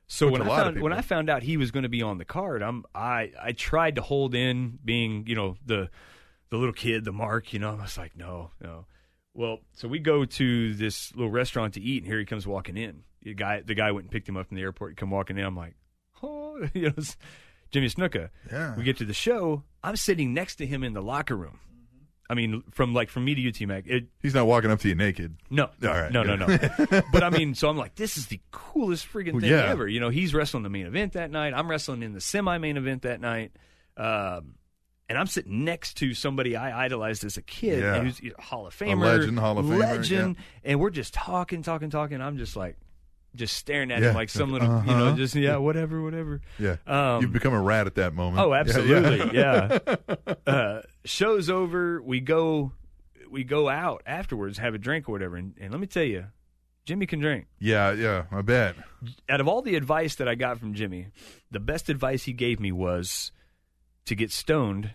Speaker 6: So
Speaker 4: Hooked
Speaker 6: when
Speaker 4: a
Speaker 6: I
Speaker 4: lot of
Speaker 6: found when
Speaker 4: people.
Speaker 6: I found out he was going to be on the card, I'm I I tried to hold in being you know the the little kid, the mark, you know. I was like, no, no. Well, so we go to this little restaurant to eat, and here he comes walking in. The guy the guy went and picked him up from the airport. He come walking in. I'm like, oh, you know, it's Jimmy Snuka.
Speaker 4: Yeah.
Speaker 6: We get to the show. I'm sitting next to him in the locker room.
Speaker 4: Mm-hmm.
Speaker 6: I mean, from like from me to you, T Mac. It,
Speaker 4: He's not walking up to you naked.
Speaker 6: no,
Speaker 4: All right,
Speaker 6: no, no,
Speaker 4: good.
Speaker 6: no. but I mean, so I'm like, this is the coolest freaking
Speaker 4: Well,
Speaker 6: thing
Speaker 4: yeah.
Speaker 6: ever. You know, he's wrestling the main event that night. I'm wrestling in the semi-main event that night, um, and I'm sitting next to somebody I idolized as a kid,
Speaker 4: Yeah.
Speaker 6: and who's you know, Hall of Famer,
Speaker 4: legend, Hall of Famer,
Speaker 6: legend, and we're just talking, talking, talking. I'm just like, just staring at
Speaker 4: Yeah.
Speaker 6: him like some little, you know,
Speaker 4: Uh-huh.
Speaker 6: just yeah, whatever, whatever.
Speaker 4: Yeah,
Speaker 6: Um,
Speaker 4: you've become a rat at that moment.
Speaker 6: Oh,
Speaker 4: Yeah,
Speaker 6: absolutely. Yeah. Uh, show's over. We go we go out Oh, afterwards, have a drink or whatever. And, and let me tell you, Jimmy can drink.
Speaker 4: yeah, yeah, yeah. I bet.
Speaker 6: Out of all the advice that I got from Jimmy, the best advice he gave me was to get stoned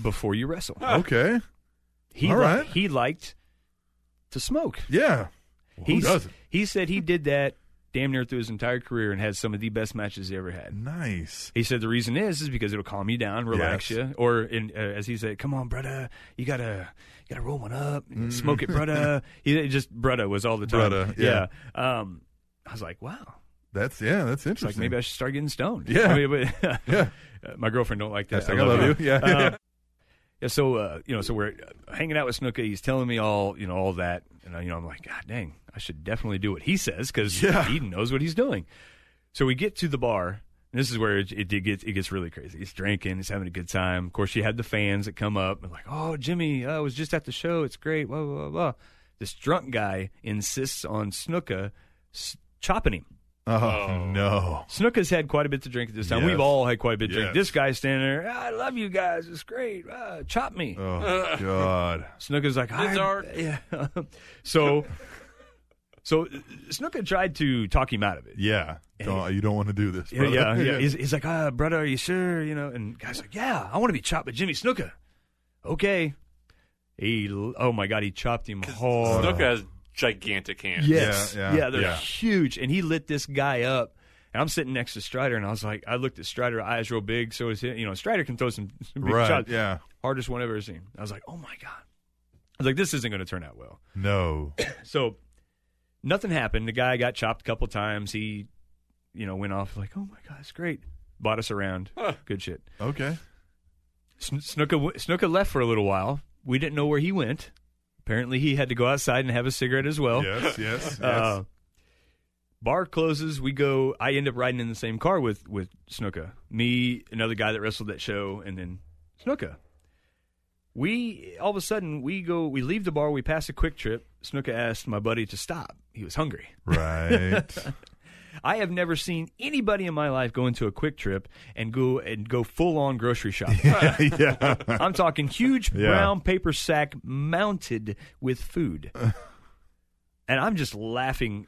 Speaker 6: before you wrestle.
Speaker 4: Okay.
Speaker 6: He
Speaker 4: All
Speaker 6: li-
Speaker 4: right.
Speaker 6: he liked to smoke.
Speaker 4: Yeah. Well, who
Speaker 6: He's-
Speaker 4: doesn't?
Speaker 6: He said he did that damn near through his entire career and had some of the best matches he ever had.
Speaker 4: Nice.
Speaker 6: He said the reason is is because it'll calm you down, relax
Speaker 4: Yes.
Speaker 6: you, or in, uh, as he said, "Come on, brother, you gotta you gotta roll one up, smoke it, brother." he it just brother was all the time.
Speaker 4: Mm-hmm. Brudda, yeah.
Speaker 6: Yeah. Um, I was like, wow.
Speaker 4: That's yeah. That's
Speaker 6: It's like
Speaker 4: interesting.
Speaker 6: maybe I should start getting stoned.
Speaker 4: Yeah.
Speaker 6: I mean, but-
Speaker 4: Yeah.
Speaker 6: Uh, my girlfriend don't like that.
Speaker 4: Hashtag I love you. Yeah.
Speaker 6: Uh, yeah, so uh, you know, so we're hanging out with Snooka. He's telling me all you know, all that, and I, you know, I'm like, God dang, I should definitely do what he says because Eden knows what he's doing. So we get to the bar. And this is where it, it did get it gets really crazy. He's drinking, he's having a good time. Of course, you had the fans that come up and like, "Oh, Jimmy, I was just at the show. It's great." Blah blah blah. blah. This drunk guy insists on Snooka s- chopping him.
Speaker 4: Oh, no.
Speaker 6: Snooka's had quite a bit to drink at this time.
Speaker 4: Yes.
Speaker 6: We've all had quite a bit to drink.
Speaker 4: Yes.
Speaker 6: This guy's standing there. "Ah, I love you guys. It's great. Ah, chop me.
Speaker 4: Oh, God.
Speaker 6: Snooka's like, I,
Speaker 8: art.
Speaker 6: Yeah. so, so Snooka tried to talk him out of it.
Speaker 4: Yeah. Don't, you don't want to do this.
Speaker 6: Yeah,
Speaker 4: brother.
Speaker 6: yeah, yeah. He's, he's like, ah, brother, are you sure? You know, and guy's like, yeah, I want to be chopped by Jimmy Snooker. Okay. He, l- oh my God, he chopped him hard.
Speaker 8: Snooka has gigantic hands.
Speaker 6: Yes.
Speaker 4: Yeah, yeah,
Speaker 6: they're
Speaker 4: yeah.
Speaker 6: huge. And he lit this guy up. And I'm sitting next to Strider, and I was like, I looked at Strider, eyes real big. So is he, you know, Strider can throw some, some big
Speaker 4: Right.
Speaker 6: shots.
Speaker 4: Yeah.
Speaker 6: Hardest one I've ever seen. I was like, oh my God. I was like, this isn't going to turn out well.
Speaker 4: No.
Speaker 6: So nothing happened. The guy got chopped a couple times. He, you know, went off like, oh my God, it's great. Bought us around. Good shit.
Speaker 4: Okay.
Speaker 6: Sn- Snooka, w- Snooka left for a little while. We didn't know where he went. Apparently, he had to go outside and have a cigarette as well.
Speaker 4: Yes, yes, yes.
Speaker 6: Oh. Uh, bar closes. We go. I end up riding in the same car with with Snooka. Me, another guy that wrestled that show, and then Snooka. We all of a sudden we go. We leave the bar. We pass a quick trip. Snooka asked my buddy to stop. He was hungry.
Speaker 4: right.
Speaker 6: I have never seen anybody in my life go into a quick trip and go and go full on grocery shopping.
Speaker 4: yeah.
Speaker 6: I'm talking huge
Speaker 4: Yeah.
Speaker 6: brown paper sack mounted with food. and I'm just laughing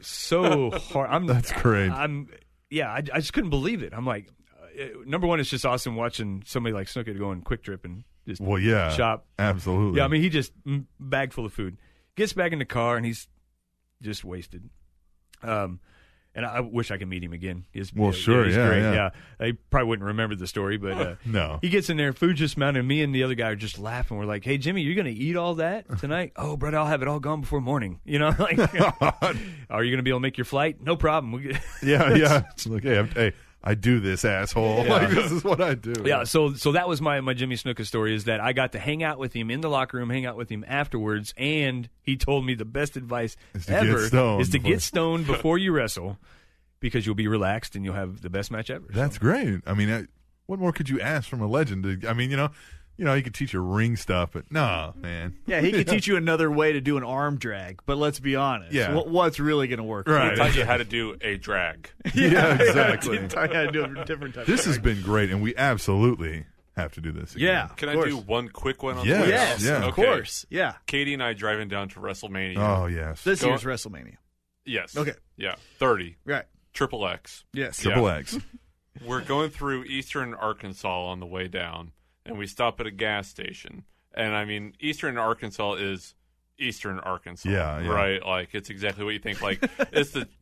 Speaker 6: so hard. I'm
Speaker 4: That's great.
Speaker 6: I'm yeah, I, I just couldn't believe it. I'm like uh, it- number one, it's just awesome watching somebody like Snooker go on quick trip and just
Speaker 4: Well, yeah.
Speaker 6: shop.
Speaker 4: Absolutely.
Speaker 6: Yeah, I mean he just mm, bag full of food. Gets back in the car and he's just wasted. Um and I wish I could meet him again. He's,
Speaker 4: Well, sure,
Speaker 6: he's
Speaker 4: yeah,
Speaker 6: great.
Speaker 4: yeah.
Speaker 6: I probably wouldn't remember the story, but uh,
Speaker 4: no.
Speaker 6: he gets in there, food just mounted. Me and the other guy are just laughing. We're like, "Hey, Jimmy, you're gonna eat all that tonight? oh, brother, I'll have it all gone before morning. You know, like, are you gonna be able to make your flight? No problem. We get-
Speaker 4: Yeah, yeah. It's like, hey, I'm, hey, I do this, asshole. Like, this is what I do.
Speaker 6: yeah. So, so that was my my Jimmy Snooker story. Is that I got to hang out with him in the locker room, hang out with him afterwards, and he told me the best advice
Speaker 4: Is to get
Speaker 6: ever
Speaker 4: stoned
Speaker 6: is to
Speaker 4: before-
Speaker 6: get stoned before you wrestle, because you'll be relaxed and you'll have the best match ever.
Speaker 4: That's great. I mean, I, what more could you ask from a legend? I mean, you know, you know, he could teach you ring stuff, but nah, man.
Speaker 3: Yeah, he could teach you another way to do an arm drag, but let's be honest.
Speaker 4: Yeah.
Speaker 3: What, what's really going to work?
Speaker 8: He taught you how to do a drag.
Speaker 4: Yeah,
Speaker 3: I
Speaker 4: exactly.
Speaker 3: didn't tell you how to do a different type.
Speaker 4: this has been great, and we absolutely have to do this. Again.
Speaker 3: yeah.
Speaker 8: Can
Speaker 3: of
Speaker 8: I
Speaker 3: course.
Speaker 8: do one quick one on
Speaker 4: Yes,
Speaker 8: the way
Speaker 3: Yes,
Speaker 8: out?
Speaker 4: yeah.
Speaker 3: of
Speaker 8: Okay.
Speaker 3: course. Yeah.
Speaker 8: Katie and I driving down to WrestleMania.
Speaker 4: Oh yes.
Speaker 3: This
Speaker 8: Go
Speaker 3: year's WrestleMania.
Speaker 8: yes.
Speaker 3: Okay.
Speaker 8: Yeah. 30.
Speaker 3: Right.
Speaker 8: Triple X.
Speaker 3: Yes.
Speaker 4: Triple X.
Speaker 8: We're going through eastern Arkansas on the way down, and we stop at a gas station. And I mean, eastern Arkansas is eastern Arkansas.
Speaker 4: Yeah, yeah.
Speaker 8: Right? Like, it's exactly what you think. Like, it's the.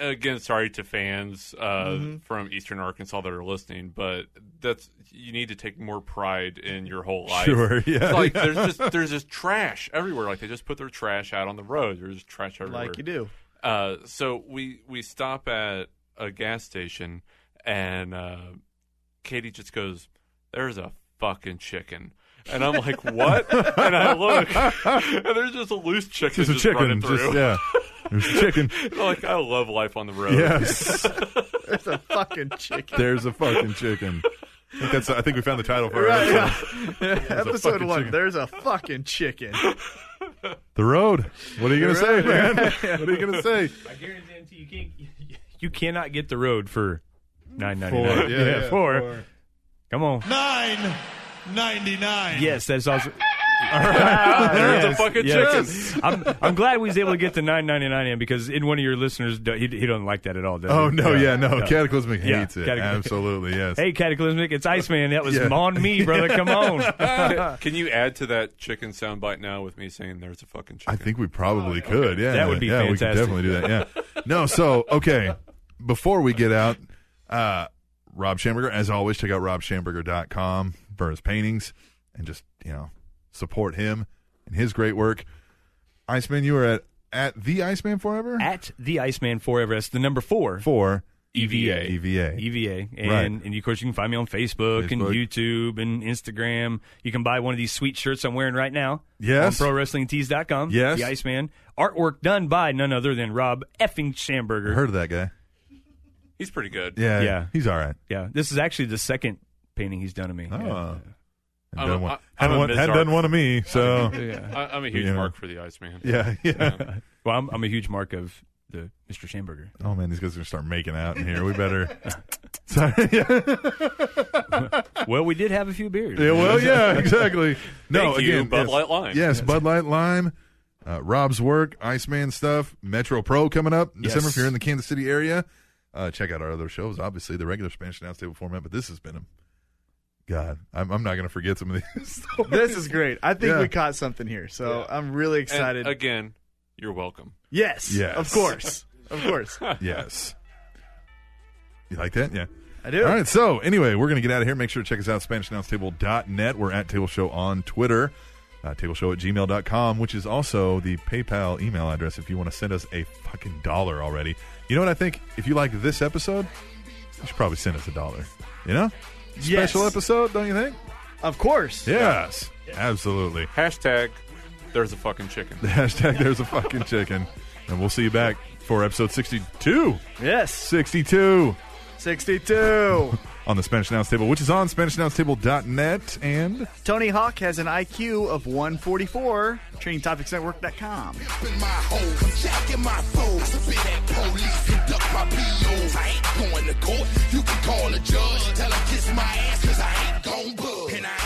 Speaker 8: Again, sorry to fans uh,
Speaker 4: Mm-hmm.
Speaker 8: from Eastern Arkansas that are listening, but that's you need to take more pride in your whole life.
Speaker 4: Sure. Yeah.
Speaker 8: It's like there's just there's just trash everywhere. Like they just put their trash out on the road. There's just trash everywhere.
Speaker 3: Like you do.
Speaker 8: Uh, so we we stop at a gas station, and uh, Katie just goes, "There's a fucking chicken." And I'm like, what? and I look, and there's just a loose chicken
Speaker 4: just a
Speaker 8: just running
Speaker 4: chicken.
Speaker 8: through.
Speaker 4: Just yeah. There's a chicken.
Speaker 8: I'm like, I love life on the road.
Speaker 4: Yes.
Speaker 3: It's a fucking chicken.
Speaker 4: There's a fucking chicken. I think that's. I think we found the title for it.
Speaker 3: Right, Episode
Speaker 4: fucking
Speaker 3: one.
Speaker 4: chicken. Oh
Speaker 3: There's a fucking chicken.
Speaker 4: The road. What are you gonna say, man? What are you gonna say?
Speaker 6: I guarantee you can't. You cannot get the road for nine ninety
Speaker 4: Four.
Speaker 6: nine.
Speaker 4: Yeah, yeah,
Speaker 6: four.
Speaker 4: four.
Speaker 6: Come on.
Speaker 7: Nine ninety nine.
Speaker 6: Yes, that's also.
Speaker 8: There's a fucking
Speaker 6: Yeah,
Speaker 8: chicken.
Speaker 6: 'cause I'm, I'm glad we was able to get to 9.99 in because in one of your listeners do- he, he doesn't like that at all. Does he?
Speaker 4: Oh no, yeah, no. Cataclysmic
Speaker 6: Yeah,
Speaker 4: hates it.
Speaker 6: Cataclysmic.
Speaker 4: Absolutely, yes.
Speaker 6: Hey, Cataclysmic, it's Iceman. That was
Speaker 4: Yeah.
Speaker 6: on me, brother. Come on.
Speaker 8: Can you add to that chicken soundbite now with me saying there's a fucking chicken?
Speaker 4: I think we
Speaker 3: Oh,
Speaker 4: probably could. Yeah,
Speaker 6: That would be
Speaker 4: yeah,
Speaker 6: fantastic.
Speaker 4: We could definitely do that. Yeah. no, so okay. Before we get out, uh, Rob Schamberger, as always, check out robschamberger.com for his paintings and just you know support him and his great work. Iceman, you were at at the Iceman Forever
Speaker 6: At the Iceman Forever. That's the number four.
Speaker 4: for E
Speaker 6: EVA.
Speaker 4: EVA.
Speaker 6: EVA. And,
Speaker 4: Right.
Speaker 6: and of course, you can find me on Facebook, and
Speaker 4: Facebook.
Speaker 6: YouTube and Instagram. You can buy one of these sweet shirts I'm wearing right now.
Speaker 4: Yes.
Speaker 6: On ProWrestlingTees.com.
Speaker 4: Yes.
Speaker 6: The Iceman. Artwork done by none other than Rob effing Schamberger.
Speaker 4: Heard of that guy?
Speaker 8: He's pretty good.
Speaker 4: Yeah,
Speaker 6: Yeah.
Speaker 4: he's all right.
Speaker 6: Yeah. This is actually the second painting he's done of me.
Speaker 4: Oh.
Speaker 6: Yeah.
Speaker 4: Hadn't
Speaker 8: I'm a-
Speaker 4: done one-
Speaker 8: I- I'm
Speaker 4: hadn't
Speaker 8: a
Speaker 4: one-
Speaker 8: Miz
Speaker 4: hadn't done
Speaker 8: artist.
Speaker 4: one of me, so
Speaker 8: I, I'm a huge
Speaker 4: Yeah.
Speaker 8: mark for the Iceman.
Speaker 4: yeah, yeah.
Speaker 6: Well, I'm, I'm a huge mark of the Mr. Schamberger.
Speaker 4: Oh man, these guys are gonna start making out in here. We better. Sorry. Yeah.
Speaker 6: Well, we did have a few beers.
Speaker 4: Yeah, well, yeah, exactly. No,
Speaker 8: Thank you,
Speaker 4: again,
Speaker 8: Bud
Speaker 4: yes.
Speaker 8: Light Lime.
Speaker 4: Yes, Bud Light Lime, uh, Rob's work, Iceman stuff, Metro Pro coming up in
Speaker 6: Yes.
Speaker 4: December. If you're in the Kansas City area, uh, check out our other shows. Obviously, the regular Spanish announce table format, but this has been a God. I'm, I'm not gonna forget some of these.
Speaker 3: This is great. I think
Speaker 4: Yeah.
Speaker 3: we caught something here, so I'm really
Speaker 8: And
Speaker 3: excited.
Speaker 8: again, you're welcome.
Speaker 3: yes,
Speaker 4: Yes.
Speaker 3: of course, of course.
Speaker 4: yes. You like that? Yeah.
Speaker 3: I do.
Speaker 4: All right, so anyway, we're going to get out of here. Make sure to check us out, SpanishAnnounceTable.net. We're at Table Show on Twitter, uh, tableshow at gmail.com, which is also the PayPal email address if you want to send us a fucking dollar already. You know what I think? If you like this episode, you should probably send us a dollar. You know?
Speaker 3: Yes.
Speaker 4: Special episode, don't you think?
Speaker 3: Of course.
Speaker 4: Yes. Absolutely.
Speaker 8: Hashtag, there's a fucking chicken.
Speaker 4: Hashtag there's a fucking chicken. And we'll see you back for episode 62.
Speaker 3: Yes.
Speaker 4: 62
Speaker 3: 62.
Speaker 4: on the Spanish Announce Table, which is on SpanishAnnounceTable.net and...
Speaker 3: Tony Hawk has an IQ of 144. TrainingTopicsNetwork.com.
Speaker 7: in my hole. I'm jacking my foes. I spit at police, conduct my POs. I ain't going to court. You can call a judge. Tell him kiss my ass, cause I ain't gon' bug. And I